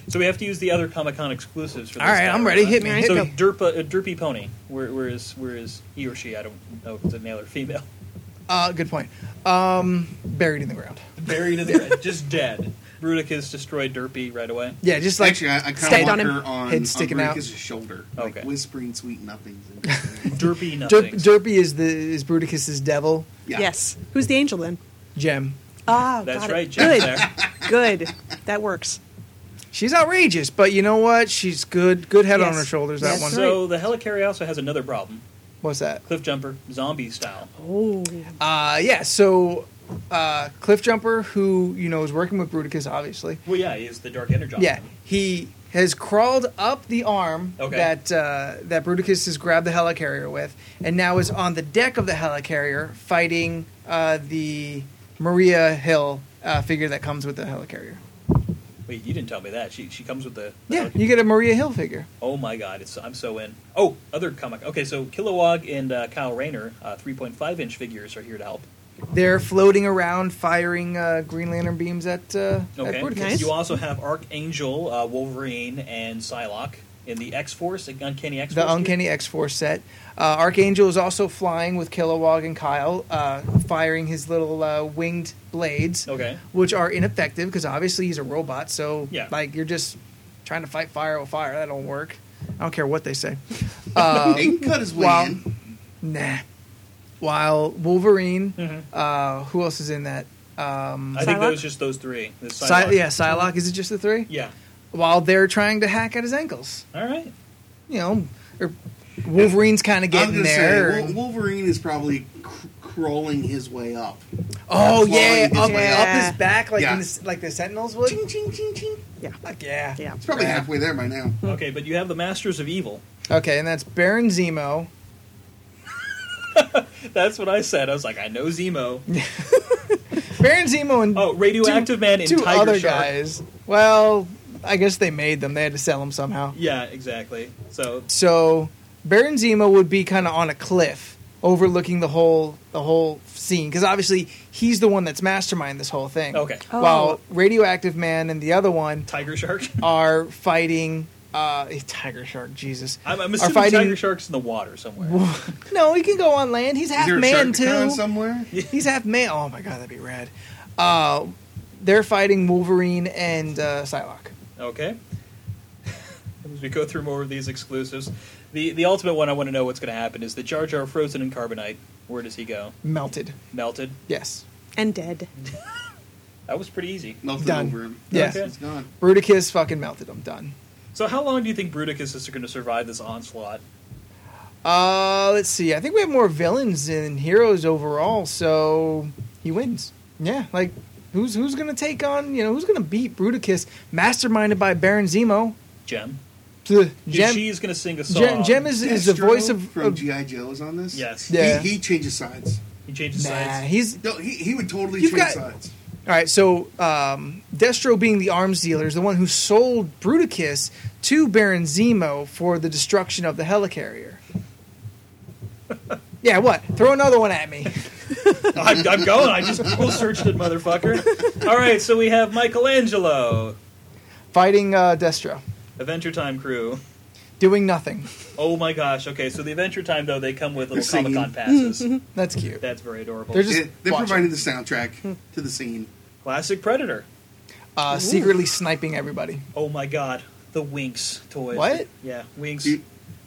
Speaker 5: So we have to use the other Comic Con exclusives for this.
Speaker 1: All right,
Speaker 5: time,
Speaker 1: I'm ready.
Speaker 5: huh?
Speaker 1: Hit me, hit
Speaker 5: so
Speaker 1: me.
Speaker 5: Derpa, uh, Derpy Pony. Where, where is where is he or she? I don't know if it's a male or female.
Speaker 1: Uh, good point. Um, buried in the ground.
Speaker 5: Buried in the ground, just dead. Bruticus destroyed Derpy right away.
Speaker 1: Yeah, just like
Speaker 4: Actually, I, I kind of
Speaker 3: stayed on
Speaker 4: want
Speaker 3: him,
Speaker 4: her on,
Speaker 1: head
Speaker 4: on
Speaker 1: sticking out.
Speaker 4: Bruticus's shoulder, like
Speaker 5: Okay.
Speaker 4: whispering sweet nothings.
Speaker 1: Derp,
Speaker 5: Derpy nothing.
Speaker 1: Derpy is the is Bruticus's devil
Speaker 4: Yeah.
Speaker 3: Yes. Who's the angel then?
Speaker 1: gem.
Speaker 3: Ah,
Speaker 5: That's
Speaker 3: got it.
Speaker 5: right, Jim's
Speaker 3: Good.
Speaker 5: there.
Speaker 3: Good. That works.
Speaker 1: She's outrageous, but you know what? She's good. Good head on
Speaker 3: Yes.
Speaker 1: her shoulders. That
Speaker 3: Yes.
Speaker 1: one.
Speaker 5: So the Helicarrier also has another problem.
Speaker 1: What's that?
Speaker 5: Cliff jumper, zombie style.
Speaker 3: Oh.
Speaker 1: Uh, yeah, so uh, Cliff Jumper, who you know is working with Bruticus, obviously.
Speaker 5: Well, yeah, he's the Dark Energon.
Speaker 1: Yeah, he has crawled up the arm
Speaker 5: Okay.
Speaker 1: that uh, that Bruticus has grabbed the helicarrier with, and now is on the deck of the helicarrier fighting uh, the Maria Hill uh, figure that comes with the helicarrier.
Speaker 5: Wait, you didn't tell me that. She she comes with the. the
Speaker 1: Yeah,
Speaker 5: Helicarrier.
Speaker 1: you get a Maria Hill figure.
Speaker 5: Oh my god, it's I'm so in. Oh, other comic. Okay, so Kilowog and uh, Kyle Rayner, uh, 3.5 inch figures are here to help.
Speaker 1: They're floating around, firing uh, Green Lantern beams at uh,
Speaker 5: Okay.
Speaker 1: at Bruticus.
Speaker 3: Nice.
Speaker 5: You also have Archangel, uh, Wolverine, and Psylocke in the X Force, Uncanny X Force.
Speaker 1: the Uncanny X Force set. Uh, Archangel is also flying with Kilowog and Kyle, uh, firing his little uh, winged blades,
Speaker 5: Okay.
Speaker 1: which are ineffective because obviously he's a robot. So,
Speaker 5: Yeah.
Speaker 1: like, you're just trying to fight fire with fire. That don't work. I don't care what they say. Um,
Speaker 4: he can cut his way
Speaker 1: Wow.
Speaker 4: in.
Speaker 1: Nah. While Wolverine,
Speaker 5: Mhm.
Speaker 1: uh, who else is in that? Um,
Speaker 5: I think
Speaker 3: Psylocke?
Speaker 5: that was just those three. The Uh, Psylocke.
Speaker 1: Psy- yeah, Psylocke. Is it just the three?
Speaker 5: Yeah.
Speaker 1: While they're trying to hack at his ankles,
Speaker 5: All right.
Speaker 1: you know, or Wolverine's kind of
Speaker 4: I was
Speaker 1: getting
Speaker 4: gonna
Speaker 1: there.
Speaker 4: say, Wol- Wolverine is probably cr- crawling his way up.
Speaker 1: Oh
Speaker 4: Clawing
Speaker 1: yeah,
Speaker 4: his
Speaker 1: up,
Speaker 4: way
Speaker 1: up
Speaker 3: up.
Speaker 1: his back like
Speaker 4: Yeah.
Speaker 1: in the, like the Sentinels would.
Speaker 4: Ching, ching, ching, ching.
Speaker 1: Fuck yeah.
Speaker 3: Yeah.
Speaker 4: It's probably
Speaker 1: Yeah.
Speaker 4: halfway there by now.
Speaker 5: Okay, but you have the Masters of Evil.
Speaker 1: Okay, and that's Baron Zemo.
Speaker 5: That's what I said. I was like, I know Zemo.
Speaker 1: Baron Zemo and
Speaker 5: Oh, Radioactive Man and
Speaker 1: two
Speaker 5: Tiger
Speaker 1: other
Speaker 5: Shark.
Speaker 1: guys. Well, I guess they made them. They had to sell them somehow.
Speaker 5: Yeah, exactly. So
Speaker 1: So Baron Zemo would be kind of on a cliff, overlooking the whole the whole scene because obviously he's the one that's mastermind this whole thing.
Speaker 5: Okay.
Speaker 3: Oh.
Speaker 1: While Radioactive Man and the other one
Speaker 5: Tiger Shark.
Speaker 1: are fighting uh, eh, Tiger Shark. Jesus.
Speaker 5: I'm, I'm assuming
Speaker 1: fighting-
Speaker 5: Tiger Shark's in the water somewhere.
Speaker 1: No, he can go on land. He's half
Speaker 4: Is there a
Speaker 1: man
Speaker 4: shark
Speaker 1: too.
Speaker 4: con somewhere?
Speaker 1: He's half man. Oh my god, that'd be rad. Uh, they're fighting Wolverine and uh, Psylocke.
Speaker 5: Okay. As we go through more of these exclusives, the the ultimate one I want to know what's going to happen is the Jar Jar frozen in carbonite. Where does he go?
Speaker 1: Melted.
Speaker 5: Melted.
Speaker 1: Yes.
Speaker 3: And dead.
Speaker 5: That was pretty easy.
Speaker 4: Melted
Speaker 1: Done.
Speaker 4: over him.
Speaker 1: Yeah.
Speaker 4: Okay. He's gone.
Speaker 1: Bruticus fucking melted him. Done.
Speaker 5: So how long do you think Bruticus is going to survive this onslaught?
Speaker 1: Uh, let's see. I think we have more villains than heroes overall, so he wins. Yeah, like who's who's gonna take on you know who's gonna beat Bruticus, masterminded by Baron Zemo.
Speaker 5: Gem.
Speaker 1: Ugh,
Speaker 5: Gem.
Speaker 1: Gem,
Speaker 5: She's going to sing a song.
Speaker 1: Gem, Gem is, is the
Speaker 4: Destro
Speaker 1: voice of,
Speaker 4: from
Speaker 1: of
Speaker 4: GI Joe is on this.
Speaker 5: Yes.
Speaker 1: Yeah.
Speaker 4: He, he changes sides.
Speaker 5: He He changes
Speaker 1: Nah,
Speaker 5: sides.
Speaker 1: he's
Speaker 4: No, he, he would totally
Speaker 1: You've
Speaker 4: change
Speaker 1: got-
Speaker 4: sides.
Speaker 1: All right, so um, Destro, being the arms dealer, is the one who sold Bruticus to Baron Zemo for the destruction of the helicarrier. yeah, what? Throw another one at me.
Speaker 5: I'm, I'm going. I just Google searched it, motherfucker. All right, so we have Michelangelo,
Speaker 1: Fighting uh, Destro,
Speaker 5: Adventure Time crew.
Speaker 1: doing nothing.
Speaker 5: Oh my gosh. Okay, so the Adventure Time though they come with little
Speaker 4: They're
Speaker 5: Comic
Speaker 4: singing.
Speaker 5: Con passes.
Speaker 1: That's cute.
Speaker 5: That's very adorable.
Speaker 1: They're just- Hmm.
Speaker 4: It, they
Speaker 1: watch it.
Speaker 4: provided the soundtrack to the scene.
Speaker 5: Classic Predator.
Speaker 1: Uh, secretly sniping everybody.
Speaker 5: Oh my god, the Winx toys.
Speaker 1: What?
Speaker 5: Yeah, Winx.
Speaker 4: You-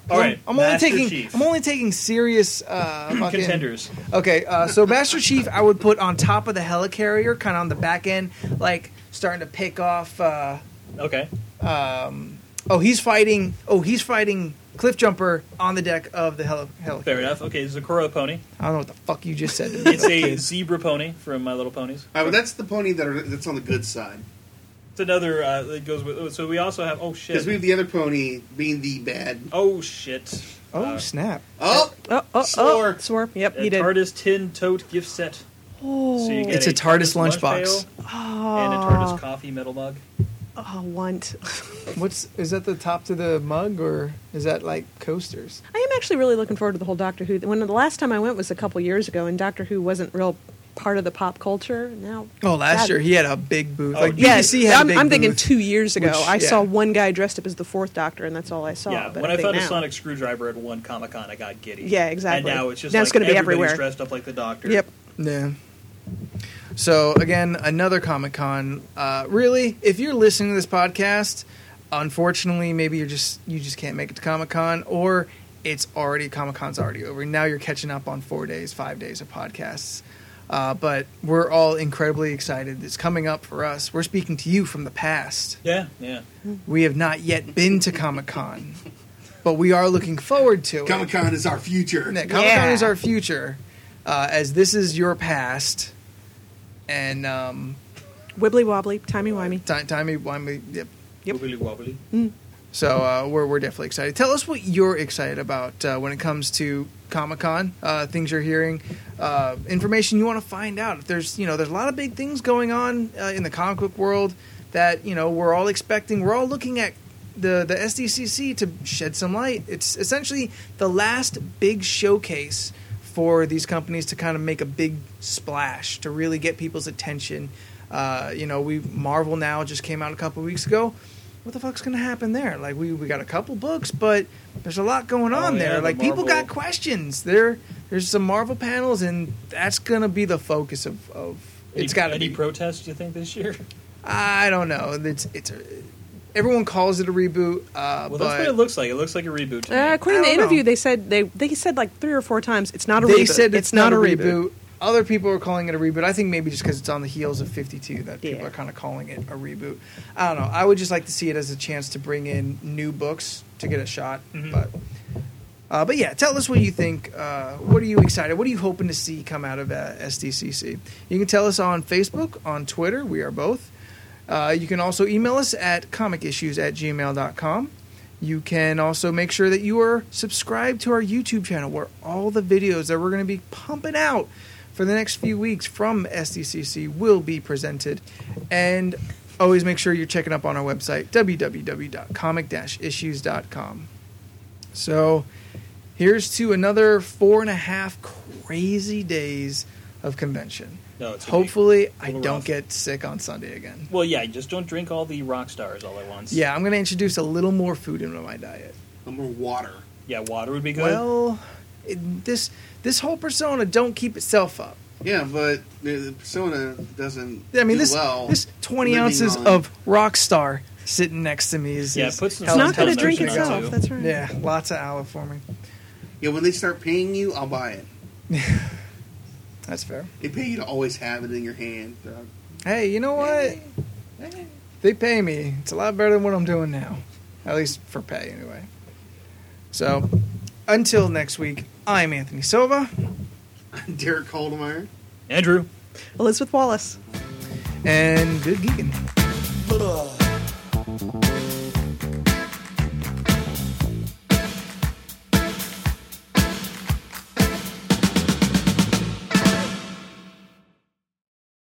Speaker 5: All right,
Speaker 1: I'm, I'm only
Speaker 5: Master
Speaker 1: taking.
Speaker 5: Chief.
Speaker 1: I'm only taking serious uh, fucking-
Speaker 5: contenders.
Speaker 1: Okay, uh, so Master Chief, I would put on top of the helicarrier, kind of on the back end, like starting to pick off. Uh,
Speaker 5: Okay.
Speaker 1: um, oh he's fighting oh he's fighting cliff jumper on the deck of the heli- helicarrier.
Speaker 5: Fair enough. Okay, Zakura pony.
Speaker 1: I don't know what the fuck you just said to
Speaker 3: Uh,
Speaker 1: me.
Speaker 5: It's a zebra pony from My Little Ponies.
Speaker 4: Uh, but that's the pony that are, that's on the good side.
Speaker 5: It's another uh, that goes with. oh, So we also have. Oh
Speaker 4: Because we
Speaker 5: shit.
Speaker 4: have the other pony being the bad.
Speaker 5: Oh shit.
Speaker 1: oh
Speaker 5: Uh,
Speaker 1: snap!
Speaker 4: Oh,
Speaker 3: Oh, oh, oh.
Speaker 4: Slurp.
Speaker 3: Slurp. Yep,
Speaker 5: a
Speaker 3: he did.
Speaker 5: TARDIS tin tote gift set.
Speaker 3: oh.
Speaker 5: So you get
Speaker 1: It's a TARDIS
Speaker 5: lunch
Speaker 1: lunchbox.
Speaker 5: pail
Speaker 3: oh.
Speaker 5: and a TARDIS coffee metal mug.
Speaker 3: Oh, want.
Speaker 1: What's is that the top to the mug or is that like coasters?
Speaker 3: I am actually really looking forward to the whole Doctor Who. When the last time I went was a couple years ago, and Doctor Who wasn't real part of the pop culture. Now,
Speaker 1: Oh, last
Speaker 3: That-
Speaker 1: year he had a big booth.
Speaker 5: Oh,
Speaker 1: like
Speaker 5: yeah.
Speaker 1: BBC had a
Speaker 3: I'm,
Speaker 1: big
Speaker 3: I'm thinking
Speaker 1: booth.
Speaker 3: two years ago.
Speaker 1: which-
Speaker 3: I saw
Speaker 1: yeah.
Speaker 3: one guy dressed up as the Fourth Doctor, and that's all I saw.
Speaker 5: yeah,
Speaker 3: but
Speaker 5: when
Speaker 3: I,
Speaker 5: I
Speaker 3: think
Speaker 5: found a
Speaker 3: now-
Speaker 5: sonic screwdriver at one Comic Con, I got giddy.
Speaker 3: Yeah, exactly.
Speaker 5: And now it's just
Speaker 3: Now
Speaker 5: like
Speaker 3: it's gonna be
Speaker 5: everybody's
Speaker 3: everywhere.
Speaker 5: dressed up like the Doctor.
Speaker 3: Yep.
Speaker 1: Yeah. So again, another Comic Con. Uh, really, if you're listening to this podcast, unfortunately, maybe you're just you just can't make it to Comic Con, or it's already Comic Con's already over. Now you're catching up on four days, five days of podcasts. Uh, but we're all incredibly excited. It's coming up for us. We're speaking to you from the past.
Speaker 5: Yeah, yeah.
Speaker 1: We have not yet been to Comic Con, but we are looking forward to it.
Speaker 4: Comic Con is our future.
Speaker 1: That Comic Con
Speaker 3: Yeah.
Speaker 1: is our future, uh, as this is your past, and um,
Speaker 3: Wibbly wobbly, timey wimey.
Speaker 1: ti- timey wimey. Yep.
Speaker 3: Yep.
Speaker 5: Wibbly wobbly.
Speaker 1: So uh, we're we're definitely excited. Tell us what you're excited about uh, when it comes to Comic Con. Uh, things you're hearing, uh, information you want to find out. If there's you know there's a lot of big things going on uh, in the comic book world that you know we're all expecting. We're all looking at the the SDCC to shed some light. It's essentially the last big showcase for these companies to kind of make a big splash to really get people's attention. Uh, you know, we Marvel now just came out a couple weeks ago. What the fuck's gonna happen there? Like we, we got a couple books, but there's a lot going
Speaker 5: Oh,
Speaker 1: on
Speaker 5: yeah,
Speaker 1: there.
Speaker 5: the
Speaker 1: like people got
Speaker 5: Marvel-
Speaker 1: questions. There there's some Marvel panels, and that's gonna be the focus of. of
Speaker 5: Any-
Speaker 1: it's got to
Speaker 5: any
Speaker 1: be.
Speaker 5: protests. You think this year?
Speaker 3: Uh,
Speaker 1: I don't know. It's it's a, everyone calls it a reboot, uh,
Speaker 5: Well, that's
Speaker 1: but
Speaker 5: what it looks like. It looks like a reboot. To
Speaker 3: Uh,
Speaker 5: me.
Speaker 3: according to
Speaker 1: I
Speaker 3: the
Speaker 1: don't
Speaker 3: interview,
Speaker 1: know.
Speaker 3: they said they they said like three or four times it's not a
Speaker 1: they
Speaker 3: reboot.
Speaker 1: said it's, not, a reboot. Other people are calling it a reboot. I think maybe just because it's on the heels of 52 that people
Speaker 3: Yeah.
Speaker 1: are kind of calling it a reboot. I don't know. I would just like to see it as a chance to bring in new books to get a shot.
Speaker 5: Mhm.
Speaker 1: But uh, but yeah, tell us what you think. Uh, what are you excited? What are you hoping to see come out of uh, SDCC? You can tell us on Facebook, on Twitter. We are both. Uh, you can also email us at comicissues at gmail.com. You can also make sure that you are subscribed to our YouTube channel where all the videos that we're going to be pumping out for the next few weeks from SDCC will be presented. And always make sure you're checking up on our website, www.comic-issues.com. So here's to another four and a half crazy days of convention.
Speaker 5: No, it's gonna be
Speaker 1: Hopefully,
Speaker 5: a
Speaker 1: I
Speaker 5: little
Speaker 1: don't
Speaker 5: rough.
Speaker 1: get sick on Sunday again.
Speaker 5: Well, yeah. Just don't drink all the rock stars all at once.
Speaker 1: Yeah, I'm going to introduce a little more food into my diet.
Speaker 4: Number water.
Speaker 5: Yeah. Water would be good.
Speaker 1: Well, it, this this whole persona don't keep itself up.
Speaker 4: Yeah, but the the persona doesn't.
Speaker 1: I mean,
Speaker 4: do
Speaker 1: this
Speaker 4: well
Speaker 1: this 20
Speaker 4: living
Speaker 1: ounces
Speaker 4: on-
Speaker 1: of Rockstar sitting next to me is
Speaker 5: Yeah,
Speaker 1: is
Speaker 5: put some
Speaker 3: It's
Speaker 1: hell
Speaker 5: Tell
Speaker 3: not
Speaker 1: of a
Speaker 5: them
Speaker 3: going
Speaker 5: gonna
Speaker 3: to
Speaker 1: temptation.
Speaker 5: tell them not
Speaker 3: drink itself.
Speaker 5: to.
Speaker 3: That's right.
Speaker 1: Yeah, lots of aloe for me.
Speaker 4: Yeah, when they start paying you, I'll buy it.
Speaker 1: That's fair.
Speaker 4: They pay you to always have it in your hand. Uh, dog.
Speaker 1: Hey, you know what? They pay me. It's a lot better than what I'm doing now. At least for pay, anyway. So, until next week, I'm Anthony Silva,
Speaker 4: Derek Haldemeyer.
Speaker 5: Andrew.
Speaker 3: Elizabeth Wallace.
Speaker 1: and good geeking.